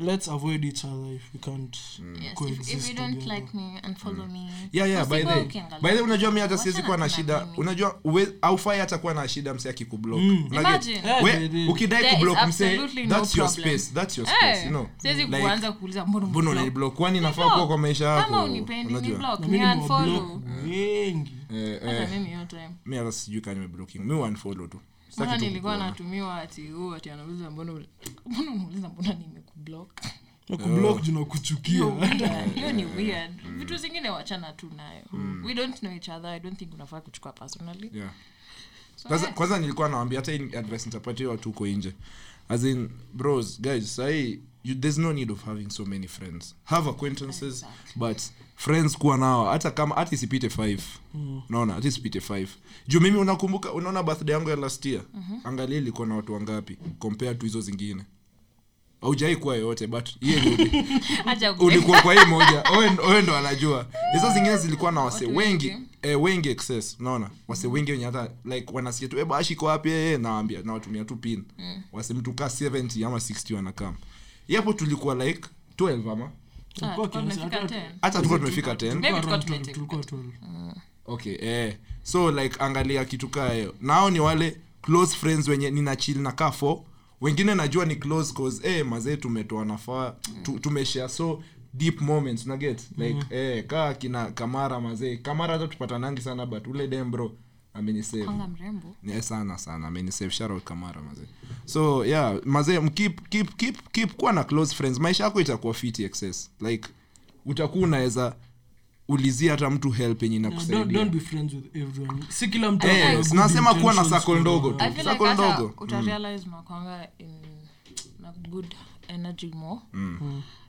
Speaker 5: let's avoid each other if we can't
Speaker 4: Mm.
Speaker 3: Yes, if,
Speaker 5: coexist
Speaker 3: if you don't
Speaker 5: together.
Speaker 3: like me unfollow me
Speaker 4: yeah, yeah, by
Speaker 3: Usipoke
Speaker 4: the
Speaker 3: angalau.
Speaker 4: by the unajua mi hata
Speaker 3: Wachana
Speaker 4: siwezi kuwa na
Speaker 3: tu na
Speaker 4: shida
Speaker 3: mimi.
Speaker 4: unajua uwe- haufai hata kuwa na shida mse akikublock Unajua-
Speaker 3: Imagine.
Speaker 5: Eh,
Speaker 4: we-
Speaker 5: by the way.
Speaker 4: ukidai
Speaker 3: There is
Speaker 4: kublock mse
Speaker 3: absolutely no
Speaker 4: that's your
Speaker 3: problem.
Speaker 4: space that's your space
Speaker 3: Eh,
Speaker 4: you know
Speaker 3: siwezi
Speaker 4: Like,
Speaker 3: kuanza kuuliza mbona
Speaker 4: mbona
Speaker 3: uniblock?
Speaker 4: unaniblock kwani nafaa
Speaker 3: Block.
Speaker 4: kuwa kwa maisha
Speaker 3: kama
Speaker 4: yako
Speaker 3: unipendi ni
Speaker 4: unajua
Speaker 3: block
Speaker 5: Na mimi
Speaker 3: ni
Speaker 5: nimewablock
Speaker 3: unfollow
Speaker 4: Mm.
Speaker 5: wengi
Speaker 4: eh,
Speaker 3: hata
Speaker 4: eh,
Speaker 3: mimi hiyo time
Speaker 4: mi hata sijui kani nimeblocking mi unfollow tu Sitaki
Speaker 3: mara
Speaker 4: tu
Speaker 3: nilikuwa
Speaker 4: kukuona.
Speaker 3: natumiwa ati huo ati anauliza mbona uli- mbona unauliza mbona nimekublock
Speaker 5: na
Speaker 4: Oh.
Speaker 5: kublock juu na kuchukia
Speaker 3: Hiyo weird, hiyo ni weird
Speaker 4: Mm.
Speaker 3: vitu zingine wachana tu nayo we don't know each other i don't think unafaa kuchukua personally
Speaker 4: yeah
Speaker 3: so,
Speaker 4: kwanza
Speaker 3: eh,
Speaker 4: kwanza nilikuwa nawambia hata hii advice nitapatia watu huko nje as in bros guys sahi you, there's no need of having so many friends have acquaintances but friends kuwa nao hata kama hata isipite five unaona hata isipite five juu mimi unakumbuka unaona birthday yangu ya last year angalia ilikuwa na watu wangapi compare tu hizo zingine aujai kuwa yoyote but hiyo yenye
Speaker 3: acha ku-
Speaker 4: ulikuwa kwa hii moja Owe- owe ndo anajua hizo zingine zilikuwa na wase
Speaker 3: Watu
Speaker 4: wengi
Speaker 3: wengi.
Speaker 4: eh, wengi excess unaona wase wengi wenye hata like wanasikia tu ebashiko wapi ee nawambia nawatumia tu pin wase mtu kaa 70 ama 60 wanakam yapo tulikuwa like 12 ama
Speaker 3: Ah,
Speaker 5: Kwa
Speaker 3: tulikuwa
Speaker 5: kiasi,
Speaker 3: tumefika
Speaker 5: hata-
Speaker 3: 10.
Speaker 4: hata tukuwa tumefika 10
Speaker 3: Maybe Mm.
Speaker 5: Tulikuwa
Speaker 3: tulikuwa
Speaker 5: around twelve,
Speaker 3: tumetenga.
Speaker 5: tulikuwa twelve.
Speaker 4: okay eh. so like angalia kitu kaa hiyo nao ni wale close friends wenye nina chill na kaa fo wengine najua ni close cause eh, mazee tumetoa nafaa tu, tumeshare so deep moments na get like
Speaker 5: Mm-hmm.
Speaker 4: eh, kaa kina kamara mazee kamara hata tupatanangi sana but ule dem bro amenisave
Speaker 3: Kanga mrembo
Speaker 4: Yeah, sana sana amenisave shout out kamara mazee so yeah mazee mkeep keep keep keep kuwa na close friends maisha yako itakuwa fiti excess like utakuwa unaweza ulizia hata mtu help yenye
Speaker 5: No, don't-
Speaker 4: inakusaidia
Speaker 5: don't be friends with everyone. si kila mtu
Speaker 4: Eh,
Speaker 5: ako na good
Speaker 4: tunasema kuwa na
Speaker 5: intentions
Speaker 4: circle
Speaker 5: for
Speaker 4: ndogo
Speaker 5: everyone.
Speaker 4: tu.
Speaker 3: I feel like
Speaker 4: Circle
Speaker 3: hata
Speaker 4: ndogo.
Speaker 3: uta realize unakwanga in na good energy more
Speaker 4: Mm.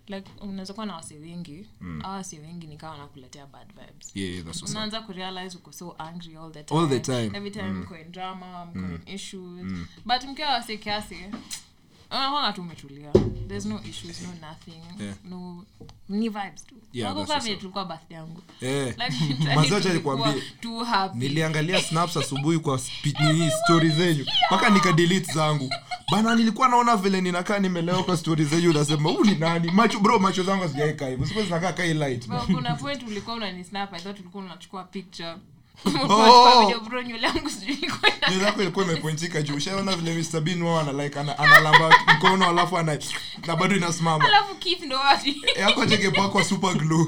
Speaker 3: like unaweza kuwa na wasi wengi au wasi wengi nikawa wanakuletea bad vibes
Speaker 4: yeah, that's what's up.
Speaker 3: unaanza kurealize uko so angry all the time,
Speaker 4: All the time. Mm.
Speaker 3: every time mko in drama mko in issues but mkiwa wasi kiasi wanga tu umetulia there's no issues no nothing
Speaker 4: Yeah.
Speaker 3: no ni vibes tu
Speaker 4: Yeah,
Speaker 3: Wako
Speaker 4: that's
Speaker 3: kama
Speaker 4: what's
Speaker 3: vile
Speaker 4: up.
Speaker 3: tulikuwa birthday yangu
Speaker 4: Eh.
Speaker 3: Like,
Speaker 4: Mazao acha
Speaker 3: tulikuwa
Speaker 4: nikwambie.
Speaker 3: too happy.
Speaker 4: niliangalia snaps asubuhi kwa spi- nini story zenyu mpaka nikadelete zangu bana nilikuwa naona vile ninakaa nimelewa kwa story zenyu unasema huu ni nani macho bro macho zangu hazijaeka hivo siku zinakaa kai light
Speaker 3: Bro, kuna point ulikuwa unanisnap i thought ulikuwa unachukua picture
Speaker 4: Oh.
Speaker 3: Video, bro nywele yangu sijui ilikuwa ina-
Speaker 4: nywele yako ilikuwa imepointika juu ushaona vile Mr. Bean wao ana like ana, analamba mkono alafu ana na bado inasimama Eh,
Speaker 3: alafu Keith ndo wapi
Speaker 4: yako chekepakwa super glue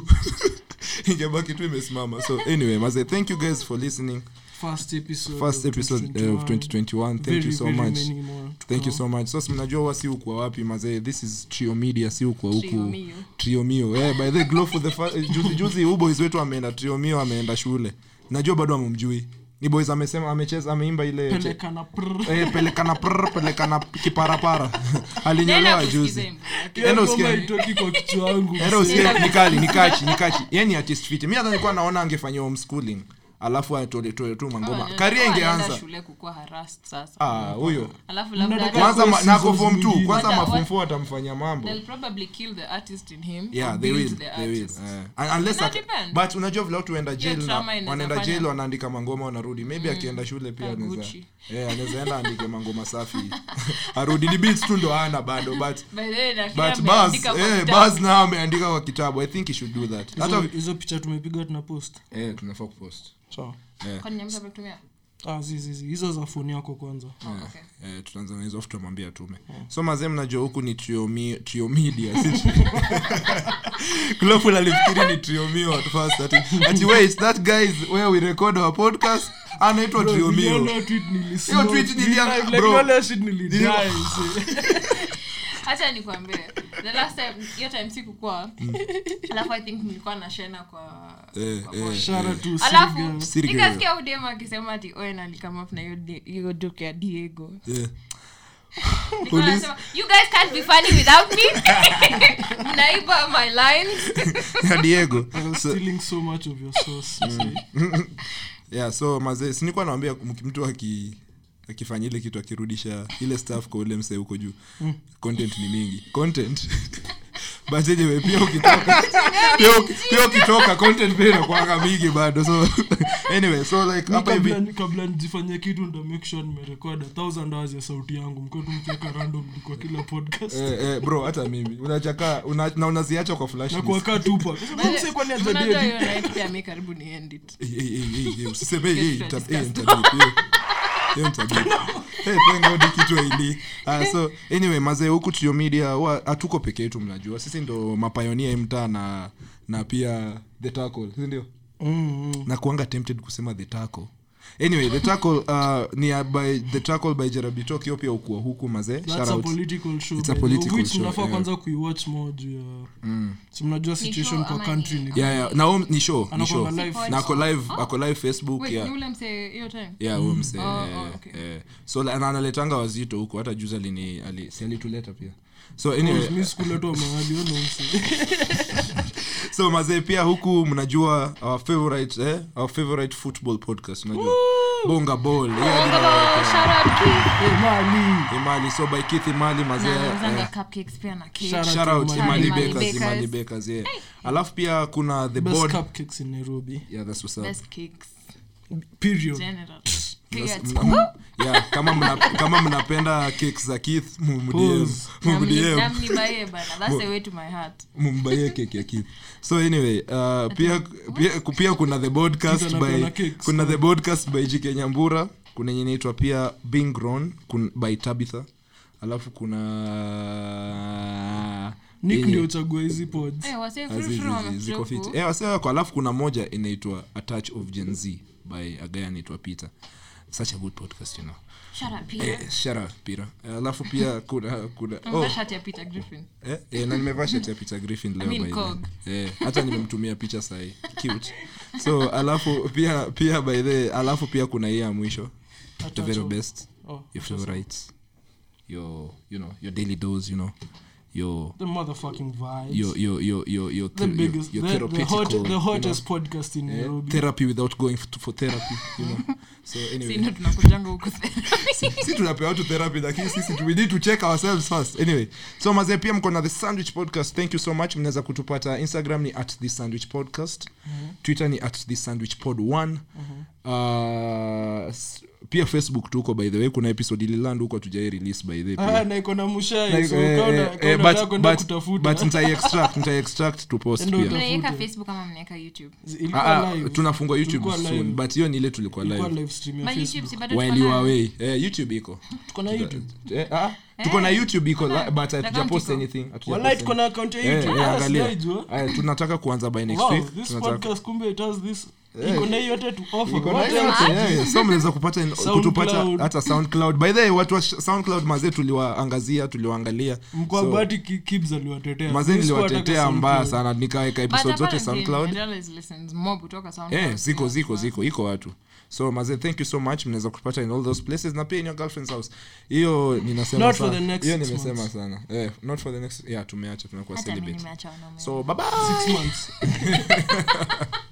Speaker 4: ingebaki tu imesimama so anyway maze thank you guys for listening
Speaker 5: first episode of
Speaker 4: first episode uh, of 2021 thank you
Speaker 5: Very,
Speaker 4: so
Speaker 5: very
Speaker 4: much
Speaker 5: many more to
Speaker 4: thank you
Speaker 5: come.
Speaker 4: so much sasa mnajua huwa si ukwa wapi mazee this is trio media si ukwa huku
Speaker 3: Triomio.
Speaker 4: triomio eh, by the glow for the fa- eh, juzi juzi huu boys wetu ameenda triomio ameenda shule najua bado amemjui ni boys amesema amecheza ameimba ile
Speaker 5: Pelekana prrr.
Speaker 4: eh, pelekana prr, pelekana kiparapara alinyolewa
Speaker 3: Nenda kusikize
Speaker 4: juzi
Speaker 3: mbo.
Speaker 5: Yaani ngoma
Speaker 4: Enda usikie. Yaani
Speaker 5: haitoki kwa kichwa yangu.
Speaker 4: Ero usikie nikali nikachi nikachi. Yaani Yeye ni artist fit. Mimi hata nilikuwa naona angefanyia homeschooling. Alafu atole tole tu mangoma.
Speaker 3: Anaenda-
Speaker 4: Karia
Speaker 3: anaenda
Speaker 4: ingeanza.
Speaker 3: shule kukuwa harassed sasa
Speaker 4: Ah, huyo.
Speaker 3: alafu labda
Speaker 5: Mnataka-
Speaker 3: ata-
Speaker 4: Kwanza ma- nako form 2,
Speaker 5: Seasons
Speaker 4: kwanza
Speaker 3: mbili.
Speaker 4: ma form 4 atamfanyia mambo.
Speaker 3: they'll probably kill the artist in him
Speaker 4: Yeah,
Speaker 3: to
Speaker 4: they
Speaker 3: build
Speaker 4: will.
Speaker 3: the
Speaker 4: They will.
Speaker 3: artist.
Speaker 4: Eh. Un- unless
Speaker 3: Na
Speaker 4: at-
Speaker 3: depend.
Speaker 4: but unajua vile watu waenda jail na
Speaker 3: trauma inaweza
Speaker 4: wanaenda
Speaker 3: fanya. Mm.
Speaker 4: jail wanaandika mangoma wanarudi. Maybe akienda shule pia
Speaker 3: Kama
Speaker 4: anaweza.
Speaker 3: Gucci.
Speaker 4: Eh, anaweza enda andike mangoma safi. Arudi ni beats tu ndo hana bado but
Speaker 3: By the way, nafikiri
Speaker 4: but
Speaker 3: ameandika
Speaker 4: Buzz
Speaker 3: kwa
Speaker 4: eh
Speaker 3: kitabu.
Speaker 4: Buzz nao ameandika kwa kitabu. I think he should do that.
Speaker 5: Hizo-
Speaker 4: Hata
Speaker 5: hizo picha tumepiga tuna post
Speaker 4: eh tunafaa kupost.
Speaker 5: sawa
Speaker 3: Kwani Nyamza ametumia?
Speaker 5: ah, zi, zi, zi. hizo za foni yako kwanza
Speaker 3: Okay.
Speaker 4: Eh, tutaanza na hizo afu tutamwambia tume so mazee mnajua huku ni triomi- triomedia si tri- Gloful alifikiri ni triomio at first ati, ati wait that guy is where we record our podcast anaitwa triomio Hiyo tweet niliangalia, bro. Nili-
Speaker 3: hata nikwambie the last time hiyo time sikukua
Speaker 4: Mm.
Speaker 3: alafu i think nilikuwa na shena kwa
Speaker 4: Eh,
Speaker 3: kwa
Speaker 4: eh,
Speaker 3: boy.
Speaker 5: Shara tu
Speaker 3: alafu
Speaker 5: Siriga.
Speaker 4: Siriga.
Speaker 3: nikasikia udema akisema ati oen alikama up na hiyo de- hiyo joke ya diego
Speaker 4: yeah.
Speaker 3: Nilikuwa
Speaker 4: Ulis-
Speaker 3: nasema, you guys can't be funny without me mnaiba my lines
Speaker 4: ya diego so,
Speaker 5: Stealing so much of your
Speaker 4: Mm.
Speaker 5: sauce, you see.
Speaker 4: yeah, so mazee sinikuwa nawambia mtu aki akifanya ile kitu akirudisha ile staff kwa ule msee huko juu content ni mingi content but anyway pia ukitoka pia uki- pia ukitoka content pia inakuanga mingi bado so anyway so like
Speaker 5: Mi
Speaker 4: hapa hivi
Speaker 5: kabla- kabla nijifanya kitu nda make sure nimerekod a thousand hours ya sauti yangu mkwetu mkiweka random ni kwa kila podcast
Speaker 4: eh, eh, bro hata mimi unachaka una, na unaziacha kwa flash
Speaker 5: na
Speaker 4: disk.
Speaker 5: kuwakaa tupa mse kwani
Speaker 3: Unajua hiyo
Speaker 5: ajadedi
Speaker 3: night pia mi karibu ni end it
Speaker 4: Eh, eh, eh, eh, eh, usiseme eh,
Speaker 3: Yes,
Speaker 4: eh,
Speaker 3: tuta
Speaker 4: nita- eh,
Speaker 3: discuss.
Speaker 4: nitabeep, eh. Eh, nitabeep. Eh, thank God hii kitu haili. Ah, so anyway mazee huku Trio media huwa hatuko peke yetu mnajua sisi ndo mapayonia ya mtaa na na pia the tackle si ndio
Speaker 5: Mm,
Speaker 4: na kuanga tempted kusema the tackle anyway the tackle uh, ni ya by the tackle by Jerabitok hiyo pia ukua huku mazee shout
Speaker 5: That's a
Speaker 4: out
Speaker 5: political show,
Speaker 4: It's a
Speaker 5: by the way,
Speaker 4: political
Speaker 5: which
Speaker 4: show,
Speaker 5: mnafaa
Speaker 4: yeah. Mm.
Speaker 5: kwanza kuiwatch more juu ya si mnajua situation
Speaker 3: show
Speaker 5: kwa
Speaker 3: ama
Speaker 5: country
Speaker 3: ni-
Speaker 5: ni
Speaker 4: yeah, yeah. na huo ni show ni show
Speaker 5: Anakuanga live.
Speaker 4: na ako live ako live Facebook
Speaker 3: Wait,
Speaker 4: yeah.
Speaker 3: ni ule msee hiyo time
Speaker 4: yeah huyo msee
Speaker 3: Oh,
Speaker 4: eh,
Speaker 3: oh, okay.
Speaker 4: eh. so la- na analetanga wazito huko hata juzi alini ali, si alituleta pia so anyway,
Speaker 5: mi sikuletwa mahali ono msi
Speaker 4: so mazee pia huku mnajua our favorite eh, our favorite football podcast unajua bonga ball hiyo hadi
Speaker 3: Oh,
Speaker 4: naweka.
Speaker 3: shout out Keith.
Speaker 5: mali
Speaker 4: imali so by Keith imali mazee
Speaker 3: Na
Speaker 4: eh,
Speaker 3: anauzanga cupcakes pia na cake.
Speaker 5: Shout out
Speaker 4: shout out
Speaker 5: Imali
Speaker 4: imali
Speaker 3: Bakers.
Speaker 4: bakers imali
Speaker 3: Bakers.
Speaker 4: bakers yeah alafu pia kuna the
Speaker 5: best
Speaker 4: board
Speaker 5: cupcakes in nairobi
Speaker 4: yeah that's what's up
Speaker 3: Best cakes,
Speaker 5: period
Speaker 3: general.
Speaker 4: That's-
Speaker 3: Cakes.
Speaker 4: mna- yeah, kama mna- kama mnapenda cakes za Keith mumdm
Speaker 5: Pause.
Speaker 3: Namni-
Speaker 4: mumdm
Speaker 3: namnibaye bana, that's the way to my heart.
Speaker 4: mumbaie keki ya Keith. so anyway uh, pia, pia, pia kuna the podcast
Speaker 5: Mtu
Speaker 4: by
Speaker 5: anapenda cakes.
Speaker 4: kuna the podcast by jike nyambura kuna yenye inaitwa pia being grown kun, by tabitha alafu kuna
Speaker 5: nick
Speaker 4: yenye- Ah,
Speaker 5: ndio uchagua hizi pods
Speaker 3: Eh, wasee free
Speaker 4: Azizi-
Speaker 3: free
Speaker 4: zizi- ziko
Speaker 3: wamekuja
Speaker 4: fiti.
Speaker 3: huku.
Speaker 4: Eh, wasee wako alafu kuna moja inaitwa a touch of gen z by a guy anaitwa peter such a good podcast you know
Speaker 3: Shout out Peter.
Speaker 4: eh, shout out Peter. Eh, alafu pia kuna kuna
Speaker 3: Amevaa
Speaker 4: oh,
Speaker 3: shati ya Peter Griffin.
Speaker 4: Eh, eh, na nimevaa shati ya peter griffin leo
Speaker 3: mean
Speaker 4: by the way.
Speaker 3: Cog.
Speaker 4: Eh, hata nimemtumia picha sahii cute so alafu pia pia by the alafu pia kuna hii ya mwisho the very best
Speaker 5: Oh,
Speaker 4: your favorites your you know your daily dose you know
Speaker 6: your
Speaker 5: the motherfucking vibes.
Speaker 6: your your your your your,
Speaker 5: the
Speaker 6: the your,
Speaker 5: biggest,
Speaker 6: your
Speaker 5: the, the, hot,
Speaker 6: therapeutical
Speaker 5: the hottest
Speaker 6: you
Speaker 5: podcast in
Speaker 6: know, eh,
Speaker 5: Nairobi.
Speaker 6: therapy without going for, for therapy you know so anyway
Speaker 3: sindo tunakujanga huku
Speaker 4: si tunapea watu therapy lakini sisi tu- we need to check ourselves first anyway so mazee pia mko na the sandwich podcast thank you so much mnaweza kutupata instagram ni at the sandwich podcast
Speaker 5: Mm-hmm.
Speaker 4: twitter ni at the sandwich pod 1 uh, s- pia facebook tuko by the way kuna episode ililand huko tujai release by the way
Speaker 5: Ah,
Speaker 4: pia.
Speaker 5: na iko na
Speaker 4: Like,
Speaker 5: mushai so
Speaker 4: eh,
Speaker 5: kama una-
Speaker 4: eh,
Speaker 5: kama
Speaker 4: eh,
Speaker 5: unataka
Speaker 4: but-
Speaker 5: kwenda
Speaker 4: but- but
Speaker 5: kutafuta
Speaker 4: nitaiextract- nitaiextract to post
Speaker 5: Ndo-
Speaker 4: pia.
Speaker 5: ndo-
Speaker 3: tunaiweka facebook ama mnaweka youtube
Speaker 5: Ilikuwa
Speaker 4: Ah, ah,
Speaker 5: live.
Speaker 4: tunafungwa youtube
Speaker 5: Tulikuwa
Speaker 4: soon
Speaker 5: live.
Speaker 4: but hiyo ni ile tulikuwa
Speaker 5: Ilikuwa
Speaker 4: live
Speaker 5: live stream ya
Speaker 3: But YouTube
Speaker 5: Facebook.
Speaker 3: si bado
Speaker 4: while
Speaker 3: tuko
Speaker 4: you
Speaker 3: nayo.
Speaker 4: are away eh, youtube iko
Speaker 5: Tuko na YouTube.
Speaker 4: Eh, ah, tuko na youtube iko la- but hatujapost
Speaker 3: iko.
Speaker 4: anything hatujapost
Speaker 5: Walai, tuko na
Speaker 4: anything.
Speaker 5: account ya
Speaker 4: Eh,
Speaker 5: YouTube.
Speaker 4: eh,
Speaker 5: Ah,
Speaker 4: angalia.
Speaker 5: sijaijua.
Speaker 4: Aya, tunataka kuanza by next
Speaker 5: Wow,
Speaker 4: week
Speaker 5: this
Speaker 4: Tunataka-
Speaker 5: podcast kumbe it has this-
Speaker 4: Eh.
Speaker 5: iko na hii yote tu offer.
Speaker 4: Iko na
Speaker 5: What else?
Speaker 4: yote, eh, so mnaweza kupata in-
Speaker 5: SoundCloud.
Speaker 4: kutupata hata soundcloud by the way watu wa sh- soundcloud mazee tuliwaangazia tuliwaangalia So,
Speaker 5: mkwabati so, kibs aliwatetea
Speaker 4: mazee
Speaker 5: Mi sikuwa nataka
Speaker 4: niliwatetea mbaya
Speaker 5: sauti.
Speaker 4: sana nikaweka episode zote soundcloud Eh, ziko ziko ziko iko watu so maze thank you so much mnaweza kupata in all those places na pia in your girlfriend's house hiyo ninasema
Speaker 5: Not for the
Speaker 4: sana
Speaker 5: next
Speaker 4: hiyo
Speaker 5: six
Speaker 4: nimesema
Speaker 5: months.
Speaker 4: sana eh, not for the next yeah tumeacha tunakuwa celibate so bye bye
Speaker 5: Six months